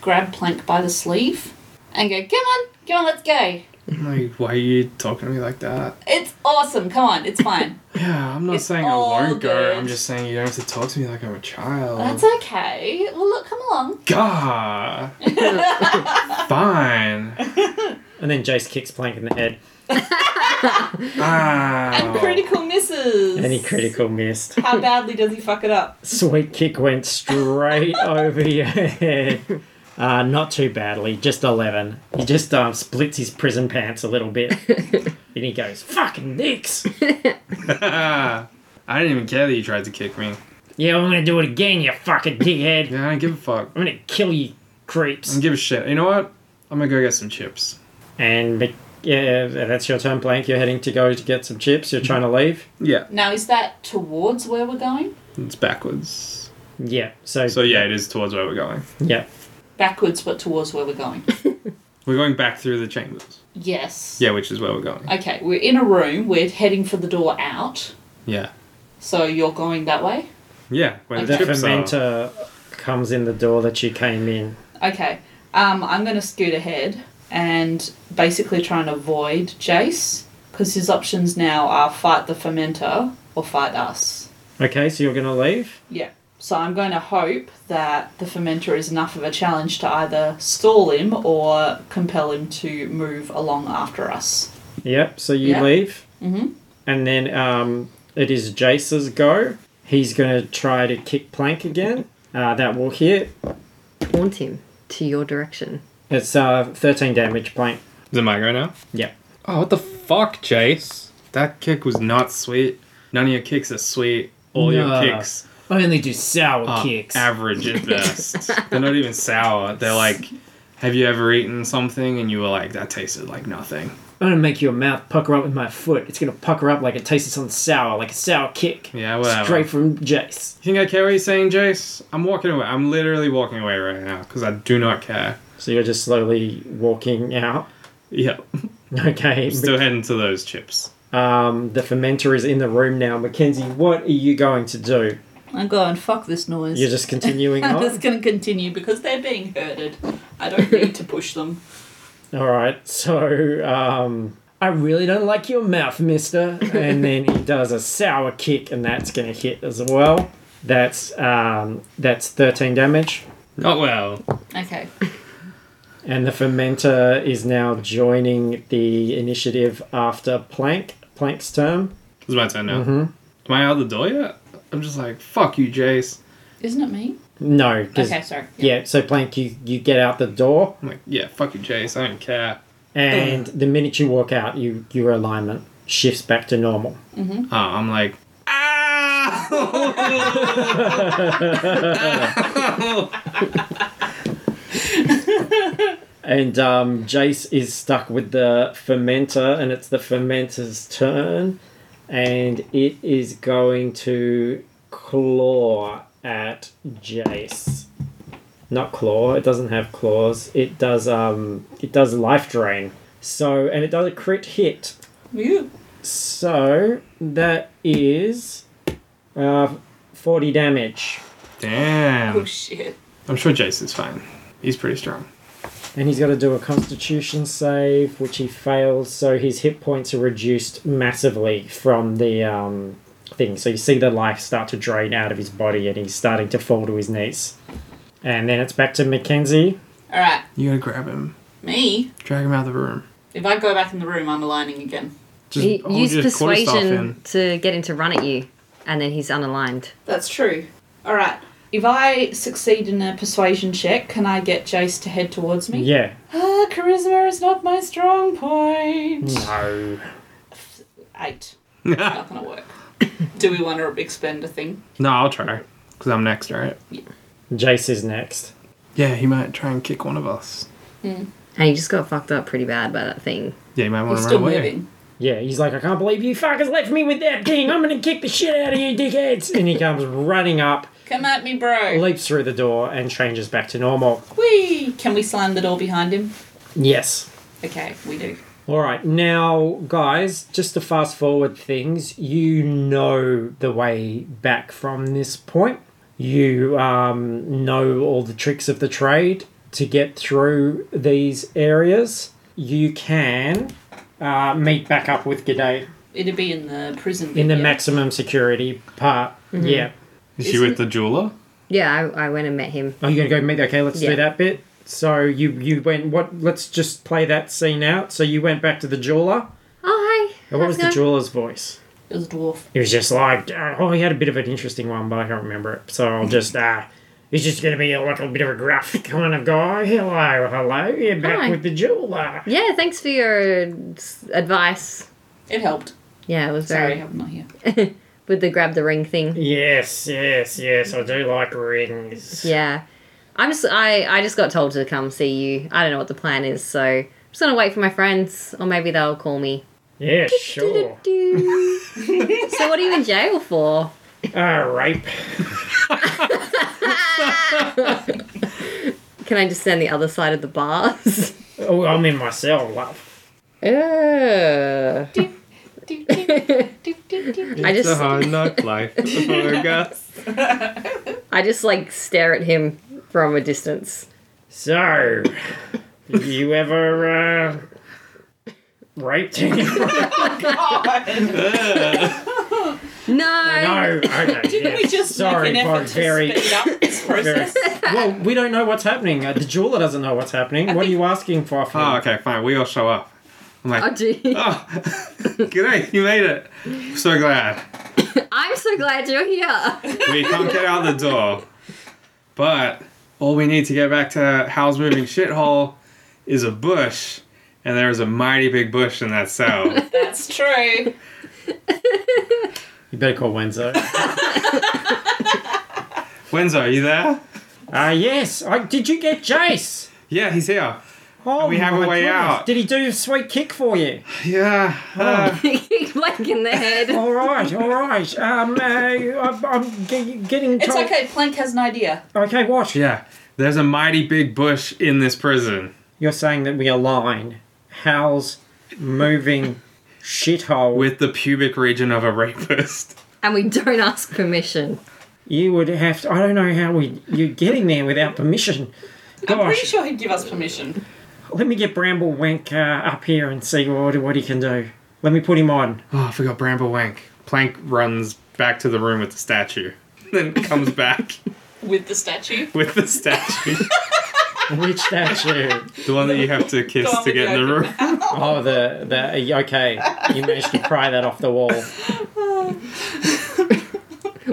B: grab Plank by the sleeve and go, come on, come on, let's go.
D: I'm like, why are you talking to me like that?
B: It's awesome. Come on,
A: *laughs*
B: it's fine.
D: Yeah, I'm not
B: It's
D: saying I
B: all
D: won't go.
B: good.
D: I'm just saying you don't have to talk to me like I'm a child.
A: Uh-huh.
B: That's okay. Well, look, come along.
D: Gah! Fine.
A: And then Jace kicks Plank in the head.
D: Ow.
B: And *laughs* critical misses.
A: Uh-huh. Any critical missed.
B: How badly does he fuck it up?
A: Sweet kick went straight over your head. Uh, not too badly, just 11. He just um, splits his prison pants a little bit. and he goes, fucking dicks.
D: *laughs* I didn't even care that you tried to kick me.
A: Yeah, I'm gonna do it again, you fucking dickhead.
D: Yeah, I don't give a fuck. I
A: I'm gonna kill you, creeps.
D: don't give a shit. You know what? I'm gonna go get some chips.
A: And Mc- yeah, that's your turn, Blank. You're heading to go to get some chips. You're trying to leave.
D: Yeah,
B: Now, is that towards where we're going?
D: it's backwards.
A: Yeah. So.
D: So yeah, it is towards where we're going.
A: Yeah.
B: Backwards, but towards where we're going.
D: We're going back through the chambers.
B: yes.
D: Yeah, which is where we're going.
B: Okay, we're in a room. We're heading for the door out.
D: Yeah,
B: So you're going that way?
D: yeah. Where
A: The
D: the chips are.
A: fermenter comes in the door that you came in.
B: Okay. Um, I'm going to scoot ahead and basically try and avoid Jace because his options now are fight the fermenter or fight us.
A: Okay, so you're gonna leave.
B: Yeah. So I'm going to hope that the fermenter is enough of a challenge to either stall him or compel him to move along after us.
A: Yep. So you
B: Yeah.
A: leave. Mm-hmm. And then um, it is Jace's go. He's gonna try to kick Plank again. Uh, that will hit.
C: Taunt him to your direction.
A: It's uh, 13 damage, Plank.
D: Is it my go now?
A: Yep.
D: Oh, what the fuck, Chase? That kick was not sweet. None of your kicks are sweet. All
A: No.
D: your kicks
A: I only do sour
D: are Uh, average at best. They're not even sour. They're like, have you ever eaten something and you were like, that tasted like nothing?
A: I'm gonna make your mouth pucker up with my foot. It's gonna pucker up like it tasted something sour, like a sour kick.
D: Yeah, whatever.
A: Straight from Jace.
D: You think I care what you're saying, Jace? I'm walking away. I'm literally walking away right now because I do not care. *laughs*
A: So you're just slowly walking out. *laughs*
D: Yep.
A: Okay.
D: Still heading to those chips.
A: Um, the fermenter is in the room now. Mackenzie, what are you going to do?
B: I'm going, fuck this noise. *laughs*
A: You're just continuing
B: I'm
A: on.
B: just going to continue because they're being herded. I don't need to push them.
A: All right. So, um, I really don't like your mouth, Mister. And then he does a sour kick, and that's gonna hit as well. That's um, that's 13 damage.
D: Not Oh, well.
B: Okay.
A: And the fermenter is now joining the initiative after Plank. Plank's term.
D: It's my turn now. Am I out the door yet? I'm just like, fuck you, Jace.
B: Isn't it me?
A: No, 'cause-
B: Okay, sorry.
A: yeah. So Plank, you you get out the door,
D: I'm like, yeah, fuck you, Jace. I don't care.
A: and the minute you walk out, you your alignment shifts back to normal.
D: Oh, I'm like, ow!
A: And um, Jace is stuck with the fermenter, and it's the fermenter's turn, and it is going to claw at Jace. Not claw. It doesn't have claws. It does. Um, it does life drain. So, and it does a crit hit.
B: You.
A: So that is uh, forty damage,
B: Oh,
D: Damn.
B: shit.
D: I'm sure Jace is fine. He's pretty strong.
A: and he's got to do a Constitution save, which he fails. So his hit points are reduced massively from the um, thing. So you see the life start to drain out of his body, and he's starting to fall to his knees. And then it's back to Mackenzie.
B: All right.
D: You gotta grab him,
B: Me.
D: drag him out of the room.
B: If I go back in the room, I'm aligning again.
D: Just
C: You-
D: hold
C: Use
D: your quarterstaff
C: persuasion
D: in.
C: to get him to run at you, and then he's unaligned.
B: That's true. All right. If I succeed in a persuasion check, can I get Jace to head towards me?
A: Yeah.
B: Ah, charisma is not my strong point.
A: No.
B: Eight. not gonna
A: *coughs*
B: work. Do we want to expend a thing?
D: No, I'll try. Because I'm next, right?
A: Jace is next.
D: Yeah, he might try and kick one of us.
C: And he just got fucked up pretty bad by that thing.
D: Yeah, he might want
B: We're
D: to run
B: still
D: away.
B: moving.
A: Yeah, he's like, I can't believe you fuckers left me with that thing. I'm gonna kick the shit out of you, dickheads. And he comes running up
B: Come at me, bro.
A: leaps through the door and changes back to normal.
B: Whee! Can we slam the door behind him?
A: Yes.
B: Okay, we do.
A: All right, now, guys, just to fast forward things, you know the way back from this point. You um, know all the tricks of the trade to get through these areas. You can uh, meet back up with G'day
B: It'd be in the prison.
A: in
B: bit,
A: the
B: yeah.
A: maximum security part. Yeah.
D: Is she with the jeweler?
C: Yeah, I, I went and met him.
A: Are you gonna go meet? Okay, let's
C: Yeah.
A: do that bit. So you you went. What? Let's just play that scene out. So you went back to the jeweler.
C: Oh, hi.
A: And what was
C: how's it
A: the
C: going?
A: jeweler's voice?
B: It was a dwarf. Hmm.
A: He was just like, uh, oh, he had a bit of an interesting one, but I can't remember it. So I'll just, uh, He's just going to be a little bit of a gruff kind of guy. Hello, hello. You're back
C: Hi.
A: with the jeweler.
C: Yeah, thanks for your s- advice.
B: It helped.
C: Yeah, it was
B: Sorry,
C: very
B: I'm
A: *laughs*
B: not here.
C: with the grab the ring thing.
A: Yes, yes, yes. I do like rings.
C: Yeah, I'm just I I just got told to come see you. I don't know what the plan is, so I'm just gonna wait for my friends, or maybe they'll call me.
A: Yeah, sure.
C: Do-do-do. *laughs* so what are you in jail for?
A: Uh, rape.
C: Can I just stand the other side of the bars?
A: Oh, I'm in my cell, love.
C: Ugh. *laughs* I
D: It's a
C: just
D: hard *laughs* knock life for *laughs* us.
C: I just like stare at him from a distance.
B: *laughs*
A: So, you ever, uh, raped anyone?
B: *laughs*
A: *laughs*
C: No.
A: no, okay.
B: Didn't
A: yes.
B: we just
A: Sorry,
B: make an
A: for
B: effort to
A: very, *laughs*
B: speed up this
A: very.
B: process?
A: Well, we don't know what's happening. Uh, the jeweler doesn't know what's happening. what are you asking for? from
D: Oh,
A: him?
D: okay, fine. We all show up. I'm
C: Oh,
D: like,
C: gee. *laughs*
D: *laughs* oh, g'day, you made it. So glad.
C: I'm so glad you're here. *laughs*
D: We can't get out the door. But all we need to get back to Hal's moving shithole is a bush, and there is a mighty big bush in that cell. *laughs*
B: That's true.
A: You better call
B: *laughs*
A: Wenzo.
D: Wenzo, are you there?
A: Ah, yes. I, did you get Jace?
D: Yeah, he's here.
A: Oh,
D: we have a
A: my
D: way
A: goodness.
D: out.
A: Did he do a sweet kick for you?
D: Yeah. uh,
C: like in the head.
A: All right, all right. Um, uh, I'm, I'm g- getting
B: It's
A: told.
B: okay. Plank has an idea.
A: Okay, what?
D: yeah. There's a mighty big bush in this prison.
A: You're saying that we align Hal's moving shithole.
D: with the pubic region of a *laughs* rapist.
C: And we don't ask permission.
A: you would have to. I don't know how we you're getting there without permission.
B: I'm
A: Gosh,
B: pretty sure he'd give us permission.
A: let me get Bramble Wink uh, up here and see what what he can do. Let me put him on.
D: Oh, I forgot Bramble Wank. Plank runs back to the room with the statue, *laughs* then comes back *laughs*
B: With the statue. *laughs*
D: with the statue.
A: Which statue?
D: the one that you have to kiss
B: Go on
D: to
B: with
D: get in the
B: your
D: room.
A: Oh, the the okay. You managed to pry that off the wall.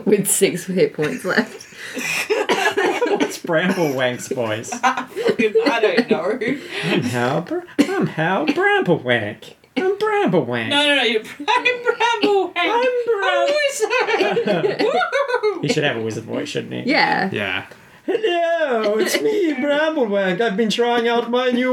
C: With six hit points left.
A: It's Bramble Wank's voice.
B: I don't know. No,
A: I'm Hal. Br- I'm Hal Bramble Wank. I'm Bramble Wank.
B: no, no. You're *laughs* I'm Bramble. I'm
A: Bramble.
B: Wizard.
A: He
B: Woo!
A: should have a wizard voice, shouldn't he?
C: Yeah.
D: Yeah.
A: Hello, it's me, Bramblewank. I've been trying out my new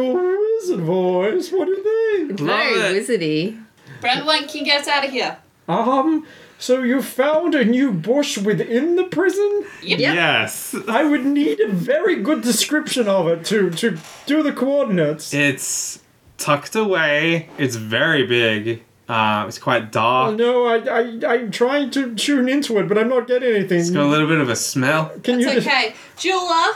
A: wizard voice. What do you think?
C: Very
D: Love it.
C: wizardy.
B: Bramble, Wank, you get out of here.
A: Um, so you found a new bush within the prison?
C: Yep.
D: Yes.
A: I would need a very good description of it to, to do the coordinates.
D: It's tucked away. It's very big. Uh, it's quite
A: Oh,
D: dark.
A: no, I, I, I'm trying to tune into it, but I'm not getting
D: It's got a
A: anything.
D: little bit of a smell.
A: Can you
B: It's
A: just...
B: okay. Jula,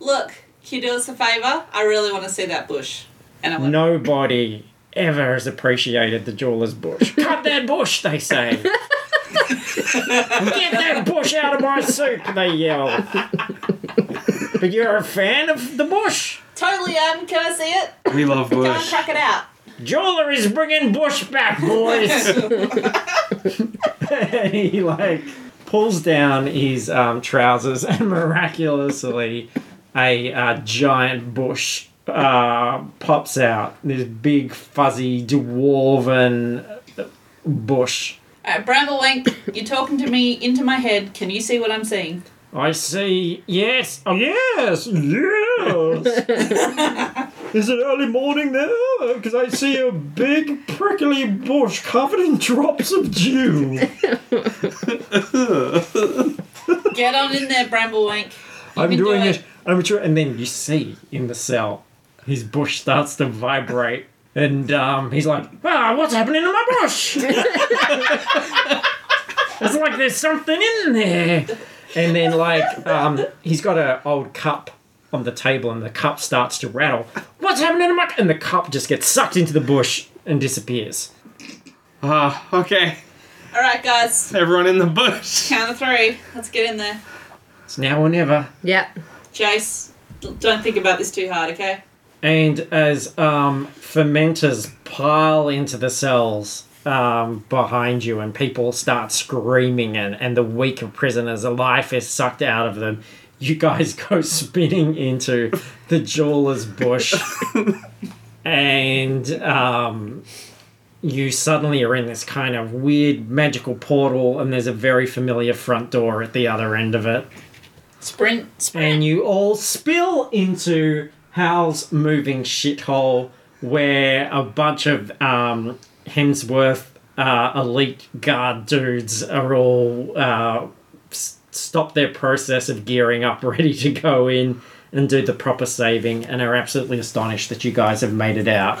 B: look, can you do us a favour? I really want to see that bush. And I went,
A: Nobody ever has appreciated the jeweler's bush. *laughs* Cut that bush, they say. Get that bush out of my soup, they yell. But you're a fan of the bush.
B: totally am. Can I see it?
D: We love
B: Go and
D: bush.
B: crack it out.
A: Jeweler is bringing bush back, boys. *laughs* and he like pulls down his um, trousers, and *laughs* miraculously, a uh, giant bush uh, pops out. This big, fuzzy, dwarven bush.
B: Alright, Bramble Wank, you're talking to me into my head. Can you see what I'm seeing?
A: I see. Yes. Oh, yes. Yes. *laughs* Is it early morning there? Because I see a big prickly bush covered in drops of dew.
B: Get on in there, Bramble Wank. You
A: I'm
B: can do
A: doing it. I'm sure. And then you see in the cell, his bush starts to vibrate. And um, he's like, ah, what's happening to my bush? *laughs* it's like there's something in there. And then, like, um, he's got an old cup on the table, and the cup starts to rattle. What's happening to my? And the cup just gets sucked into the bush and disappears.
D: Ah, okay.
B: Alright, guys.
D: Everyone in the bush.
B: Count of three. Let's get in there.
A: It's now or never.
C: Yep.
B: Jace, don't think about this too hard, okay?
A: And as um, fermenters pile into the cells um, behind you, and people start screaming, and, and the weaker prisoners, the life is sucked out of them, you guys *laughs* go spinning into the jeweler's bush, and um, you suddenly are in this kind of weird magical portal, and there's a very familiar front door at the other end of it,
B: Sprint, sprint.
A: and you all spill into Hal's moving shithole, where a bunch of um, Hemsworth uh, elite guard dudes are all. Uh, stop their process of gearing up, *laughs* ready to go in and do the proper saving, and are absolutely astonished that you guys have made it out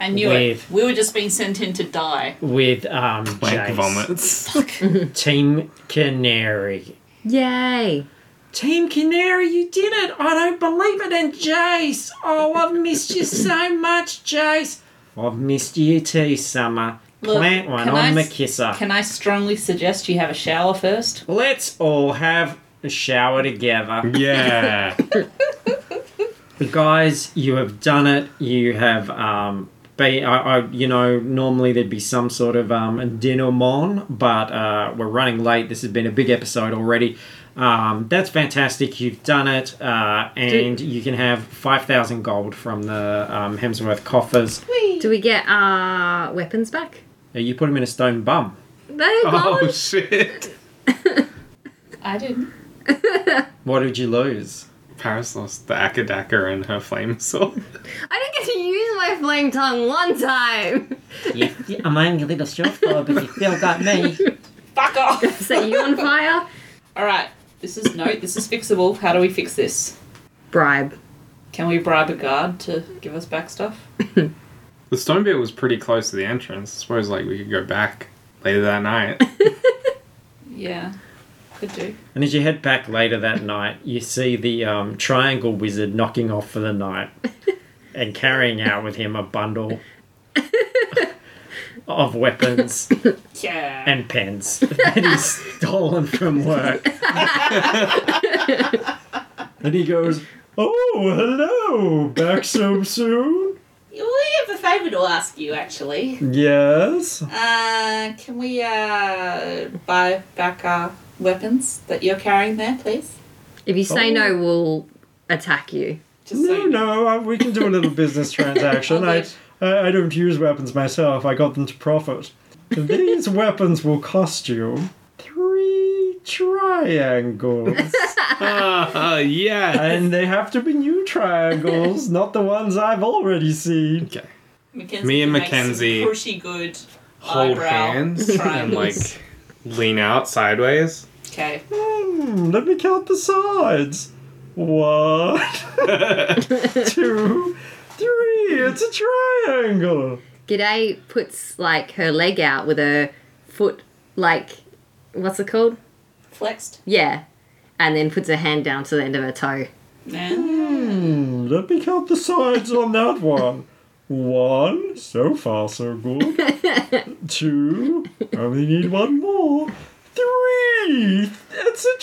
B: I knew
A: Wave.
B: it. We were just being sent in to die.
A: with um,
D: Blank
A: Jace.
D: vomits.
A: Team Canary.
C: Yay!
A: Team Canary, you did it! I don't believe it! And Jace! Oh, I've missed you so much, Jace! I've missed you too, Summer.
B: Look,
A: Plant one
B: can
A: on
B: I
A: the
B: s-
A: kisser.
B: Can I strongly suggest you have a shower first?
A: Let's all have a shower together.
D: Yeah.
A: guys you have done it you have um be, I, I, you know, normally there'd be some sort of um, denouement, but uh, we're running late. This has been a big episode already. Um, that's fantastic. You've done it, uh, and you can have five thousand gold from the um, Hemsworth coffers.
C: Do we get our weapons back?
A: Uh, You put him in a stone bum.
C: They're
D: oh
C: gone.
D: shit.
B: I didn't.
A: What did you lose?
D: Paris lost the Akadaka and her flame sword.
C: I didn't get to use my flame tongue one time. *laughs*
A: You, I'm only a little short but you still got me.
B: Fuck off! *laughs*
C: Set you on fire.
B: Alright, this is no, this is fixable. How do we fix this?
C: Bribe.
B: Can we bribe a guard to give us back stuff?
D: The stone bit was pretty close to the entrance. I suppose like we could go back later that *laughs* night.
B: Yeah, could do.
A: And as you head back later that night, you see the um, triangle wizard knocking off for the night and carrying out with him a bundle *laughs* of weapons
B: Yeah.
A: and pens that he's stolen from work. and he goes, Oh, hello, back so soon?
B: We have a favour to ask you, actually.
A: Yes.
B: Uh, can we uh buy back our weapons that you're carrying there, please?
C: If you say
A: Oh.
C: no, we'll attack you.
B: Just
A: No, no, I, we can do a little business transaction. I,
B: Okay.
A: I, I don't use weapons myself, I got them to profit. These weapons will cost you three triangles.
D: Ah, yeah.
A: and they have to be new triangles, not the ones I've already seen.
D: Okay.
B: Mackenzie
D: Me
B: can
D: and
B: make some
D: Mackenzie
B: Pretty good.
D: Hold
B: eyebrow
D: hands and like
B: triangles.
D: lean out sideways.
B: Okay.
A: Hmm, let me count the sides. One, *laughs* two, three. It's a triangle.
C: G'day puts like her leg out with her foot, like, what's it called?
B: Flexed.
C: Yeah. And then puts her hand down to the end of her toe.
B: Nah.
A: Hmm, let me count the sides on that one. One, so far so good.
C: *laughs*
A: Two, I only need one more. Three, it's a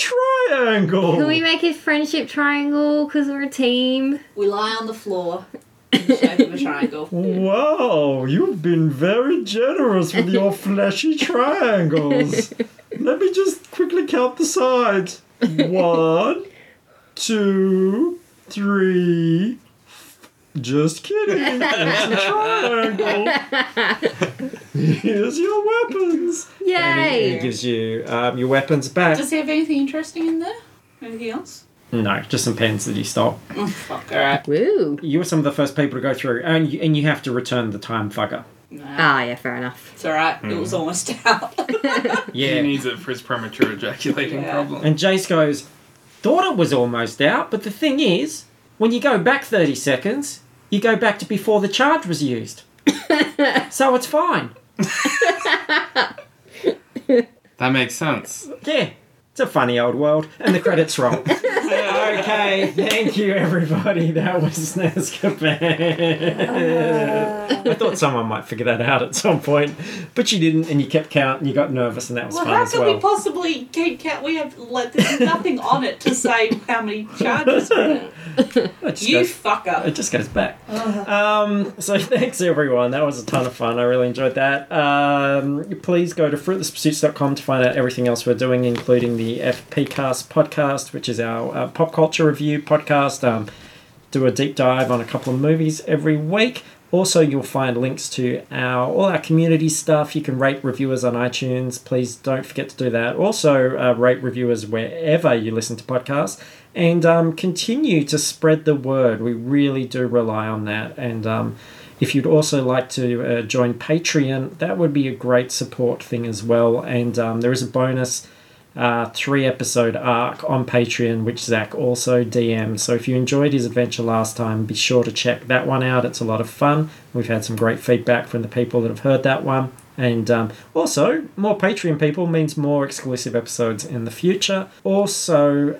A: triangle.
C: Can we make a friendship triangle? Because we're a team.
B: We lie on the floor in the shape of a triangle.
A: Wow, you've been very generous with *laughs* your fleshy triangles. Let me just quickly count the sides. One, two, three. Just kidding. It's a triangle. Here's your weapons.
C: Yay!
A: gives you um, your weapons back.
B: *laughs* Does he have anything interesting in there? Anything else?
A: No, just some pens that he stole.
B: Oh, fuck, alright.
C: Woo!
A: You were some of the first people to go through, and you, and you have to return the time fucker.
B: Nah,
C: Ah, yeah, fair enough.
B: it's alright. It
D: Hmm.
B: was almost *laughs* out.
D: He
A: Yeah.
D: needs it for his premature ejaculating
B: Yeah.
D: problem.
A: And Jace goes, Thought it was almost out, but the thing is, when you go back 30 seconds, you go back to before the charge was used.
B: *laughs*
A: so it's fine.
D: That makes sense.
A: Yeah, it's a funny old world. And the credits roll.
B: *laughs*
A: okay, thank you, everybody. That was Nazca Band. *laughs* I thought someone might figure that out at some point, but you didn't, and you kept count, and you got nervous, and that was
B: Well,
A: fun
B: how
A: as
B: can we
A: well.
B: possibly keep count? We have like there's nothing on it to say how many
D: *laughs*
B: charges.
A: *laughs*
B: we have.
A: It just
B: You
A: goes-
B: fuck
A: it
B: up.
A: just goes back. Um, so *laughs* thanks everyone. That was a ton of fun. I really enjoyed that. Um, please go to fruitlesspursuits.com to find out everything else we're doing, including the FPcast podcast, which is our uh, pop culture review podcast. Um, do a deep dive on a couple of movies every week. Also, you'll find links to our all our community stuff. You can rate reviewers on iTunes. Please don't forget to do that. Also, uh, rate reviewers wherever you listen to podcasts, and um, continue to spread the word. We really do rely on that. And um, if you'd also like to uh, join Patreon, that would be a great support thing as well. And um, there is a bonus uh, three episode arc on Patreon, which Zach also DM'd. So if you enjoyed his adventure last time, be sure to check that one out. It's a lot of fun. We've had some great feedback from the people that have heard that one. And um, also, more Patreon people means more exclusive episodes in the future. Also,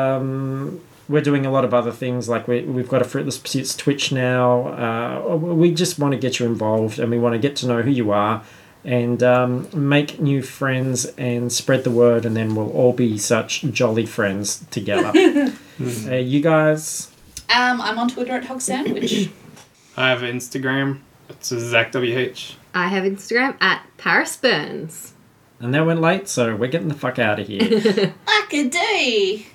A: um, we're doing a lot of other things like we, we've got a fruitless pursuits twitch now uh, we just want to get you involved and we want to get to know who you are and um, make new friends and spread the word and then we'll all be such jolly friends together uh, you guys
B: Um, I'm on Twitter at Hog Sandwich.
D: I have Instagram. It's Zach WH.
C: I have Instagram at Paris Burns.
A: and that went late so we're getting the fuck out of here
B: Fuck a day.